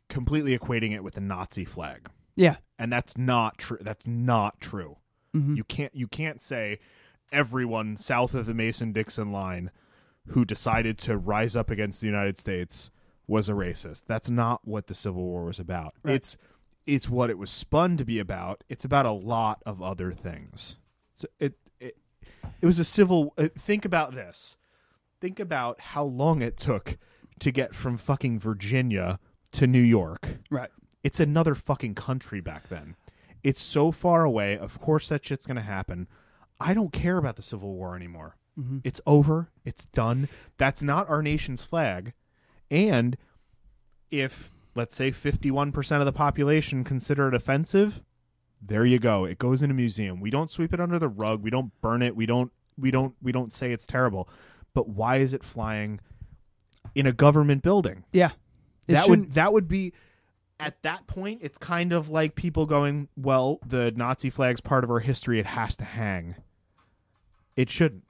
S3: completely equating it with the Nazi flag.
S4: Yeah.
S3: And that's not true. That's not true.
S4: Mhm.
S3: You can't you can't say everyone south of the Mason-Dixon line who decided to rise up against the United States was a racist. That's not what the Civil War was about.
S15: Right.
S3: It's it's what it was spun to be about. It's about a lot of other things. So it it it was a civil uh, think about this. Think about how long it took to get from fucking Virginia to New York.
S4: Right.
S3: It's another fucking country back then. It's so far away. Of course that shit's going to happen. I don't care about the Civil War anymore.
S4: Mhm.
S3: It's over. It's done. That's not our nation's flag. And if let's say 51% of the population consider it offensive, there you go. It goes in a museum. We don't sweep it under the rug. We don't burn it. We don't we don't we don't say it's terrible. But why is it flying in a government building?
S4: Yeah. It
S3: that would
S4: shouldn't-
S3: that would be at that point it's kind of like people going, well, the Nazi flag's part of our history. It has to hang. It shouldn't.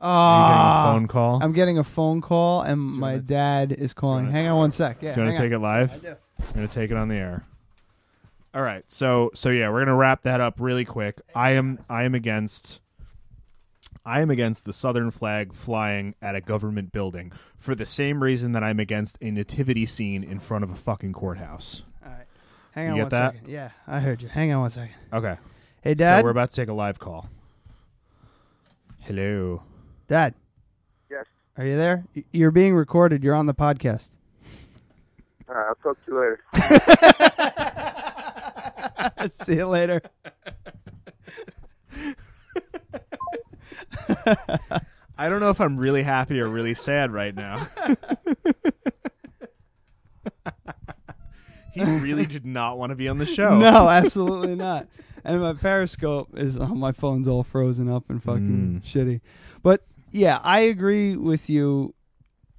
S4: Ah,
S3: phone call?
S4: I'm getting a phone call, and my dad is calling. Hang on one sec. Yeah,
S3: do you want
S4: hang
S3: to take
S4: on.
S3: it live? I'm going to take it on the air. All right. So so yeah, we're going to wrap that up really quick. I am I am against I am against the southern flag flying at a government building for the same reason that I'm against a nativity scene in front of a fucking courthouse.
S4: All right. Hang
S3: You
S4: on
S3: get
S4: one
S3: that?
S4: second. Yeah, I heard you. Hang on one second.
S3: Okay.
S4: Hey, Dad?
S3: So we're about to take a live call. Hello.
S4: Dad.
S16: Yes.
S4: Are you there? Y- You're being recorded. You're on the podcast.
S15: All right, I'll talk to you later.
S4: [LAUGHS] See you
S3: [LAUGHS]
S4: later.
S3: I don't know if I'm really happy or really sad right [LAUGHS] now. he really did not want to be on the show.
S4: No, absolutely not. And my Periscope is oh, my phone's all frozen up and
S3: Mm.
S4: fucking shitty. But yeah, I agree with you.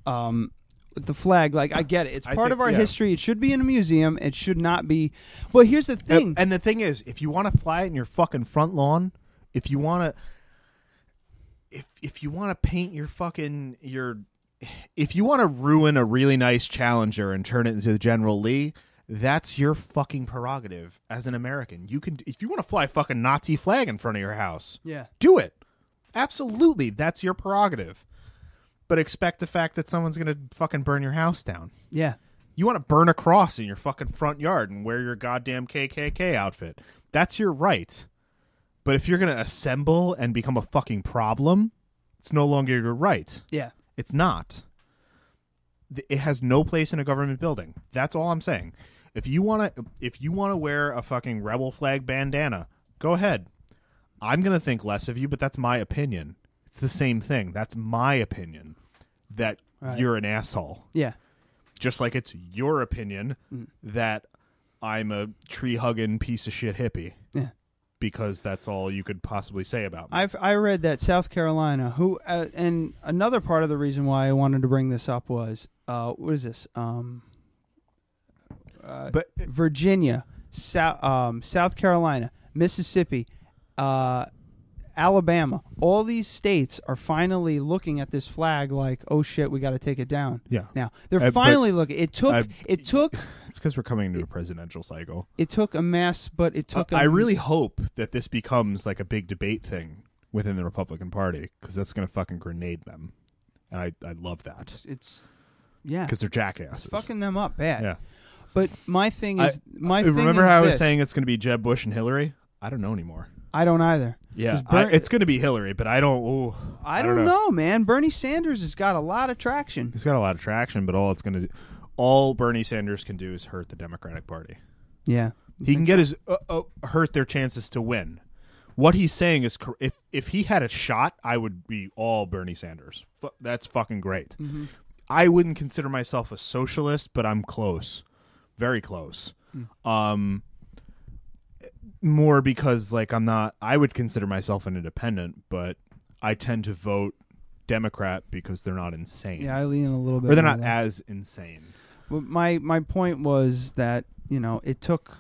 S4: Um, with the flag, like I get it. It's
S3: I
S4: part
S3: think-
S4: of our
S3: yeah.
S4: history. It should be in a museum. It should not be. Well, here's the thing.
S3: And the thing is, if you want to fly it in your fucking front lawn, if you want to, if if you want to paint your fucking your, if you want to ruin a really nice Challenger and turn it into General Lee, that's your fucking prerogative as an American. You can if you want to fly a fucking Nazi flag in front of your house,
S4: Yeah.
S3: do it. Absolutely, that's your prerogative. But expect the fact that someone's gonna fucking burn your house down.
S4: Yeah.
S3: You want to burn a cross in your fucking front yard and wear your goddamn KKK outfit. That's your right. But if you're going to assemble and become a fucking problem, it's no longer your right.
S4: Yeah.
S3: It's not. Th- It has no place in a government building. That's all I'm saying. If you want to if you want to wear a fucking rebel flag bandana, go ahead. I'm going to think less of you, but that's my opinion. It's the same thing. That's my opinion that
S4: Right.
S3: you're an asshole
S4: Yeah.
S3: just like it's your opinion
S4: Mm.
S3: that I'm a tree hugging piece of shit hippie.
S4: Yeah.
S3: Because that's all you could possibly say about me.
S4: I've I read that South Carolina, who uh, and another part of the reason why I wanted to bring this up was uh, what is this? Um, uh,
S3: but
S4: Virginia, South um, South Carolina, Mississippi, uh, Alabama, all these states are finally looking at this flag like, oh shit, we got to take it down.
S3: Yeah.
S4: Now they're
S3: Uh, but
S4: finally looking. It took
S3: I've-
S4: it took
S3: It's because we're coming into a presidential cycle.
S4: it took a mess, but it took. a
S3: Uh, I really hope that this becomes like a big debate thing within the Republican Party because that's going to fucking grenade them. And I, I love that.
S4: It's, yeah.
S3: Because they're jackasses.
S4: It's fucking them up bad.
S3: Yeah.
S4: But my thing
S3: I-
S4: is, my
S3: I-
S4: thing
S3: remember
S4: is
S3: how I was
S4: this.
S3: saying it's going to be Jeb Bush and Hillary? I don't know anymore.
S4: I don't either.
S3: Yeah,
S4: 'Cause Ber-
S3: I- it's going to be Hillary, but I don't. ooh,
S4: I, don't, know. man. Bernie Sanders has got a lot of traction.
S3: He's got a lot of traction, but all it's going to, all Bernie Sanders can do is hurt the Democratic Party.
S4: Yeah.
S3: he can get his uh, uh, hurt their chances to win. What he's saying is, cor- if if he had a shot, I would be all Bernie Sanders. Fu- that's fucking great.
S16: Mhm.
S3: I wouldn't consider myself a socialist, but I'm close, very close. Um, more because like I'm not. I would consider myself an independent, but I tend to vote Democrat because they're not insane.
S4: Yeah, I lean a little bit
S3: Or they're
S4: more
S3: not
S4: that.
S3: as insane.
S4: But my my point was that you know it took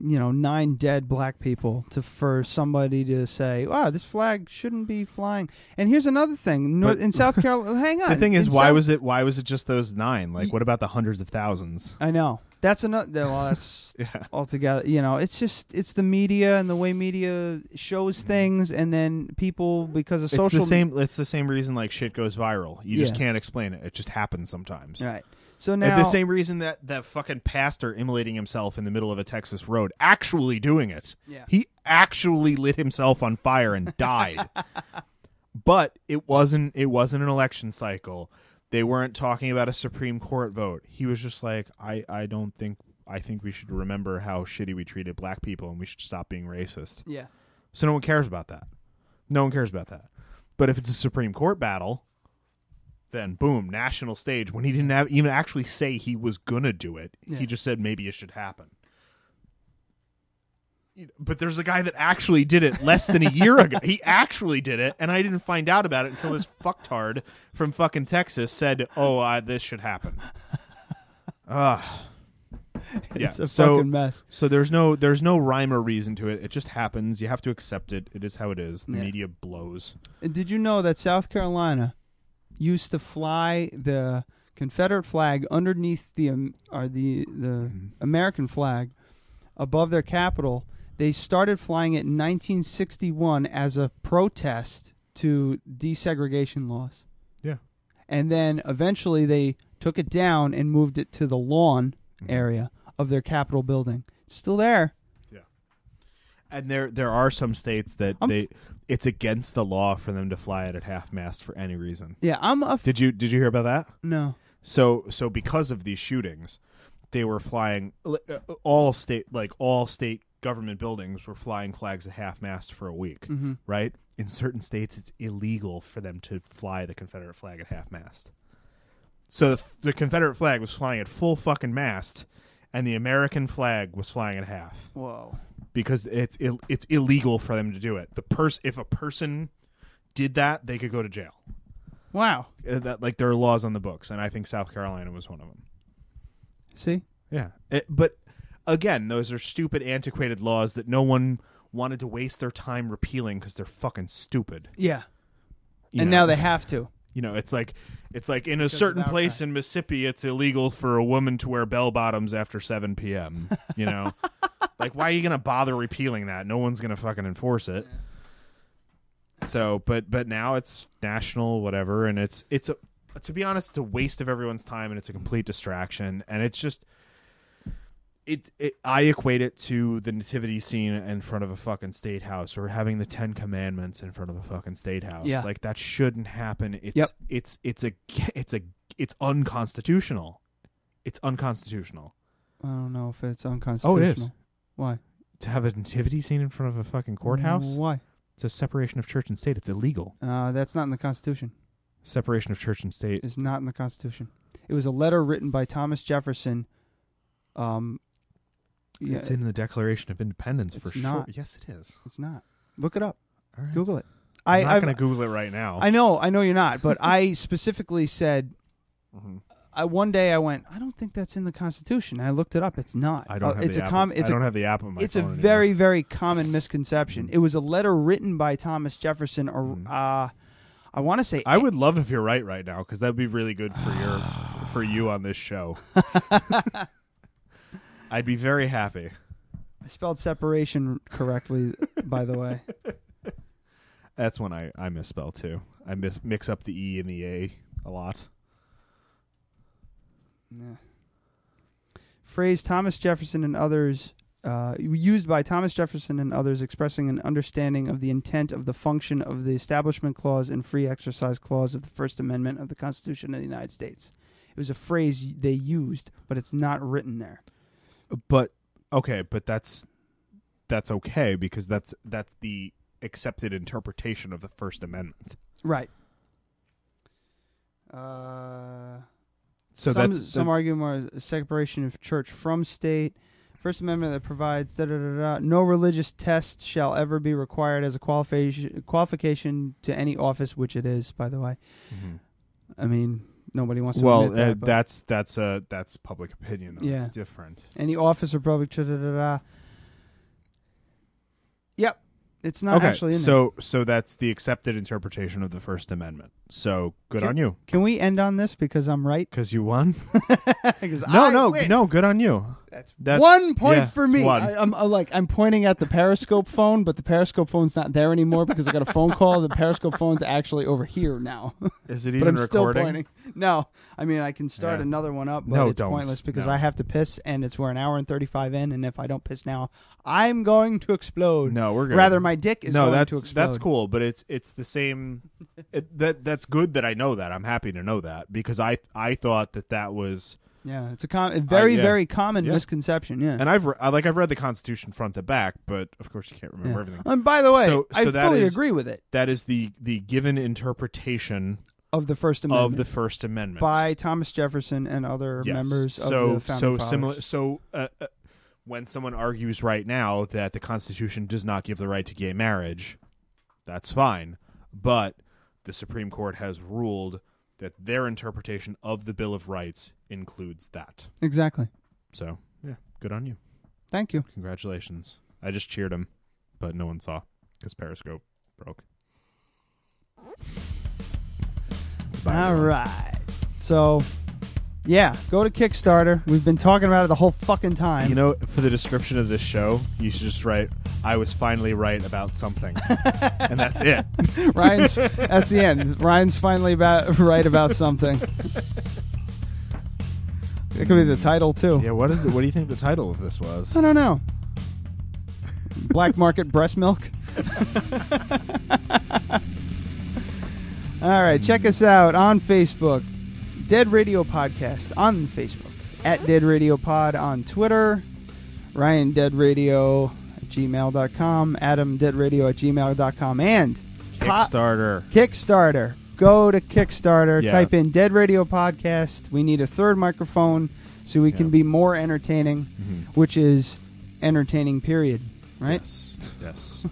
S4: you know nine dead black people to for somebody to say, "Wow, this flag shouldn't be flying." And here's another thing: Nor-
S3: But- [LAUGHS]
S4: in South Carolina, hang on.
S3: The thing is,
S4: In
S3: why
S4: South-
S3: was it? Why was it just those nine? Like, what about the hundreds of thousands? [LAUGHS]
S4: I know. That's another. Well, that's altogether. You know, it's just it's the media and the way media shows things, and then people because of
S3: Mm-hmm. It's
S4: social
S3: the same. It's the same reason like shit goes viral. You just
S4: Yeah.
S3: can't explain it. It just happens sometimes.
S4: Right. So
S3: And
S4: now-
S3: the same reason that that fucking pastor immolating himself in the middle of a Texas road, actually doing it.
S4: Yeah.
S3: He actually lit himself on fire and
S4: [LAUGHS]
S3: died. but it wasn't. It wasn't an election cycle. They weren't talking about a Supreme Court vote. He was just like, I. I don't think. I think we should remember how shitty we treated black people, and we should stop being racist.
S4: Yeah.
S3: So no one cares about that. No one cares about that. But if it's a Supreme Court battle, then boom, national stage. When he didn't have, even actually say he was gonna do it,
S16: Yeah.
S3: he just said maybe it should happen. You- But there's a guy that actually did it less than a year ago. He actually did it, and I didn't find out about it until this fucktard from fucking Texas said, "Oh, uh, this should happen." Ah,
S4: [LAUGHS] It's a fucking mess.
S3: So there's no there's no rhyme or reason to it. It just happens. You have to accept it. It is how it is. The
S4: Yeah.
S3: media blows.
S4: And did you know that South Carolina used to fly the Confederate flag underneath the um, or the the
S3: Mm-hmm.
S4: American flag above their capital? They started flying it in 1961 as a protest to desegregation laws.
S3: Yeah.
S4: And then eventually they took it down and moved it to
S3: Mm-hmm.
S4: the lawn area of their Capitol building. It's still there.
S3: and there there are some states that they it's against the law for them to fly it at half mast for any reason.
S4: Yeah, I'm a.
S3: Did you did you hear about that?
S4: No.
S3: So so because of these shootings, they were flying uh, all state like all state government buildings were flying flags at half mast for a week,
S4: Mhm.
S3: right? In certain states it's illegal for them to fly the Confederate flag at half mast. So the, the Confederate flag was flying at full fucking mast and the American flag was flying at half
S4: Whoa.
S3: because it's Ill, it's illegal for them to do it. The pers- if a person did that, they could go to jail. Uh,
S4: Wow.
S3: That like there are laws on the books, and I think South Carolina was one of them.
S4: See?
S3: Yeah, It- but again, those are stupid, antiquated laws that no one wanted to waste their time repealing because they're fucking stupid.
S4: Yeah.
S3: You
S4: and
S3: know.
S4: now they have to.
S3: You know, it's like it's like in a
S4: Because of
S3: certain
S4: our
S3: place in Mississippi, it's illegal for a woman to wear bell bottoms after seven p.m. You
S4: [LAUGHS]
S3: know, like why are you gonna bother repealing that? No one's gonna fucking enforce it. So, but but now it's national, whatever, and it's it's a to be honest, it's a waste of everyone's time, and it's a complete distraction, and it's just it, it I equate it to the nativity scene in front of a fucking state house or having the 10 commandments in front of a fucking state house.
S4: Yeah.
S3: Like that shouldn't happen. It's
S4: Yep.
S3: it's it's a it's a it's unconstitutional. It's unconstitutional
S4: I don't know if it's unconstitutional. Why?
S3: to have a nativity scene in front of a fucking courthouse.
S4: Why?
S3: It's a separation of church and state. It's illegal.
S4: Uh, that's not in the Constitution.
S3: Separation of church and state.
S4: It's not in the Constitution. It was a letter written by Thomas Jefferson. Um, yeah,
S3: It's in the Declaration of Independence for
S4: it's
S3: sure.
S4: not.
S3: Yes, it is.
S4: It's not. Look it up.
S3: All right.
S4: Google it.
S3: I'm not
S4: I've-
S3: gonna Google it right now.
S4: I know, I know you're not,
S3: [LAUGHS]
S4: but I specifically said,
S3: Mm-hmm.
S4: I one day I went, I don't think that's in the Constitution. I looked it up. It's not.
S3: I don't
S4: Uh,
S3: have
S4: it's
S3: the
S4: a
S3: app-
S4: com-
S3: I
S4: it's a-
S3: don't have the app on my
S4: It's a
S3: phone anymore. Mm-hmm.
S4: very, very common misconception. It was a letter written by Thomas Jefferson, or uh, I want to say
S3: I would love if you're right right now because that'd be really good for
S4: [SIGHS]
S3: your for you on this
S4: [LAUGHS]
S3: show. [LAUGHS] I'd be very happy.
S4: I spelled separation
S3: [LAUGHS]
S4: correctly, by the way.
S3: That's when I I misspell too. I mis- mix up the e and the a a lot.
S4: Yeah. Phrase Thomas Jefferson and others, uh, used by Thomas Jefferson and others, expressing an understanding of the intent of the function of the Establishment Clause and Free Exercise Clause of the First Amendment of the Constitution of the United States. It was a phrase y- they used, but it's not written there.
S3: But okay, but that's that's okay because that's that's the accepted interpretation of the First Amendment.
S4: Right. Uh,
S3: So
S4: some,
S3: that's- that's-
S4: some argue more as separation of church from state. First Amendment that provides da da da da. No religious test shall ever be required as a qualification qualification to any office, which it is, by the way.
S3: Mhm.
S4: I mean, nobody wants to.
S3: well,
S4: admit that,
S3: uh,
S4: but-
S3: that's that's uh that's public opinion though.
S4: yeah,
S3: It's different.
S4: Any office or public da da da da. Yep, it's not
S3: okay,
S4: actually in there.
S3: so so that's the accepted interpretation of the First Amendment. So good
S4: Can-
S3: on you.
S4: Can we end on this because I'm right?
S3: Because you won.
S4: because
S3: [LAUGHS] No,
S4: I
S3: no,
S4: win.
S3: no. Good on you.
S4: That's,
S3: That's-
S4: one point
S3: yeah,
S4: for
S3: it's
S4: me.
S3: one.
S4: I, I'm uh, like I'm pointing at the Periscope phone, but the Periscope phone's not there anymore because I got a phone call. The Periscope phone's actually over here now. [LAUGHS]
S3: Is it
S4: but
S3: even
S4: I'm
S3: recording?
S4: Still pointing. No, I mean I can start
S3: Yeah.
S4: another one up, but
S3: No,
S4: it's
S3: don't.
S4: pointless because
S3: No.
S4: I have to piss, and it's we're an hour and thirty five in, and if I don't piss now, I'm going to explode.
S3: No, we're good.
S4: rather my dick is
S3: no.
S4: going
S3: that's
S4: to explode.
S3: that's cool, but it's it's the same. it, that that's good that I know that. I'm happy to know that because I I thought that that was
S4: Yeah, it's a, com- a very
S3: yeah.
S4: very common
S3: Yeah.
S4: misconception. Yeah,
S3: and I've re- I, like I've read the Constitution front to back, but of course you can't remember
S4: Yeah.
S3: everything.
S4: And by the way,
S3: so,
S4: I
S3: so that
S4: fully
S3: is-
S4: agree with it.
S3: That is the the given interpretation
S4: Of the First
S3: of
S4: Amendment.
S3: the First Amendment.
S4: by Thomas Jefferson and other
S3: Yes.
S4: members
S3: so,
S4: of the founding
S3: so
S4: fathers.
S3: similar so uh, uh, when someone argues right now that the constitution does not give the right to gay marriage that's fine but the supreme court has ruled that their interpretation of the bill of rights includes that
S4: Exactly.
S3: so yeah good on you
S4: Thank you.
S3: congratulations i just cheered him but no one saw because periscope broke
S4: All right. So, yeah, go to Kickstarter. We've been talking about it the whole fucking time.
S3: you know for the description of this show you should just write i was finally right about
S4: [LAUGHS]
S3: something and that's it
S4: [LAUGHS] Ryan's. that's the end. Ryan's finally about [LAUGHS] right about
S3: [LAUGHS]
S4: something. It could be the title too.
S3: Yeah, what is it? What do you think the title of this was?
S4: I don't know. black market breast milk. All right, check us out on Facebook, Dead Radio Podcast on Facebook, at Dead Radio Pod on Twitter, Ryan Dead Radio at gmail.com, Adam Dead Radio at gmail.com, and po-
S3: Kickstarter.
S4: Kickstarter. Go to Kickstarter,
S3: Yeah.
S4: type in Dead Radio Podcast. We need a third microphone so we can be more entertaining,
S3: Mhm.
S4: which is entertaining, period. Right?
S3: Yes.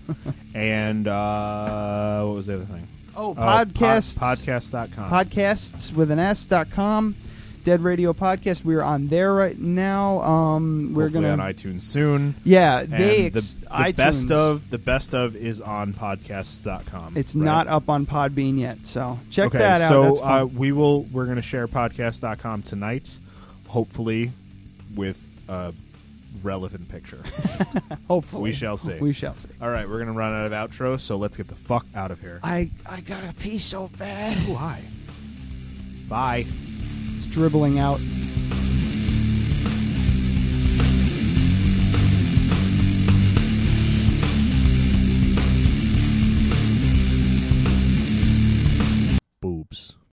S3: and uh, what was the other thing? Uh,
S4: Oh,
S3: pod-
S4: podcasts.
S3: podcast.com.
S4: Podcasts with an S dot com. Dead Radio Podcast. We are on there right now. Um, we're
S3: Hopefully
S4: gonna
S3: on iTunes soon.
S4: Yeah,
S3: And
S4: they
S3: the,
S4: ex-
S3: the
S4: iTunes.
S3: best of the best of is on podcasts.com.
S4: It's
S3: right?
S4: not up on Podbean yet, so check
S3: Okay,
S4: that out.
S3: So
S4: That's fun.
S3: uh, we will we're going to share podcast.com tonight, hopefully with a relevant
S4: [LAUGHS]
S3: picture.
S4: Hopefully.
S3: we shall see.
S4: We shall see.
S3: All right, we're going to run out of outro, so let's get the fuck out of here.
S4: I I gotta pee so bad.
S3: So do I. Bye.
S4: It's dribbling out.